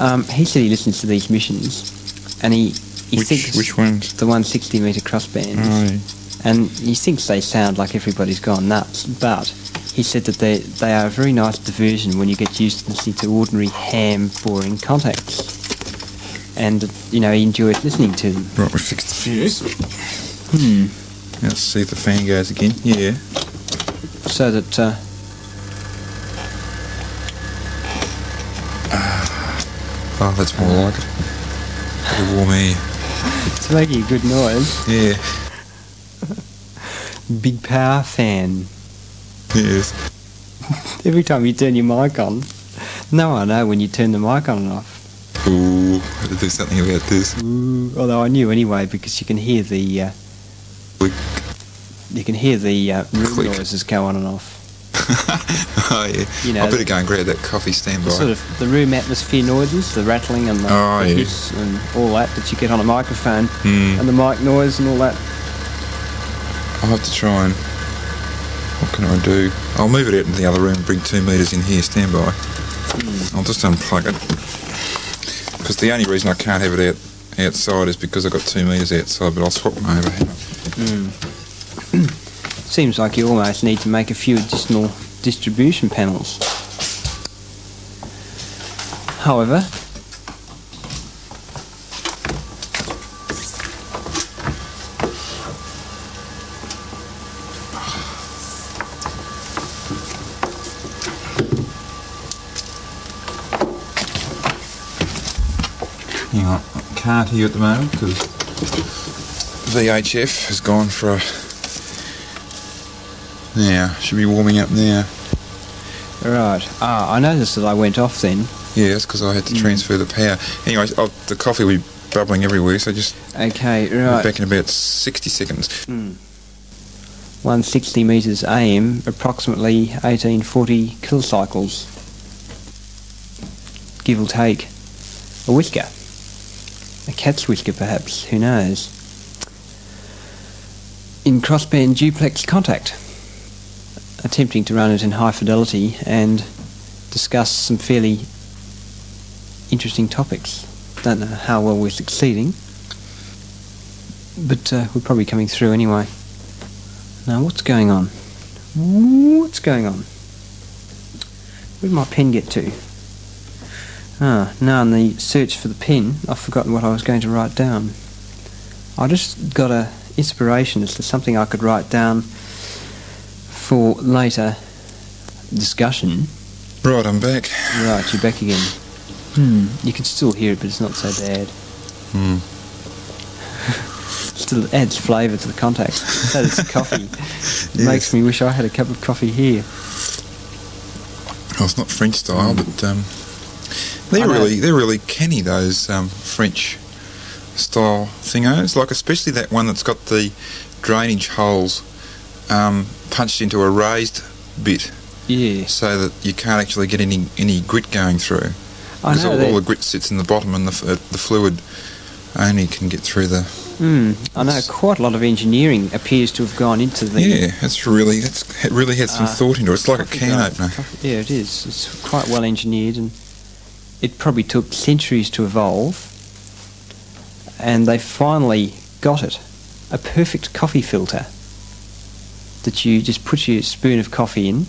B: Um, he said he listens to these missions, and he he
A: Which
B: thinks
A: which ones?
B: the 160 meter crossbands,
A: Oh, yeah.
B: and he thinks they sound like everybody's gone nuts, but he said that they, they are a very nice diversion when you get used to listening to ordinary, ham, boring contacts. And, that, you know, he enjoys listening to them.
A: Oh, Right, we fixed the fuse.
D: Hmm.
A: Now let's see if the fan goes again. Yeah.
B: So that, uh,
A: Oh, that's more like it. The warm air.
B: it's making a good noise.
A: Yeah.
B: Big power fan.
A: Yes.
B: Every time you turn your mic on. No, I know when you turn the mic on and off.
A: Ooh, I had to do something about this. [LAUGHS]
B: Ooh, although I knew anyway because you can hear the uh,
A: Click.
B: you can hear the uh, room
A: Click.
B: noises go on and off.
A: oh, yeah.
B: You know,
A: I better go and grab that coffee standby.
B: The sort of the room atmosphere noises, the rattling and the,
A: Oh,
B: the
A: yeah.
B: hiss and all that that you get on a microphone,
A: Hmm.
B: and the mic noise and all that.
A: I'll have to try and. What can I do? I'll move it out into the other room and bring two metres in here. Stand by.
B: Hmm.
A: I'll just unplug it. Because the only reason I can't have it out outside is because I've got two metres outside, but I'll swap them over. Hang on.
B: Seems like you almost need to make a few additional distribution panels. However,
A: Hang on. I can't hear at the moment because VHF has gone for a. Now, should be warming up now.
B: right. Ah, I noticed that I went off then.
A: Yeah, that's because I had to
B: Mm.
A: transfer the power. Anyway, oh, the coffee will be bubbling everywhere, so just
B: Okay,
A: be
B: right.
A: back in about 60 seconds.
B: 160 meters AM, approximately 1840 kilocycles, give or take. A whisker, a cat's whisker perhaps, who knows? In crossband duplex contact, attempting to run it in high fidelity and discuss some fairly interesting topics. Don't know how well we're succeeding, but uh, we're probably coming through anyway. Now, what's going on? What's going on? Where did my pen get to? Ah, now in the search for the pen, I've forgotten what I was going to write down. I just got a inspiration as to something I could write down for later discussion.
A: Right, I'm back.
B: Right, you're back again.
D: Hmm.
B: You can still hear it, but it's not so bad.
A: Hmm.
B: Still adds flavour to the contact. That is coffee. It makes me wish I had a cup of coffee here.
A: Oh, it's not French style, but um, they're
B: Mm. I know.
A: really they're really canny those um, French style thingos. Like especially that one that's got the drainage holes um, punched into a raised bit,
B: Yeah.
A: so that you can't actually get any any grit going through.
B: I
A: Because
B: know
A: all,
B: that.
A: all the grit sits in the bottom, and the f- uh, the fluid only can get through the.
B: Mm, I know quite a lot of engineering appears to have gone into the.
A: Yeah, that's really that's it really had some
B: Ah,
A: thought into it. It's like a
B: coffee
A: can
B: grounds.
A: opener.
B: Yeah, it is. It's quite well engineered, and it probably took centuries to evolve. And they finally got it a perfect coffee filter that you just put your spoon of coffee in,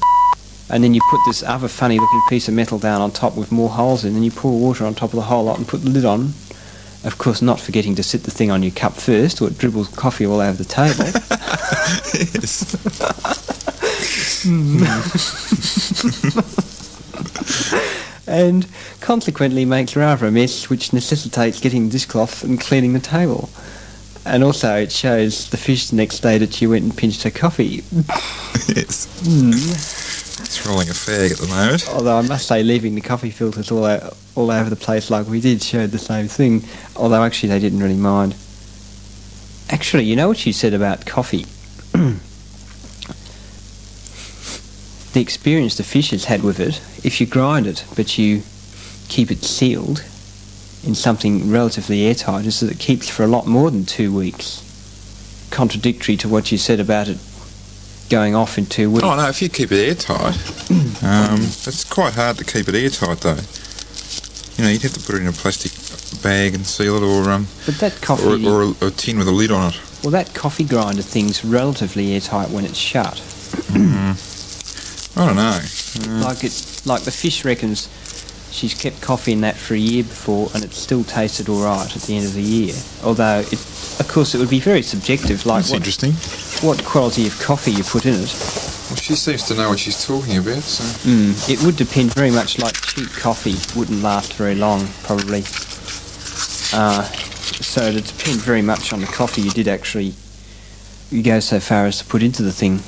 B: and then you put this other funny looking piece of metal down on top with more holes in, and you pour water on top of the whole lot and put the lid on. Of course, not forgetting to sit the thing on your cup first, or it dribbles coffee all over the table.
A: [LAUGHS] yes.
B: and consequently makes rather a mess which necessitates getting a dishcloth and cleaning the table. And also it shows the fish the next day that she went and pinched her coffee.
A: yes.
B: Hmm.
A: It's rolling a fag at the moment.
B: Although I must say leaving the coffee filters all, o- all over the place like we did showed the same thing, although actually they didn't really mind. Actually, you know what you said about coffee? [CLEARS THROAT] the experience the fish has had with it, if you grind it but you keep it sealed in something relatively airtight, is that it keeps for a lot more than two weeks. Contradictory to what you said about it going off in two weeks.
A: Oh no, if you keep it airtight, um, it's quite hard to keep it airtight though. You know, you'd have to put it in a plastic bag and seal it, or um,
B: but that coffee.
A: or, or a, a tin with a lid on it.
B: Well, that coffee grinder thing's relatively airtight when it's shut.
A: I don't know. Mm.
B: Like it, like the fish reckons she's kept coffee in that for a year before, and it still tasted all right at the end of the year. Although, it, of course, it would be very subjective, like
A: That's
B: what,
A: interesting.
B: what quality of coffee you put in it.
A: Well, she seems to know what she's talking about, so.
B: Mm. It would depend very much. Like cheap coffee wouldn't last very long, probably. Uh, so it would depend very much on the coffee you did actually. You go so far as to put into the thing.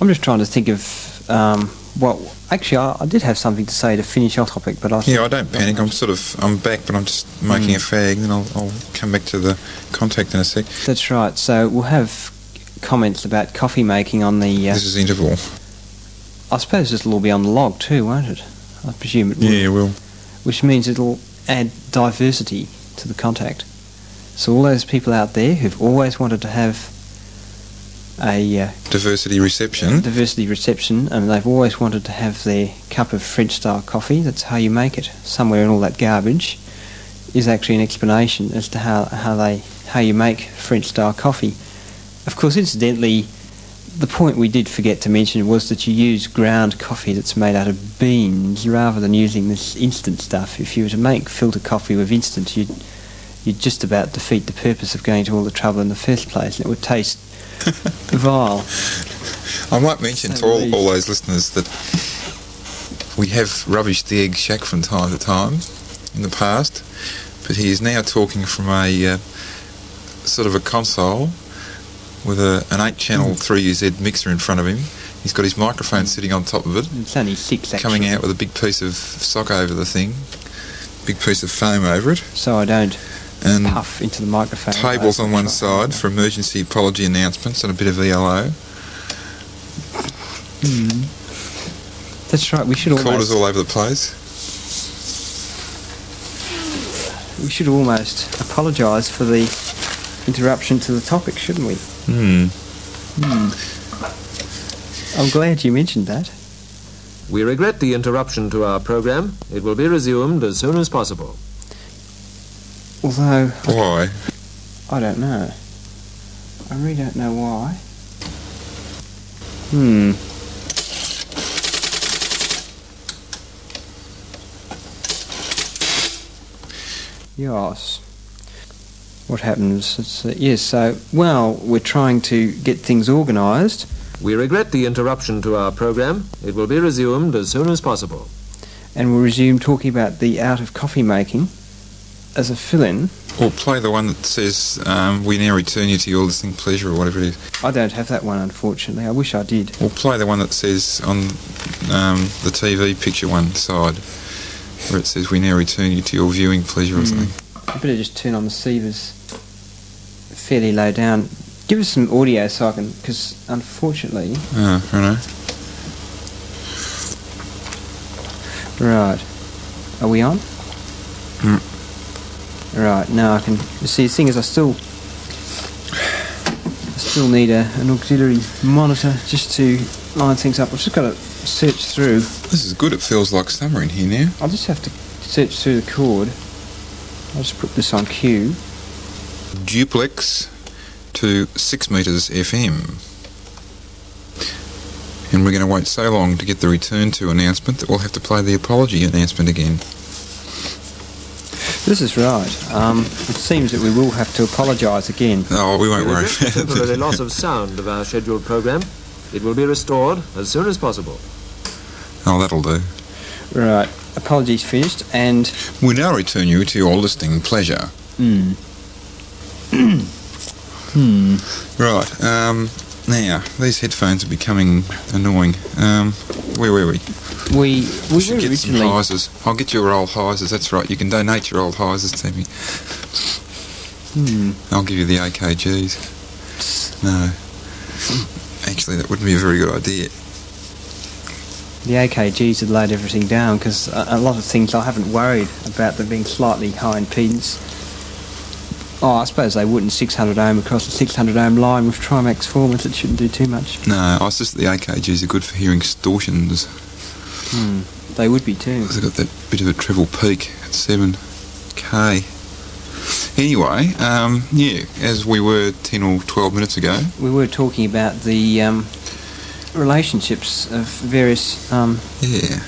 B: I'm just trying to think of um, what. Actually, I, I did have something to say to finish our topic, but I
A: Yeah, I don't panic. I'm sort of, I'm back, but I'm just making a fag, then I'll, I'll come back to the contact in a sec.
B: That's right. So we'll have comments about coffee making on the. Uh,
A: This is interval.
B: I suppose this will all be on the log too, won't it? I presume it will.
A: Yeah, well,
B: Which means it'll add diversity to the contact. So all those people out there who've always wanted to have a uh,
A: diversity reception.
B: diversity reception and they've always wanted to have their cup of French style coffee, that's how you make it. Somewhere in all that garbage is actually an explanation as to how, how they how you make French style coffee. Of course incidentally the point we did forget to mention was that you use ground coffee that's made out of beans rather than using this instant stuff. If you were to make filter coffee with instant you'd you'd just about defeat the purpose of going to all the trouble in the first place and it would taste vile.
A: I might mention to
B: So
A: all,
B: these-
A: all those listeners that we have rubbish the egg shack from time to time in the past, but he is now talking from a uh, sort of a console with a, an eight channel 3UZ mixer in front of him. He's got his microphone sitting on top of it,
B: It's only six actually.
A: coming out with a big piece of sock over the thing, big piece of foam over it,
B: so I don't
A: and
B: puff into the microphone.
A: tables on one side for emergency apology announcements and a bit of E ELO,
B: That's right. We should
A: quarters
B: almost
A: all over the place.
B: we should almost apologise for the interruption to the topic, shouldn't we?
A: Hmm.
B: I'm glad you mentioned that.
G: We regret the interruption to our program. It will be resumed as soon as possible.
B: Although
A: Why?
B: I don't know. I really don't know why. Hmm. Yes. What happens? It's, uh, yes, so, well, we're trying to get things organised.
G: We regret the interruption to our program. It will be resumed as soon as possible.
B: and we'll resume talking about the art of coffee making as a fill-in.
A: Or play the one that says, um, We now return you to your listening pleasure, or whatever it is.
B: I don't have that one, unfortunately. I wish I did.
A: Or play the one that says on um, the TV picture one side, where it says, We now return you to your viewing pleasure, or something.
B: I better just turn on the sievers fairly low down. Give us some audio so I can, because unfortunately,
A: Ah, I know.
B: right. Are we on? Right now I can see. The thing is, I still, I still need a, an auxiliary monitor just to line things up. I've just got to search through.
A: This is good, it feels like summer in here now.
B: I'll just have to search through the chord. I'll just put this on Q.
A: Duplex to 6 metres FM. And we're going to wait so long to get the return to announcement that we'll have to play the apology announcement again.
B: This is right. Um, it seems that we will have to apologise again.
A: Oh, we won't
G: we
E: [LAUGHS]
A: worry [LAUGHS]
G: regret the
A: about
G: temporary
A: it.
G: loss of sound of our scheduled program. It will be restored as soon as possible.
A: Oh, that'll do.
B: Right. Apologies finished, and
A: We now return you to your listening pleasure. Hmm.
B: mm,
A: Right. Um, now these headphones are becoming annoying. Um, where were we?
B: we we
A: We
B: were
A: should get some
B: originally
A: Heisers. I'll get your old Heisers. That's right. You can donate your old Heisers to me.
B: Hmm.
A: I'll give you the AKGs. No. Actually, that wouldn't be a very good idea.
B: the AKGs had laid everything down because a, a lot of things I haven't worried about them being slightly high impedance. Oh, I suppose they wouldn't 600 ohm across the 600 ohm line with Trimax formats. It shouldn't do too much.
A: No, I was just the AKGs are good for hearing distortions. Hmm.
B: They would be too.
A: They've got that bit of a treble peak at 7k. Anyway, um, yeah, as we were 10 or 12 minutes ago,
B: We were talking about the um, relationships of various. Um,
A: Yeah.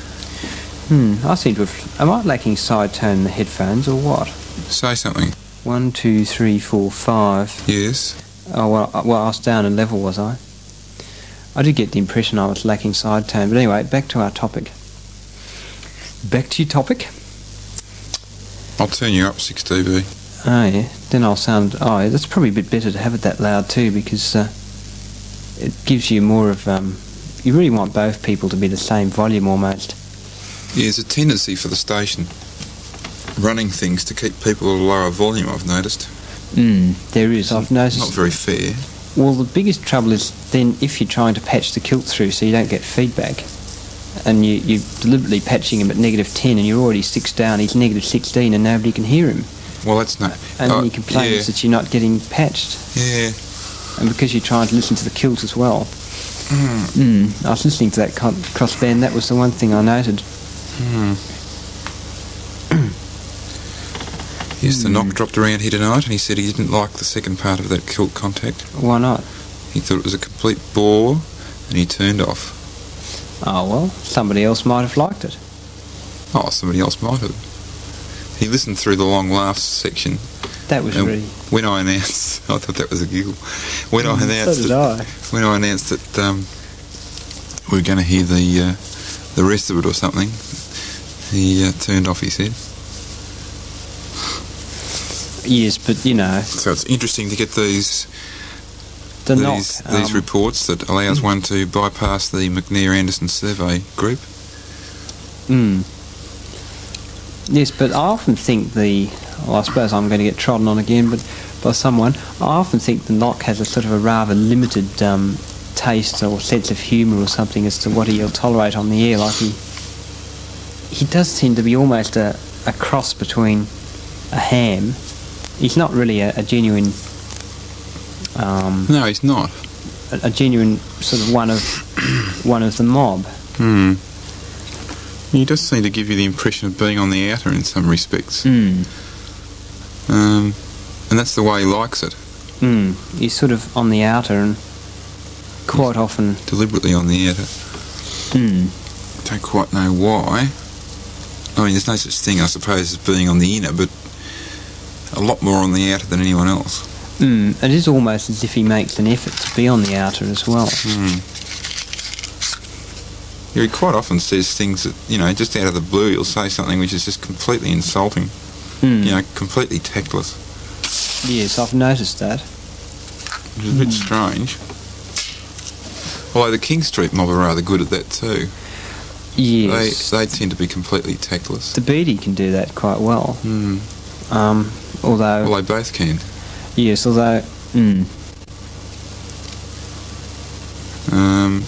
B: hmm, I seem to have. Am I lacking side tone in the headphones or what?
A: Say something.
B: One, two, three, four, five.
A: Yes.
B: Oh, well, I- well I was down in level, was I? I did get the impression I was lacking side tone. But anyway, back to our topic. Back to your topic?
A: I'll turn you up, 6 dB.
B: Oh, yeah. Then I'll sound. Oh, yeah, that's probably a bit better to have it that loud too because uh, it gives you more of. Um, you really want both people to be the same volume almost.
A: Yeah, there's a tendency for the station running things to keep people at a lower volume, I've noticed.
D: Mm.
B: There is. I've
A: Not
B: noticed.
A: very fair.
B: Well, the biggest trouble is then if you're trying to patch the kilt through so you don't get feedback, and you, you're deliberately patching him at negative 10 and you're already six down, he's negative 16 and nobody can hear him.
A: Well, that's no.
B: And
A: oh,
B: then he complains
A: Yeah,
B: that you're not getting patched.
A: yeah.
B: And because you're trying to listen to the kilt as well.
A: Hmm.
B: Hmm. I was listening to that con- crossband, that was the one thing I noted. Hmm.
A: Yes, the knock
B: Hmm.
A: dropped around here tonight, and he said he didn't like the second part of that kilt contact.
B: Why not?
A: He thought it was a complete bore, and he turned off.
B: Oh, well, somebody else might have liked it.
A: Oh, somebody else might have. He listened through the long laugh section.
B: That was
A: Um,
B: really.
A: When I announced, [LAUGHS] I thought that was a giggle. When I announced
B: Hmm, so did
A: that-
B: I.
A: when I announced that um, we were going to hear the uh, the rest of it or something, he uh, turned off. He said,
B: Yes, but you know,
A: "So it's interesting to get these
B: the knock.
A: these, these
B: um,
A: reports that allows one to bypass the McNair Anderson survey group."
B: Mm. Yes, but I often think the. Well, I suppose I'm going to get trodden on again, but by someone. I often think the knock has a sort of a rather limited um, taste or sense of humour or something as to what he'll tolerate on the air. Like he, he does seem to be almost a, a cross between a ham. He's not really a, a genuine. Um,
A: No, he's not.
B: a, a genuine sort of one of one of the mob.
A: Hmm. He does seem to give you the impression of being on the outer in some respects,
D: Mm.
A: um, and that's the way he likes it,
B: Mm. He's sort of on the outer and quite often.
A: deliberately on the outer.
D: Mm.
A: don't quite know why. I mean, there's no such thing, I suppose, as being on the inner, but a lot more on the outer than anyone else.
B: Mm, it is almost as if he makes an effort to be on the outer as well.
A: He quite often says things that, you know, just out of the blue, he'll say something which is just completely insulting,
B: Mm.
A: you know, completely tactless.
B: Yes, I've noticed that.
A: Which is a bit strange. Although the King Street mob are rather good at that too.
B: Yes.
A: They, they tend to be completely tactless.
B: the Beatty can do that quite well.
A: Hmm.
B: Um, although,
A: Well, they both can.
B: yes, although, hmm.
D: Mm.
A: Um,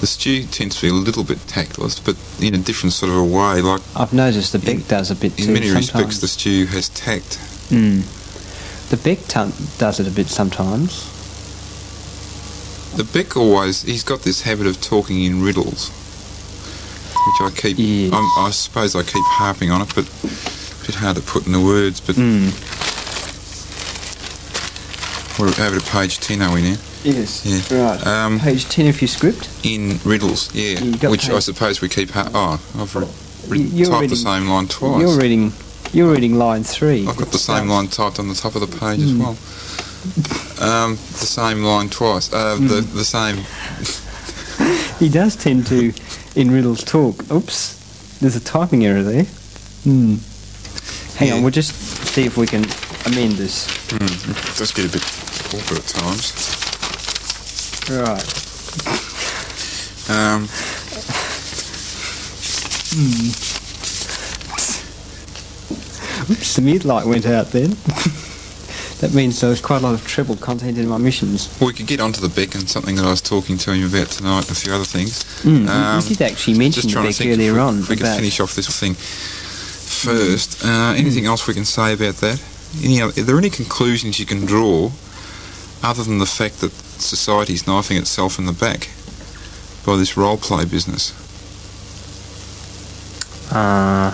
A: the stew tends to be a little bit tactless, but in a different sort of a way. Like
B: I've noticed the Beck
A: In-
B: does a bit
A: in
B: too
A: many
B: sometimes.
A: respects, the stew has tact.
B: Hmm.
D: Mm.
B: the Beck ton- does it a bit sometimes.
A: The Beck always he's got this habit of talking in riddles, which I keep.
B: Yes.
A: I'm, I suppose I keep harping on it, but a bit hard to put into words. But
B: Hmm.
D: Mm.
A: we're over to page ten, are we now?
B: Yes.
A: Yeah.
B: Right.
A: Um,
B: Page ten of your script.
A: in riddles, yeah.
B: You got
A: Which I
B: page-
A: suppose we keep. Har- oh, I've re- re-
B: You're
A: typed the
B: reading-
A: same line twice.
B: You're reading. You're reading line three.
A: I've got the same line typed on the top of the page as well. Um, the same line twice. Uh, the, the same.
B: He does tend to, in riddles, talk. Oops, there's a typing error there. Hmm. Hang on,
A: Yeah.
B: we'll just see if we can amend this.
A: It does get a bit awkward at times.
B: Right.
A: Um,
B: Oops, the mute light went out then. [LAUGHS] that means there was quite a lot of treble content in my missions.
A: well, we could get onto the Beck and something that I was talking to him about tonight and a few other things.
B: Mm. you-
A: Um,
B: you did actually mention
A: Just
B: the
A: trying to
B: Beck
A: think if
B: earlier
A: we-
B: on.
A: if we could
B: about-
A: finish off this thing first. Uh, anything else we can say about that? Any other, are there any conclusions you can draw other than the fact that society's knifing itself in the back by this role play business?
B: Uh,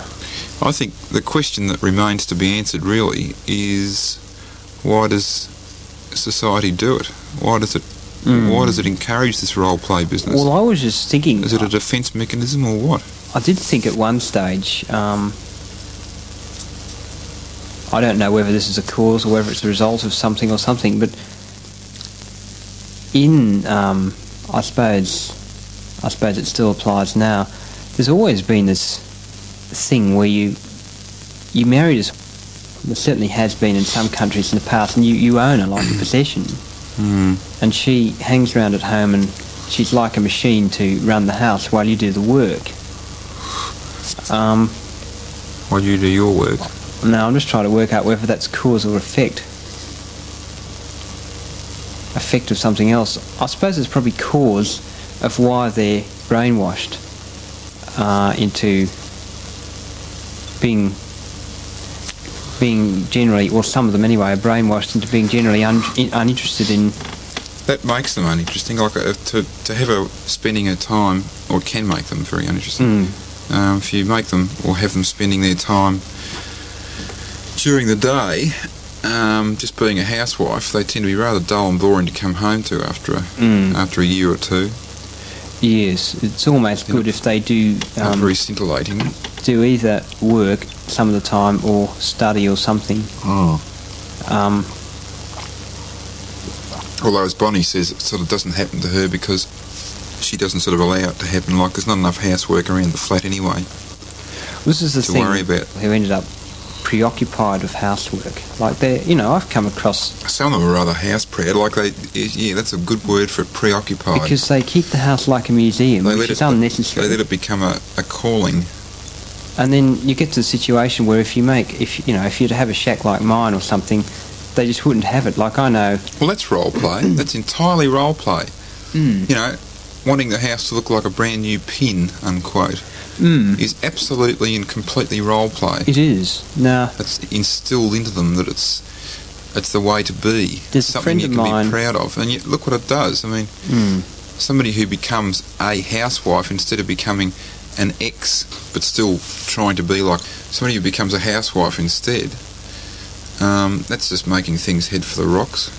A: I think the question that remains to be answered really is why does society do it? Why does it Why does it encourage this role play business?
B: Hmm. Well, I was just thinking.
A: Is it a defence mechanism or what?
B: I did think at one stage, um, I don't know whether this is a cause or whether it's a result of something or something, but in, um, I suppose, I suppose it still applies now. There's always been this thing where you you marry this. There certainly has been in some countries in the past, and you, you own her like a possession. And she hangs around at home, and she's like a machine to run the house while you do the work. Um,
A: While you do your work.
B: now I'm just trying to work out whether that's cause or effect. Effect of something else. I suppose it's probably cause of why they're brainwashed uh, into being being generally, or some of them anyway, are brainwashed into being generally un- in- uninterested in.
A: That makes them uninteresting. Like uh, to, to have her spending her time, or can make them very uninteresting. Um, if you make them or have them spending their time during the day, um, just being a housewife, they tend to be rather dull and boring to come home to after a, after a year or two.
B: Yes, it's almost good if they do
A: Not
B: um,
A: very scintillating.
B: do either work some of the time or study or something. Um,
A: Although, as Bonnie says, it sort of doesn't happen to her because she doesn't sort of allow it to happen. Like there's not enough housework around the flat anyway.
B: This is the
A: to
B: thing
A: worry about.
B: who ended up preoccupied with housework. Like they, you know, I've come across
A: Some of them are rather house proud. Like they, yeah, that's a good word for preoccupied.
B: because they keep the house like a museum,
A: They
B: which
A: let
B: is
A: it-
B: unnecessary.
A: They let it become a, a calling.
B: and then you get to the situation where if you make, if you know, if you'd have a shack like mine or something, they just wouldn't have it. Like I know,
A: Well, that's role play. that's entirely role play. You know, wanting the house to look like a brand new pin, unquote, is absolutely and completely role play.
B: it is now.
A: It's instilled into them that it's it's the way to be.
B: There's a
A: something
B: friend
A: you
B: of
A: can
B: mine- Hmm.
A: be proud of. And yet, look what it does. I mean, somebody who becomes a housewife instead of becoming an ex, but still trying to be like somebody who becomes a housewife instead. Um, that's just making things head for the rocks.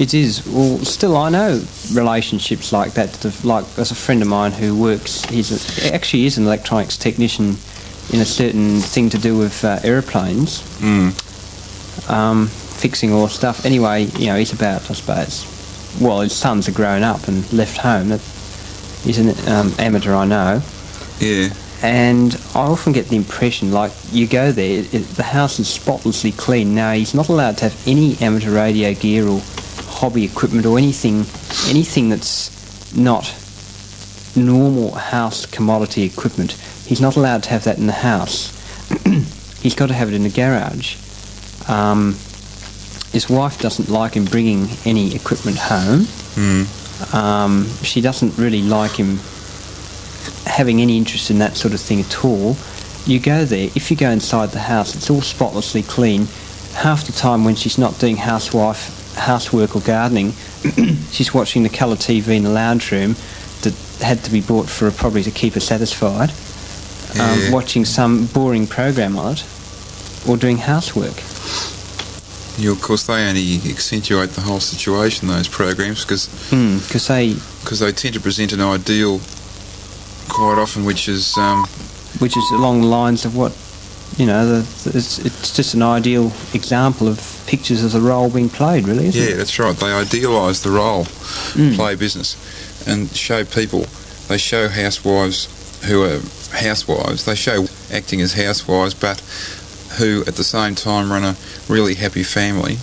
B: It is. Well, still, I know relationships like that. that have- Like, there's a friend of mine who works. He's a, actually is an electronics technician in a certain thing to do with uh, aeroplanes, um, fixing all stuff. Anyway, you know, he's about, I suppose. Well, his sons are grown up and left home. That he's an um, amateur, I know.
A: Yeah.
B: And I often get the impression, like you go there, it, the house is spotlessly clean. Now he's not allowed to have any amateur radio gear or hobby equipment or anything, anything that's not normal house commodity equipment. He's not allowed to have that in the house. [CLEARS THROAT] he's got to have it in the garage. Um, his wife doesn't like him bringing any equipment home. Um, she doesn't really like him having any interest in that sort of thing at all, you go there. If you go inside the house, it's all spotlessly clean. Half the time when she's not doing housewife housework or gardening, [CLEARS THROAT] she's watching the colour TV in the lounge room that had to be bought for her probably to keep her satisfied.
A: Yeah.
B: Um, watching some boring program on it, or doing housework.
A: Yeah, of course, they only accentuate the whole situation, those programs, because
B: Because they,
A: they tend to present an ideal quite often, which is um,
B: which is along the lines of what you know, the, the- it's, it's just an ideal example of pictures of the role being played, really, isn't it? Mm.
A: Yeah, that's right. They idealise the role, play business, and show people. They show housewives who are housewives. They show acting as housewives, but who at the same time run a really happy family,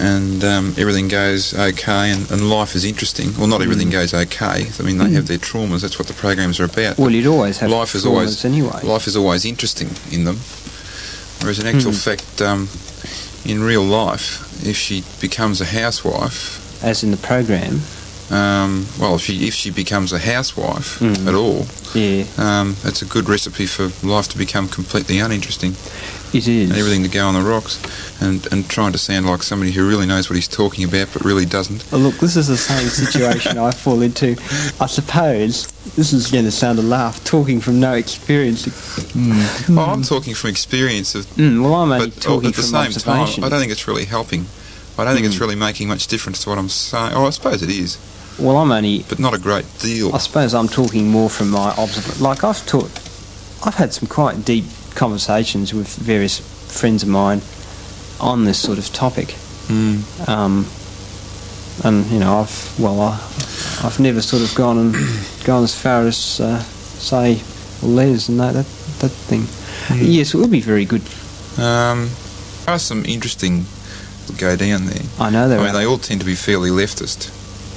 A: and um, everything goes okay, and, and life is interesting. Well, not everything
B: Mm.
A: goes okay. I mean, they have their traumas. That's what the programs are about.
B: Well, you'd always have
A: life is
B: traumas
A: always
B: anyway.
A: life is always interesting in them. Whereas in actual
B: Mm.
A: fact, um, in real life, if she becomes a housewife,
B: as in the program.
A: um, well, if she if she becomes a housewife
B: Mm.
A: at all,
B: Yeah,
A: um, that's a good recipe for life to become completely uninteresting
B: it is.
A: and everything to go on the rocks, and and trying to sound like somebody who really knows what he's talking about but really doesn't.
B: Oh, look, this is the same situation I fall into. I suppose this is going to sound a laugh, talking from no experience.
A: Well, Oh, I'm talking from experience of,
B: Mm, well, I'm only
A: but oh,
B: talking
A: at the
B: from
A: same time,
B: observation. Mm.
A: I don't think it's really helping. I don't think it's really making much difference to what I'm saying. Oh, I suppose it is,
B: Well, I'm only
A: but not a great deal.
B: I suppose I'm talking more from my observation. Like I've taught, I've had some quite deep conversations with various friends of mine on this sort of topic,
A: Mm.
B: um, and you know, I've well, I, I've never sort of gone and [COUGHS] gone as far as uh, say Les and that that, that thing. Yes, it would be very good.
A: Um, there are some interesting go down there.
B: I know there
A: I mean,
B: are.
A: they all tend to be fairly leftist.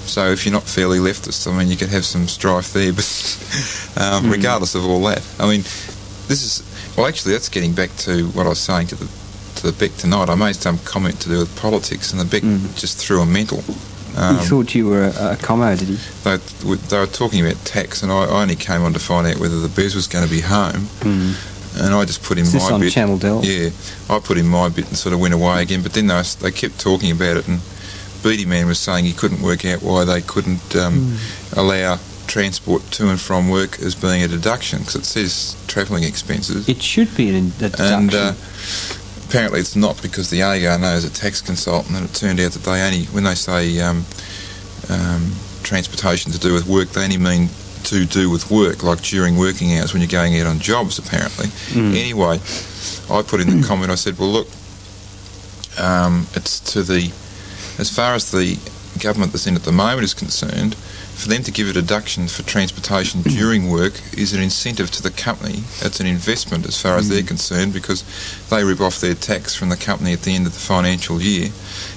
A: So if you're not fairly leftist, I mean, you could have some strife there. But [LAUGHS] um,
B: Hmm.
A: regardless of all that, I mean, this is well. Actually, that's getting back to what I was saying to the to the Beck tonight. I made some comment to do with politics, and the Beck
B: Hmm.
A: just threw a mental. um,
B: he thought you were a, a commo, did he?
A: They, w- they were talking about tax, and I, I only came on to find out whether the booze was going to be home. And I just put in
B: Is this
A: my
B: on
A: bit.
B: Channel Del?
A: Yeah, I put in my bit and sort of went away again. But then they, was- they kept talking about it, and Beatty Man was saying he couldn't work out why they couldn't um,
B: Hmm.
A: allow transport to and from work as being a deduction because it says travelling expenses.
B: It should be an, a deduction.
A: And uh, apparently it's not because the AGAR knows a tax consultant, and it turned out that they only, when they say um, um, transportation to do with work, they only mean to do with work, like during working hours when you're going out on jobs, apparently. Anyway, I put in the comment, I said, well, look, um, it's to the, as far as the government that's in at the moment is concerned, for them to give a deduction for transportation during work is an incentive to the company. It's an investment as far as they're concerned because they rip off their tax from the company at the end of the financial year.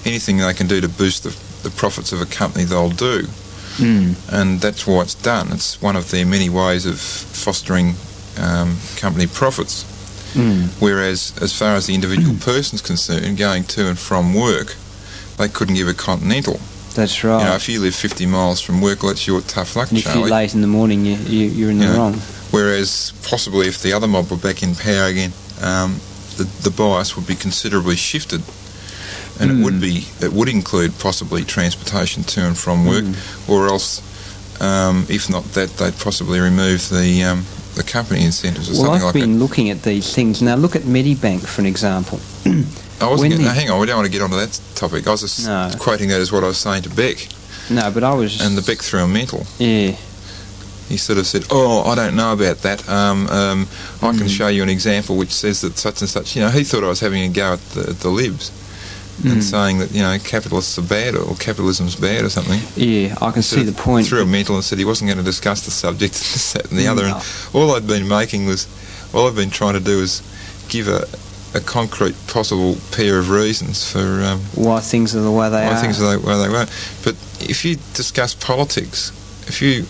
A: Anything they can do to boost the, the profits of a company, they'll do.
B: Hmm.
A: And that's why it's done. It's one of their many ways of fostering um, company profits.
B: Hmm.
A: Whereas, as far as the individual person's concerned, going to and from work, they couldn't give a continental.
B: That's right.
A: You know, if you live 50 miles from work, well, that's your tough luck,
B: and if
A: Charlie.
B: you're late in the morning, you, you, you're in the
A: Yeah.
B: wrong.
A: Whereas possibly if the other mob were back in power again, um, the, the bias would be considerably shifted, and it
B: Hmm.
A: would be it would include possibly transportation to and from work,
B: Hmm.
A: or else um, if not that they'd possibly remove the um, the company incentives or
B: Well, I've
A: something like
B: been looking at these things. Now, look at Medibank for an example.
A: that. I wasn't.
B: when
A: Getting,
B: the-
A: hang on, we don't want to get onto that topic. I was just
B: No.
A: quoting that as what I was saying to Beck,
B: No, but I was.
A: and the Beck threw a mental.
B: Yeah.
A: he sort of said, "Oh, I don't know about that. Um, um, I
B: Hmm.
A: can show you an example which says that such and such." You know, he thought I was having a go at the, at the libs
B: Hmm.
A: and saying that you know capitalists are bad or capitalism's bad or something.
B: Yeah, I can
A: Sort
B: see the
A: of
B: point.
A: Threw a mental and said he wasn't going to discuss the subject, [LAUGHS] this, that, and the other.
B: No.
A: And all I'd been making was, all I've been trying to do is give a, a concrete possible pair of reasons for um,
B: Why things are the way they
A: why
B: are.
A: things are they, why they won't. But if you discuss politics, if you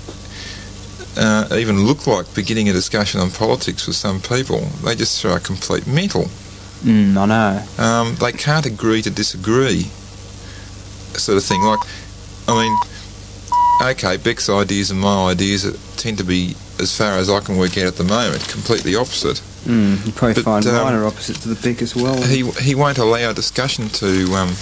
A: uh, even look like beginning a discussion on politics with some people, they just throw a complete mental.
B: Mm, I know.
A: Um, they can't agree to disagree, sort of thing. Like, I mean, okay, Beck's ideas and my ideas tend to be, as far as I can work out at the moment, completely opposite.
B: Mm, you probably
A: But,
B: find
A: um,
B: mine are opposite to the big as well.
A: He he won't allow discussion to um, to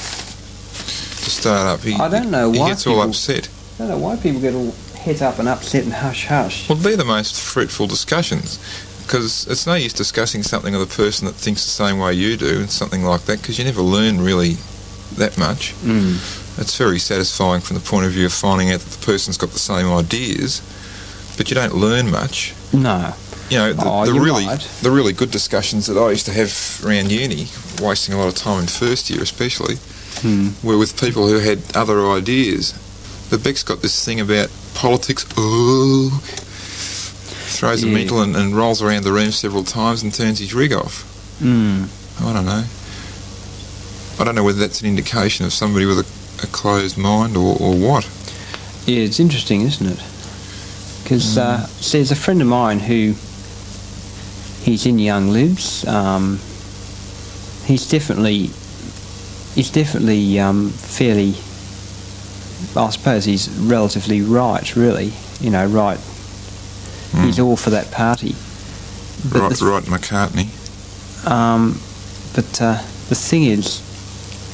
A: start up. He,
B: I don't know why
A: he gets all
B: people-
A: upset.
B: I don't know why people get all het up and upset and hush hush.
A: Well, they're the most fruitful discussions because it's no use discussing something with a person that thinks the same way you do and something like that because you never learn really that much.
B: Mm.
A: It's very satisfying from the point of view of finding out that the person's got the same ideas, but you don't learn much.
B: No.
A: You know, the,
B: Oh,
A: the
B: you're
A: really
B: right.
A: the really good discussions that I used to have around uni, wasting a lot of time in first year especially,
B: Mm,
A: were with people who had other ideas. The Beck's got this thing about politics. Ooh, throws a
B: Yeah.
A: mental and, and rolls around the room several times and turns his rig off.
B: Mm.
A: I don't know. I don't know whether that's an indication of somebody with a, a closed mind or, or what.
B: Yeah, it's interesting, isn't it? Because uh, see, there's a friend of mine who he's in Young Libs. Um, he's definitely he's definitely um, fairly. I suppose he's relatively right, really. You know, right. He's all for that party. But
A: Right,
B: the-
A: right, McCartney.
B: um, but uh, the thing is,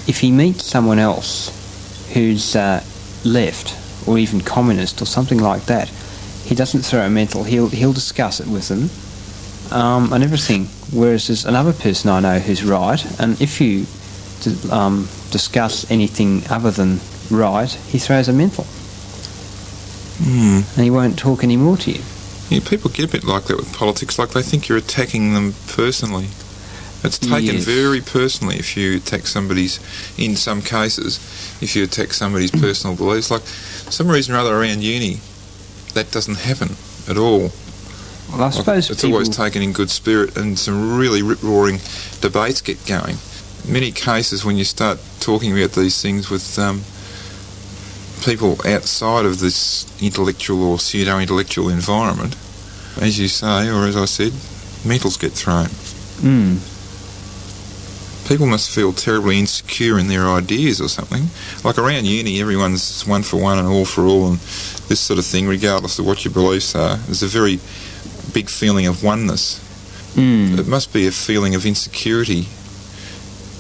B: if he meets someone else who's uh, left or even communist or something like that, he doesn't throw a mental. He'll he'll discuss it with them um, and everything. Whereas there's another person I know who's right, and if you to um, discuss anything other than right, he throws a menthol
A: Hmm.
B: and he won't talk any more to you.
A: Yeah, people get a bit like that with politics. Like they think you're attacking them personally. It's taken
B: Yes.
A: very personally if you attack somebody's, in some cases, if you attack somebody's personal beliefs. Like, for some reason or other around uni, that doesn't happen at all.
B: Well, I
A: Like,
B: suppose
A: it's
B: people,
A: always taken in good spirit, and some really rip roaring debates get going. Many cases when you start talking about these things with um, people outside of this intellectual or pseudo intellectual environment, as you say, or as I said, metals get thrown.
B: Mm,
A: People must feel terribly insecure in their ideas or something. Like around uni, everyone's one for one and all for all, and this sort of thing, regardless of what your beliefs are. There's a very big feeling of oneness.
B: mm.
A: It must be a feeling of insecurity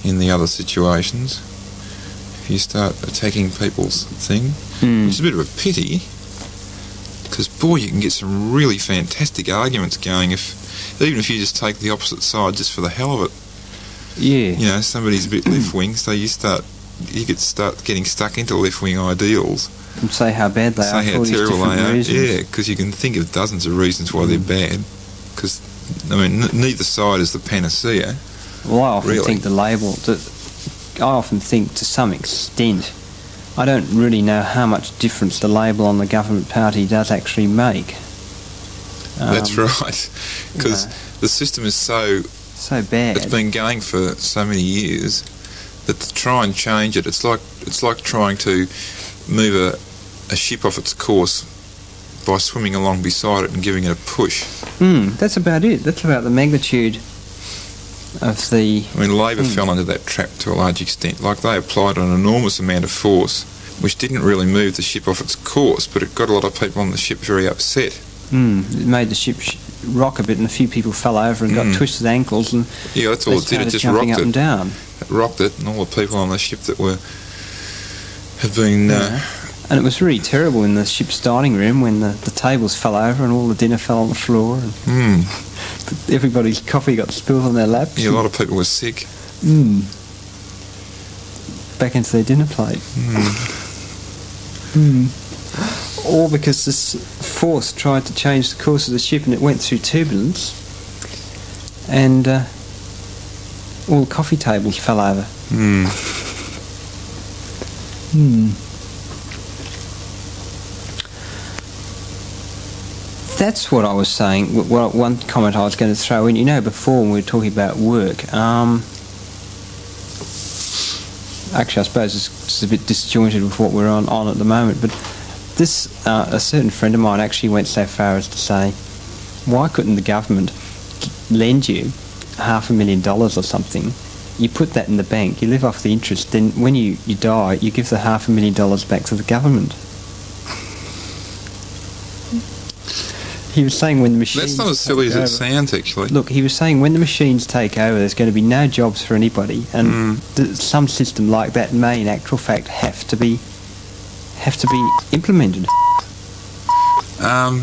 A: in the other situations. If you start attacking people's thing,
B: Mm.
A: it's a bit of a pity, because boy, you can get some really fantastic arguments going if, even if you just take the opposite side just for the hell of it.
B: Yeah.
A: You know, somebody's a
B: Hmm.
A: bit left wing, so you start, you could start getting stuck into left wing ideals.
B: And say how bad they are
A: say
B: for
A: how
B: all these
A: terrible
B: different
A: they are.
B: reasons. Hmm.
A: Yeah, because you can think of dozens of reasons why they're bad. Because I mean, n- neither side is the panacea.
B: Well, I often
A: Really?
B: think the label. That I often think to some extent, I don't really know how much difference the label on the government party does actually make. Um,
A: That's right.
B: you
A: Because
B: know,
A: the system is so,
B: so bad.
A: it's been going for so many years that to try and change it, it's like it's like trying to move a, a ship off its course by swimming along beside it and giving it a push.
B: Mm, that's about it. That's about the magnitude of the.
A: I mean, Labor
B: Mm.
A: fell into that trap to a large extent. Like they applied an enormous amount of force, which didn't really move the ship off its course, but it got a lot of people on the ship very upset.
B: Mm, it made the ship sh- rock a bit, and a few people fell over and
A: Mm.
B: got twisted ankles, and
A: Yeah, that's
B: they
A: all it did.
B: started
A: It just
B: jumping
A: rocked
B: up
A: it.
B: and down.
A: rocked it, and all the people on the ship that were had been uh,
B: Yeah. And it was really terrible in the ship's dining room when the, the tables fell over and all the dinner fell on the floor and
A: hmm,
B: everybody's coffee got spilled on their laps.
A: yeah, [LAUGHS] a lot of people were sick.
B: mm. Back into their dinner plate. Mm. All because this force tried to change the course of the ship and it went through turbulence and uh, all the coffee tables fell over.
A: Hmm.
B: That's what I was saying. W- Well, one comment I was going to throw in. You know, before when we were talking about work, um, actually, I suppose it's, it's a bit disjointed with what we're on, on at the moment. But this, uh, a certain friend of mine actually went so far as to say, why couldn't the government g- lend you half a million dollars or something? You put that in the bank, you live off the interest, then when you, you die, you give the half a million dollars back to the government. He was saying when the machine.
A: That's not as silly as it sounds, actually.
B: Look, he was saying when the machines take over, there's going to be no jobs for anybody, and
A: Mm.
B: th- some system like that may, in actual fact, have to be have to be implemented.
A: Um,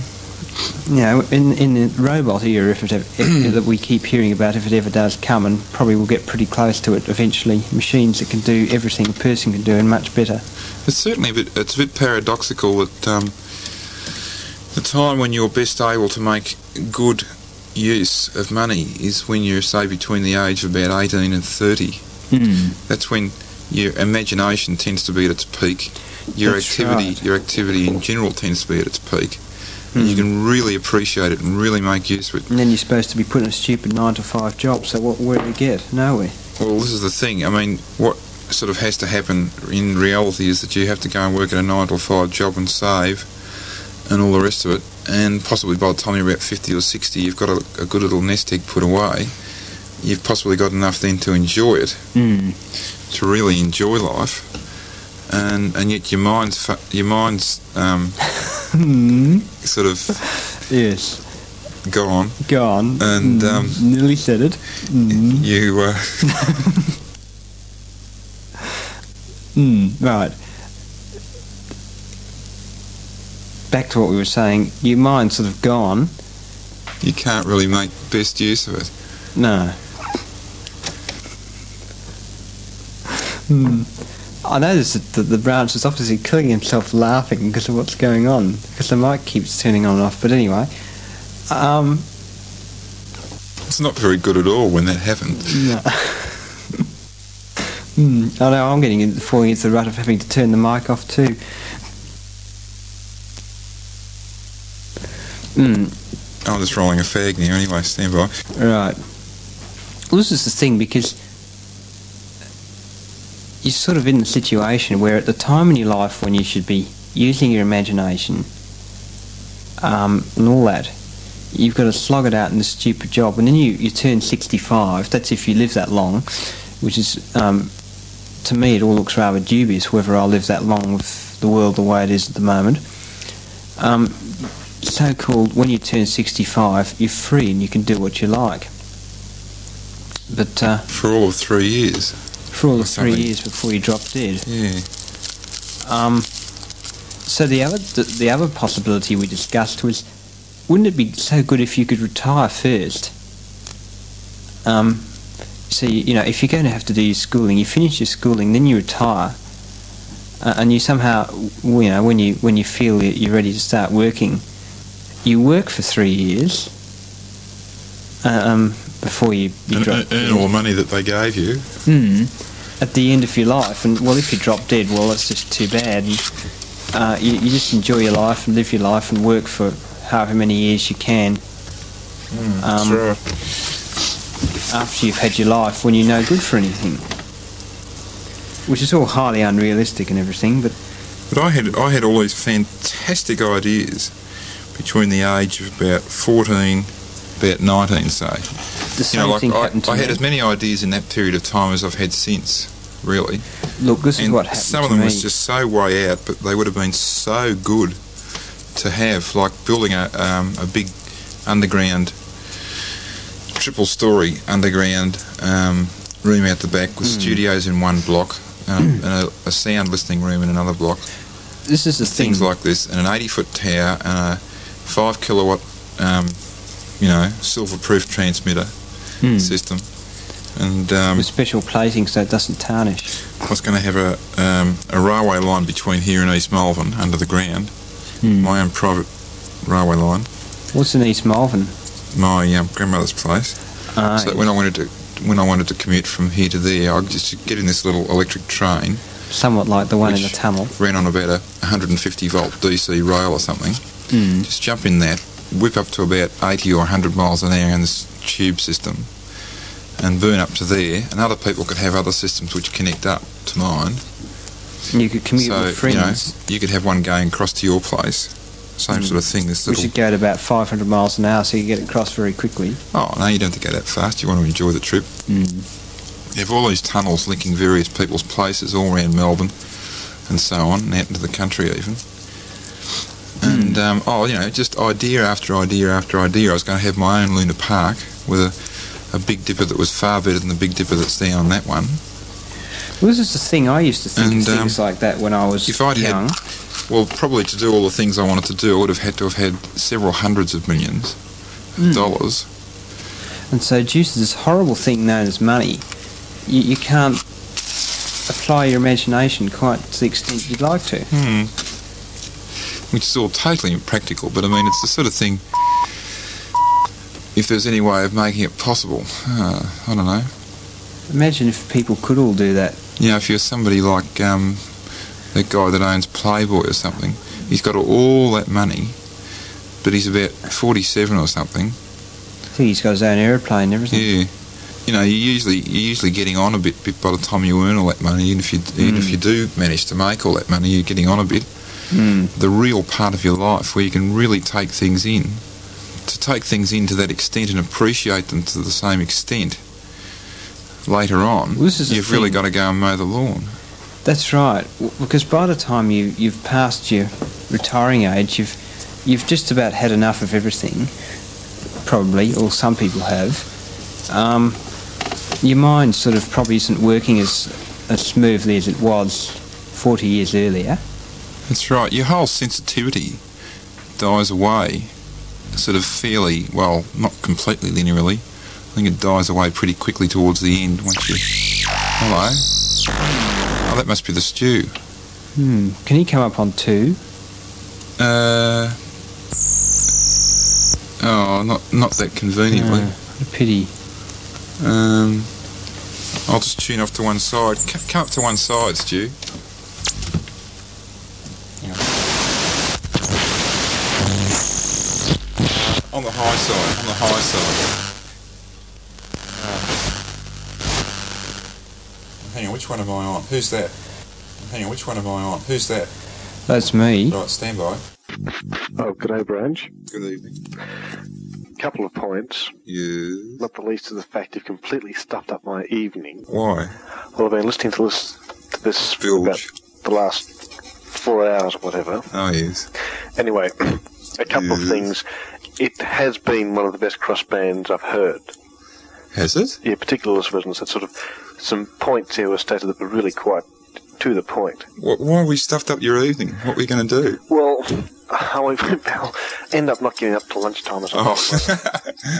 B: You know, in in the robot era, if it ev-
A: [CLEARS THROAT]
B: if, that we keep hearing about, if it ever does come, and probably we'll get pretty close to it eventually. Machines that can do everything a person can do and much better.
A: it's certainly a bit, it's a bit paradoxical that um, the time when you're best able to make good use of money is when you're, say, between the age of about 18 and 30. That's when your imagination tends to be at its peak. Your
B: That's
A: activity,
B: right.
A: your activity in general tends to be at its peak. And you can really appreciate it and really make use of it.
B: And then you're supposed to be put in a stupid nine to five job. So what? Where do you get? Nowhere.
A: Well, this is the thing. I mean, what sort of has to happen in reality is that you have to go and work at a nine to five job and save, and all the rest of it. And possibly by the time you're about fifty or sixty, you've got a, a good little nest egg put away. You've possibly got enough then to enjoy it, Mm. to really enjoy life. And, and yet your mind's fu- your mind's um, sort of
B: [LAUGHS] Yes.
A: gone,
B: Gone.
A: and um,
B: Nearly said it.
A: you uh,
B: Mm, right. Back to what we were saying, your mind's sort of gone.
A: you can't really make best use of it.
B: No. Hmm. I noticed that the branch is obviously killing himself laughing because of what's going on, because the mic keeps turning on and off. But anyway, um,
A: It's not very good at all when that happened.
B: no. [LAUGHS] Hmm. I know I'm getting in- falling into the rut of having to turn the mic off too. Hmm.
A: I'm just rolling a fag now anyway, stand by.
B: Right. Well, this is the thing because you're sort of in the situation where at the time in your life when you should be using your imagination um, and all that, you've got to slog it out in this stupid job. And then you, you turn 65, that's if you live that long, which is, um, to me, it all looks rather dubious whether I'll live that long with the world the way it is at the moment. Um, so called when you turn 65 you're free and you can do what you like but uh,
A: For all of three years.
B: for all the
A: Or
B: three
A: something.
B: years before you drop dead
A: Yeah.
B: um, so the other the, the other possibility we discussed was wouldn't it be so good if you could retire first um, so you, you know if you're going to have to do your schooling you finish your schooling then you retire uh, and you somehow w- you know when you when you feel you- you're ready to start working you work for three years uh, um, before you, you
A: And, uh,
B: drop
A: and, and all the money that they gave you.
B: Hmm. At the end of your life, and well, if you drop dead, well, that's just too bad. And, uh, you, you just enjoy your life and live your life and work for however many years you can
A: That's
B: Um,
A: right.
B: after you've had your life when you're no good for anything. Which is all highly unrealistic and everything, but
A: But I had I had all these fantastic ideas between the age of about fourteen, about nineteen, say.
B: the
A: You
B: same
A: know, like
B: thing
A: I,
B: happened to
A: I
B: me.
A: had as many ideas in that period of time as I've had since, really.
B: Look, this is
A: and
B: what happened
A: some of
B: to
A: them
B: me.
A: was just so way out, but they would have been so good to have, like building a um, a big underground, triple story underground um, room out the back
B: Mm.
A: with studios in one block
B: [CLEARS THROAT]
A: um, and a, a sound listening room in another block
B: this is the thing.
A: things like this, and an 80 foot tower, and a 5 kilowatt, um, you know, silver proof transmitter
B: Hmm.
A: system. And um,
B: With special plating so it doesn't tarnish.
A: I was going to have a, um, a railway line between here and East Malvern under the ground,
B: Hmm.
A: my own private railway line,
B: What's in East Malvern?
A: my um, grandmother's place.
B: Uh,
A: so that when I wanted to when I wanted to commute from here to there, I could just get in this little electric train,
B: somewhat like the one in the
A: which-
B: tunnel.
A: ran on about a 150 volt DC rail or something.
B: Mm.
A: just jump in that, whip up to about 80 or 100 miles an hour in this tube system, and burn up to there. And other people could have other systems which connect up to mine.
B: You could commute
A: so
B: with friends.
A: you know, you could have one going across to your place. Same sort of thing. This
B: We
A: little.
B: should go at about 500 miles an hour so you get across very quickly.
A: Oh no, you don't have to go that fast. You want to enjoy the trip. You have all these tunnels linking various people's places all around Melbourne and so on, and out into the country even. And, um, oh, you know, just idea after idea after idea. I was going to have my own Luna Park with a, a Big Dipper that was far better than the Big Dipper that's there on that one.
B: Well, this is the thing I used to think
A: And,
B: of things like that when um, I was
A: if I'd had-
B: young.
A: Well, probably to do all the things I wanted to do, I would have had to have had several hundreds of millions of dollars.
B: And so, due to this horrible thing known as money, you, you can't apply your imagination quite to the extent you'd like to.
A: Hmm. Which is all totally impractical, but I mean, it's the sort of thing. If there's any way of making it possible, uh, I don't know.
B: Imagine if people could all do that.
A: You know, if you're somebody like um, that guy that owns Playboy or something, he's got all that money, but he's about 47 or something.
B: I think he's got his own aeroplane and everything.
A: Yeah. You know, you're usually you're usually getting on a bit, bit by the time you earn all that money. Even if you even if you do manage to make all that money, you're getting on a bit.
B: Mm.
A: The real part of your life where you can really take things in, to take things in to that extent and appreciate them to the same extent. Later on,
B: Well, this is the
A: you've really
B: thing.
A: got to go and mow the lawn.
B: That's right, w- because by the time you, you've passed your retiring age, you've, you've just about had enough of everything, probably, or some people have. Um, your mind sort of probably isn't working as, as smoothly as it was 40 years earlier.
A: That's right. Your whole sensitivity dies away, sort of fairly well, not completely linearly. I think it dies away pretty quickly towards the end once you. Hello. Oh, that must be the stew.
B: Hmm. Can he come up on two?
A: Uh, oh, not not that conveniently.
B: No, what a pity.
A: Um, I'll just tune off to one side. C- come up to one side, Stu. On the high side. On the high side. Uh, hang on, which one am I on? Who's that? Hang on, which one am I on? Who's that?
B: That's me.
A: Right, stand by.
H: Oh, g'day, Branch.
A: Good evening.
H: Couple of points,
A: You.
H: not the least of the fact you've completely stuffed up my evening.
A: Why?
H: Well, I've been listening to this, to this for
A: Bilge.
H: about the last four hours or whatever.
A: Oh, yes.
H: Anyway, [CLEARS THROAT] a couple of
A: Yes.
H: things. It has been one of the best cross bands I've heard.
A: Has it?
H: Yeah, particularly this version. So it's sort of some points here were stated that were really quite to the point.
A: Wh- Why we stuffed up your evening? What were you going to do?
H: Well, [LAUGHS] I'll I'll end up not getting up till lunchtime or [LAUGHS]
A: Oh,
H: something.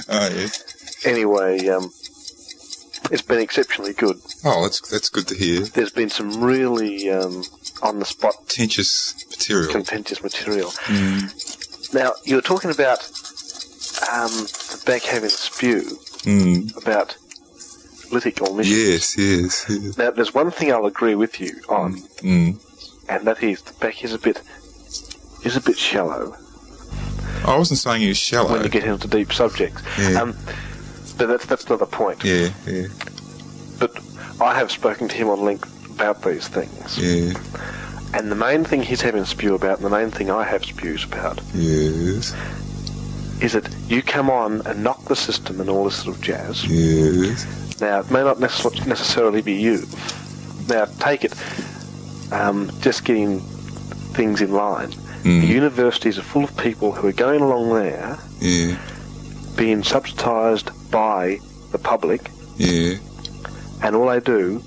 A: oh [LAUGHS] yes.
H: Anyway, um, it's been exceptionally good.
A: Oh, that's that's good to hear.
H: There's been some really um, on the spot
A: Contentious material.
H: contentious material.
A: Mm.
H: Now, you were talking about um, the back having a spew
A: Mm.
H: about lytic omission.
A: Yes, yes, yes.
H: Now, there's one thing I'll agree with you on,
A: Mm.
H: and that is the back is a bit is a bit shallow
A: Oh, I wasn't saying he was shallow.
H: when you get into deep subjects.
A: Yeah.
H: Um, but that's that's not the point.
A: yeah, yeah,
H: But I have spoken to him on length about these things,
A: yeah,
H: and the main thing he's having a spew about, and the main thing I have spews about,
A: yes,
H: is that you come on and knock the system and all this sort of jazz.
A: yes.
H: Now, it may not necess- necessarily be you. Now, take it, um, just getting things in line. The
A: Mm.
H: universities are full of people who are going along there,
A: Yeah,
H: being subsidised by the public,
A: yeah.
H: and all they do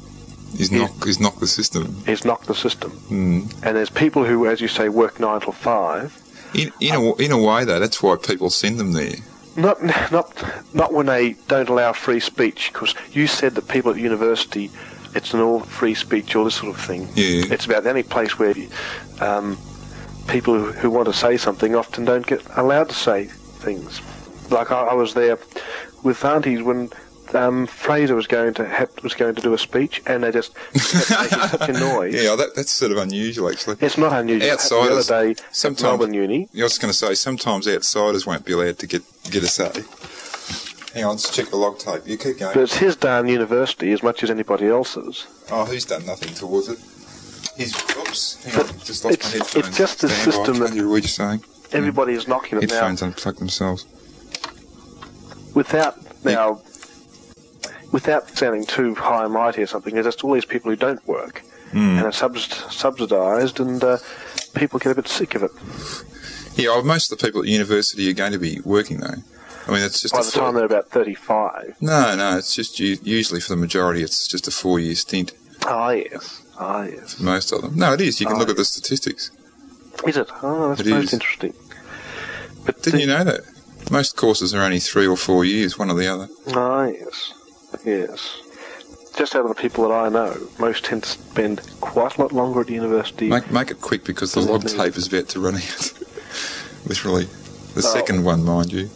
A: He's
H: Yeah.
A: knock, he's knock the system.
H: is knock the system.
A: Mm.
H: And there's people who, as you say, work nine till five.
A: In in a in a way though, that's why people send them there.
H: Not, [LAUGHS] not, not when they don't allow free speech, because you said that people at university, it's an all free speech, all this sort of thing.
A: Yeah,
H: It's about the only place where um, people who, who want to say something often don't get allowed to say things. Like I, I was there with aunties when um, Fraser was going to hap was going to do a speech, and they just kept
A: [LAUGHS]
H: making such a noise.
A: yeah. oh, That that's sort of unusual actually.
H: It's not unusual. It happened
A: Outsiders.
H: The other day, at
A: Sometimes
H: Melbourne Uni.
A: I was going to say sometimes outsiders won't be allowed to get get a say. Hang on, let's check the log tape. You keep going.
H: But it's his darn university as much as anybody else's.
A: Oh, who's done nothing towards it? He's oops. Hang
H: But
A: on, just lost
H: it's-
A: my headphones.
H: it's just the
A: Stand by,
H: system
A: I
H: that-
A: can't hear what you're saying.
H: Everybody is knocking it now
A: Headphones unplug themselves.
H: without
A: Yeah.
H: now without sounding too high and mighty or something. There's just all these people who don't work.
A: Mm.
H: and it's subs- subsidised, and uh, people get a bit sick of it.
A: Yeah, well, most of the people at university are going to be working though. I mean, it's just
H: By
A: a
H: the
A: four-
H: time they're about 35.
A: no, no. It's just u- usually for the majority, it's just a four-year stint.
H: Ah, yes. Ah, yes.
A: Most of them. No, it is. You can
H: Oh,
A: look at the statistics.
H: Is it? Oh, that's
A: It
H: most
A: is.
H: interesting. But
A: Didn't
H: the-
A: you know that? Most courses are only three or four years, one or the other.
H: Ah, yes. Yes. Just out of the people that I know, most tend to spend quite a lot longer at university.
A: Make make it quick because the
H: Doesn't
A: log
H: need-
A: tape is about to run out. [LAUGHS] Literally, the
H: Oh.
A: second one, mind you.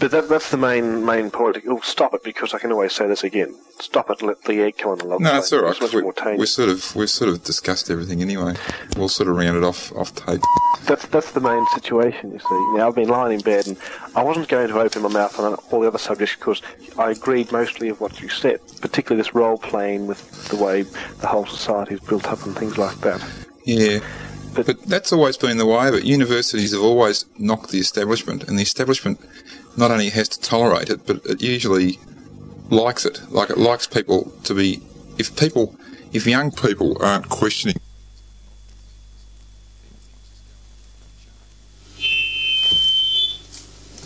H: But that, that's the main main point. Oh, stop it, because I can always say this again. Stop it, let the egg come on the log.
A: No, it's all right.
H: It's much
A: 'cause we,
H: more tame.
A: we sort of we sort of discussed everything anyway. We'll sort of round it off off tape.
H: That's that's the main situation, you see. Now I've been lying in bed, and I wasn't going to open my mouth on all the other subjects because I agreed mostly of what you said, particularly this role playing with the way the whole society is built up and things like that.
A: Yeah,
H: But-
A: but, that's always been the way. But universities have always knocked the establishment, and the establishment not only has to tolerate it, but it usually likes it. Like it likes people to be. If people, if young people aren't questioning.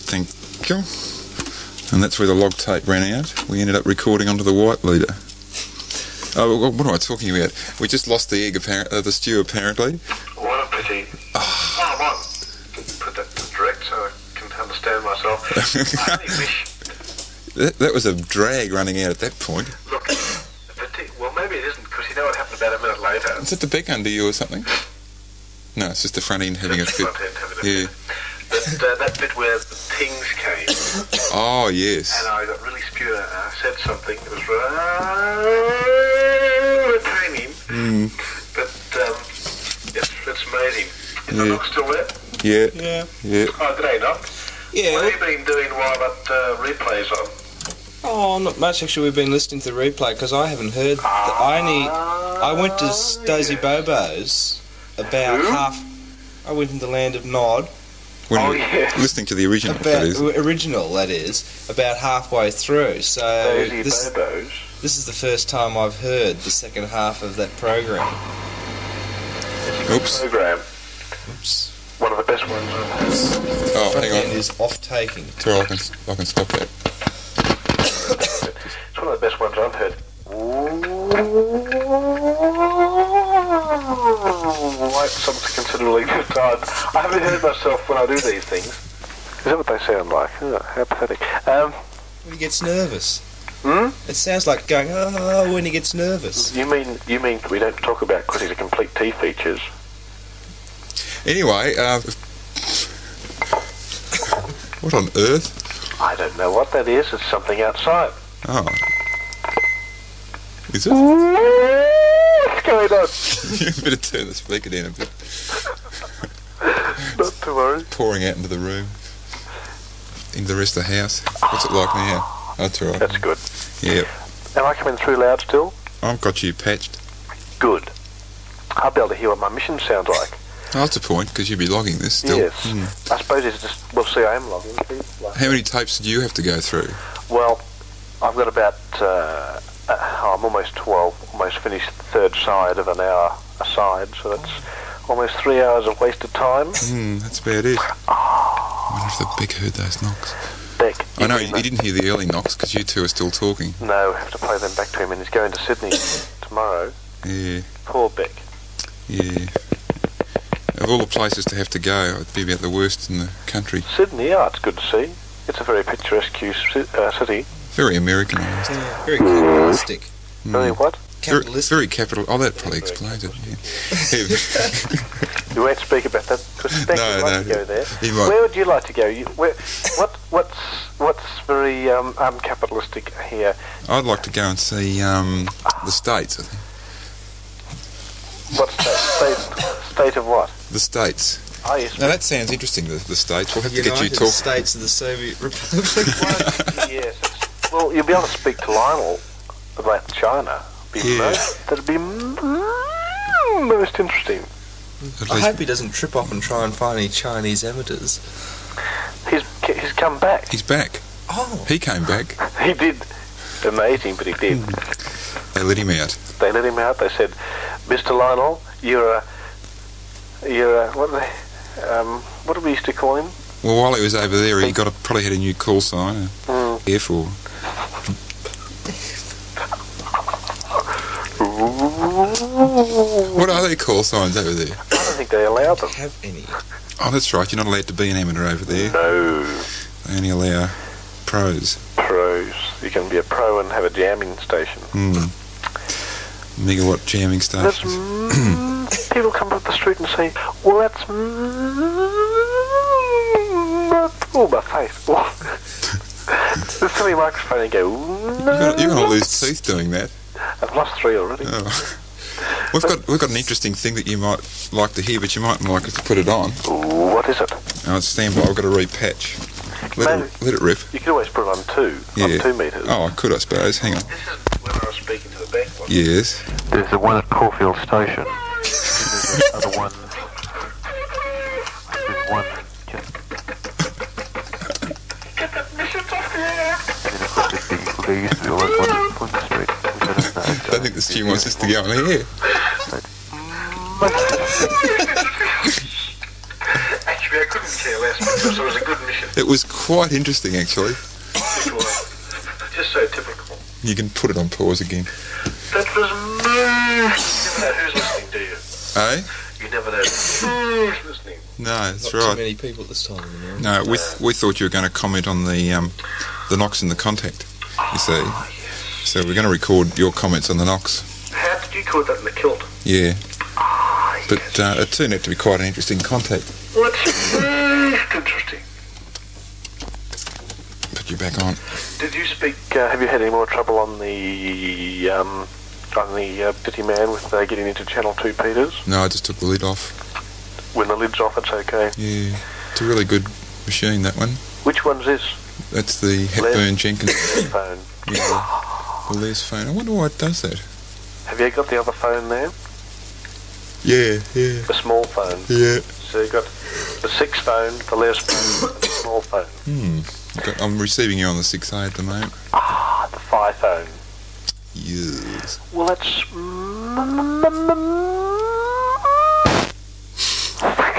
A: Thank you. And that's where the log tape ran out. We ended up recording onto the white leader. Oh, well, what am I talking about? We just lost the egg, apparent, uh, the stew, apparently.
F: What a pity.
A: Ah.
F: Oh, well, put that direct so I can
A: [LAUGHS]
F: understand myself. I only wish
A: That, that was a drag running out at that point.
F: Look, the t- well, maybe it isn't, because you know what
A: Is that the back under you or something? No, it's just the front end having a
F: Just
A: fit.
F: the front end having a
A: Yeah.
F: But uh, that bit where the things came,
A: Oh, yes.
F: and I got really spewed out, and I said something. It was right pain him,
A: Hmm.
F: but um, yes, that's amazing. Is the
A: Yeah.
F: knock still there?
A: Yeah.
E: Yeah.
A: Yeah.
F: Oh, good day, Knock.
E: Yeah.
F: What have you been doing while that uh, replay's on?
E: Oh, not much actually. We've been listening to the replay because I haven't heard. The, I only I went to Stosy Bobo's about
F: Who?
E: half. I went in the land of Nod
A: When
F: Oh,
A: we-
E: [LAUGHS]
F: yeah.
A: Listening to the original, that
E: about
A: is.
E: original that is about halfway through. So
F: Daisy
E: this
F: Bobos.
E: this is the first time I've heard the second half of that program.
F: It's a good
A: Oops.
F: program.
E: Oops,
F: One of the best ones I've had.
A: Oh,
E: front
A: hang on.
E: end is off taking.
A: Sorry, I can, I can stop that.
F: It's one of the best ones I've heard. Like something considerably good time. I haven't heard myself when I do these things. Is that what they sound like? Oh, how pathetic. Um,
E: When he gets nervous.
F: Hmm?
E: It sounds like going oh when he gets nervous.
F: you mean you mean we don't talk about quitting to complete T features?
A: Anyway, uh, what on earth?
F: I don't know what that is. It's something outside.
A: Oh. Is it? [LAUGHS] you
F: What's going on?
A: better turn the speaker down a bit.
F: Not to worry.
A: Pouring out into the room. Into the rest of the house. What's it like now? That's all right.
F: That's good.
A: Yeah.
F: Am I coming through loud still?
A: I've got you patched.
F: Good. I'll be able to hear what my mission sounds like.
A: Oh, that's a point, because you'd be logging this still.
F: Yes.
A: Hmm.
F: I suppose it's just, well, see, I am logging.
A: How many tapes did you have to go through?
F: Well, I've got about, uh, uh, I'm almost 12, almost finished the third side of an hour a side, so that's almost three hours of wasted time.
A: Hmm, that's about it. I wonder if the big heard those knocks.
F: Beck.
A: I know,
F: you
A: he didn't hear the early knocks, because you two are still talking.
F: No, we have to play them back to him, and he's going to Sydney
A: [COUGHS]
F: tomorrow.
A: Yeah,
F: Poor Beck.
A: yeah. Of all the places to have to go, it'd be about the worst in the country.
F: Sydney, oh, it's good to see. It's a very picturesque ci- uh, city.
A: Very Americanised.
E: Yeah, uh, very capitalistic.
A: Hmm.
F: Very what?
A: Very,
E: Capitalistic.
A: very capital. Oh, that probably explains it. Yeah. [LAUGHS]
F: You won't speak about that because Beck
A: No,
F: would like
A: no.
F: to go there.
A: He might.
F: Where would you like to go? You, where, what, what's what's very um, uncapitalistic here?
A: I'd like to go and see um, the states. I think.
F: What's that state state of what?
A: The states.
F: Oh, yes.
A: Now that sounds interesting. The, the states. We'll have to
E: United
A: get you talk.
E: States of the Soviet Republic.
A: [LAUGHS]
F: yes. it's- Well, you'll be able to speak to Lionel about China. Be
A: Yeah.
F: mo- That'd be m- most interesting.
A: At
E: I
A: least-
E: hope he doesn't trip off and try and find any Chinese amateurs.
F: He's he's come back.
A: he's back.
E: Oh,
A: He came back.
F: He did amazing, but he did.
A: They let him out.
F: They let him out. They said, "Mr. Lionel, you're a, you're a what? do They, um, what do we used to call him?
A: Well, while he was over there, he got a, probably had a new call sign.
F: Hmm.
A: Air for. What are they call signs over there?
F: I don't think they allowed them.
E: have any?
A: Oh, that's right. You're not allowed to be an amateur over there.
F: No
A: They only allow pros.
F: pros. You can be a pro and have a jamming station.
A: Hmm. Megawatt jamming
F: That's
A: stations.
F: mm, people come up the street and say, "Well, that's." Mm, oh, my face! [LAUGHS] There's somebody microphone and go.
A: You're gonna, you're gonna
F: "No."
A: lose teeth doing that.
F: I've lost three already.
A: Oh. We've got we've got an interesting thing that you might like to hear, but you mightn't like it to put it on.
F: What is it?
A: Oh, it's standby. I've got to repatch. Let it, let it rip.
F: You could always put it on two,
A: Yeah.
F: on two meters.
A: Oh, I could, I suppose. Hang on.
F: This is when I was speaking to the back one.
A: Yes.
F: There's the one at Caulfield Station. There's another one. There's one. There used to be one on Flint Street. which I don't know.
A: I don't think the student wants this to go on the air.
F: [LAUGHS] Actually, I couldn't care less because it was a good mission.
A: It was quite interesting, actually.
F: It was just so typical.
A: You can put it on pause again.
F: That was me. You never know who's listening, do you?
A: Eh?
F: You never know who's listening.
A: No, that's
E: Not too
A: right.
E: many people at this time in the morning.
A: No, we, th- we thought you were going to comment on the um, the knocks in the contact. You see.
E: Ah,
A: So we're going to record your comments on the knocks.
F: How did you call that in the kilt?
A: Yeah. But uh, it turned out to be quite an interesting contact.
F: Well, it's most interesting.
A: Put you back on.
F: Did you speak? Uh, have you had any more trouble on the um, on the uh, pity man with uh, getting into Channel Two, Peters?
A: No, I just took the lid off.
F: When the lid's off, it's okay.
A: Yeah, it's a really good machine that one.
F: Which one's this?
A: That's the Hepburn
E: [LAUGHS]
A: Jenkins.
F: phone.
A: Yeah, the Les phone. I wonder why it does that.
F: Have you got the other phone there?
A: Yeah, yeah,
F: The small phone.
A: yeah.
F: So you've got the six phone, the less phone, and the small phone.
A: Hmm. Got- I'm receiving you on the 6A at the moment.
F: Ah, the five phone.
A: Yes.
F: Well, that's.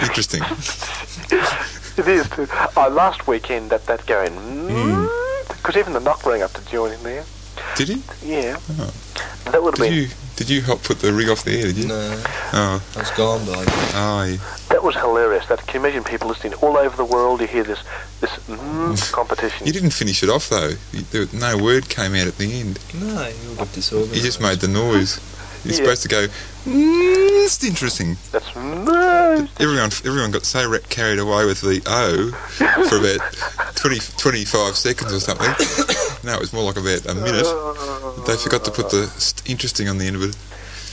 A: Interesting.
F: It is too. Oh, last weekend that that going because even the knock rang up to join in there.
A: Did he?
F: Yeah,
A: Oh.
F: that would have
A: Did
F: been
A: you? Did you help put the rig off the air? Did you?
E: No,
A: Oh, ah,
E: I was gone by. then.
A: aye.
F: that was hilarious. That can you imagine people listening all over the world? You hear this this
A: [LAUGHS]
F: mm competition.
A: You didn't finish it off though. You, there, no word came out at the end.
E: No, you were a bit
A: You
E: disorganised.
A: just made the noise. You're
F: Yeah.
A: supposed to go. Mm, it's interesting.
F: That's mm.
A: Everyone, everyone got so ra- carried away with the O for about 20, 25 seconds or something. [COUGHS] No, it was more like about a minute. They forgot to put the st- interesting on the end of it.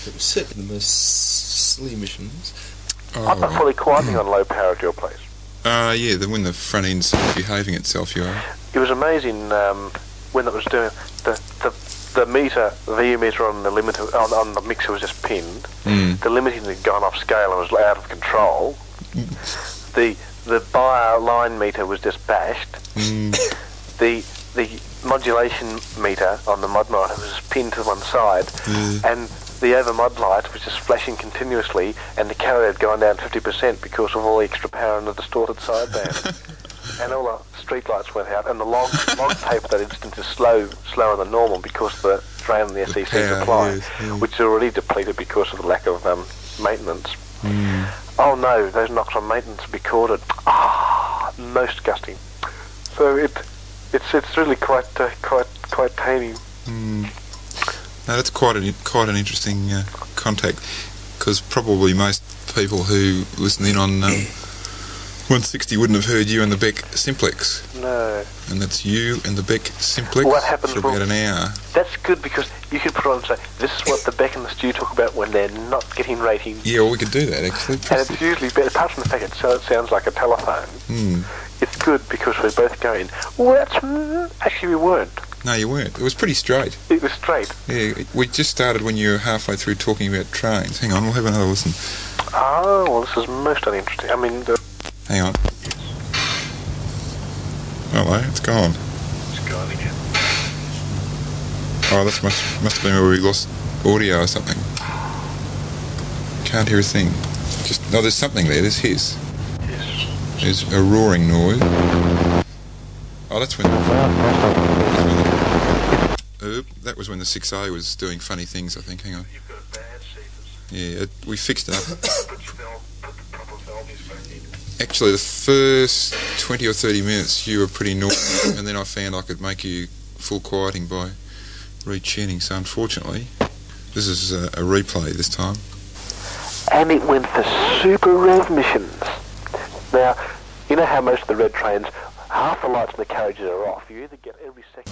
E: It was certainly the most silly missions.
F: I've got
A: Oh,
F: fully quieting on low power at your place.
A: uh, yeah. Then when the front end's behaving itself, you are.
F: It was amazing um, when it was doing the, the the meter, the VU meter on the limiter on, on the mixer was just pinned.
A: Mm.
F: The limiting had gone off scale and was out of control. the the buyer line meter was just bashed.
A: Mm.
F: The the modulation meter on the mod monitor was pinned to one side,
A: Yeah.
F: and the over mod light was just flashing continuously, and the carrier had gone down 50% because of all the extra power in the
A: [LAUGHS]
F: distorted sideband. and all the street lights went out, and the log, log tape at that instant is slow, slower than normal because the drain and the SEC
A: power,
F: supply,
A: yes, yeah.
F: which are already depleted because of the lack of um, maintenance.
A: Mm.
F: Oh no, those knocks on maintenance will be recorded. Ah, most gusting. So it, it's it's really quite uh, quite quite tiny.
A: Mm. Now that's quite an quite an interesting uh, contact because probably most people who listen in on
F: [COUGHS]
A: um, 160 wouldn't have heard you and the Beck Simplex,
F: No,
A: and that's you and the Beck Simplex
F: What happened
A: for about
F: for-
A: an hour.
F: that's good because you could put on and say this is what the back in the stew talk about when they're not getting ratings.
A: Yeah, well, we could do that actually.
F: And it's usually better, apart from the fact it, so it sounds like a telephone,
A: Hmm.
F: it's good because we're both going, well, that's... mm." Actually, we weren't.
A: No, you weren't. It was pretty straight.
F: It was straight.
A: Yeah, it- we just started when you were halfway through talking about trains. Hang on, we'll have another listen.
F: Oh, well, this is most uninteresting. I mean, the...
A: Hang on. Hello, it's gone.
F: It's gone again.
A: Oh, that's must must have been where we lost audio or something. Can't hear a thing. Just no, there's something there. There's hiss.
F: Yes.
A: There's a roaring noise. Oh, that's when. that's when the- Oop, that was when the 6A was doing funny things, I think. Hang on.
F: You've got a bad sequence.
A: Yeah, it, we fixed it up.
F: Put your valve, put the proper valves back in.
A: Actually, the first 20 or 30 minutes you were pretty noisy, and then I found I could make you full quieting by re-tuning. So, unfortunately, this is a, a replay this time.
F: and it went for super rev missions. Now, you know how most of the red trains, half the lights in the carriages are off. You either get every second.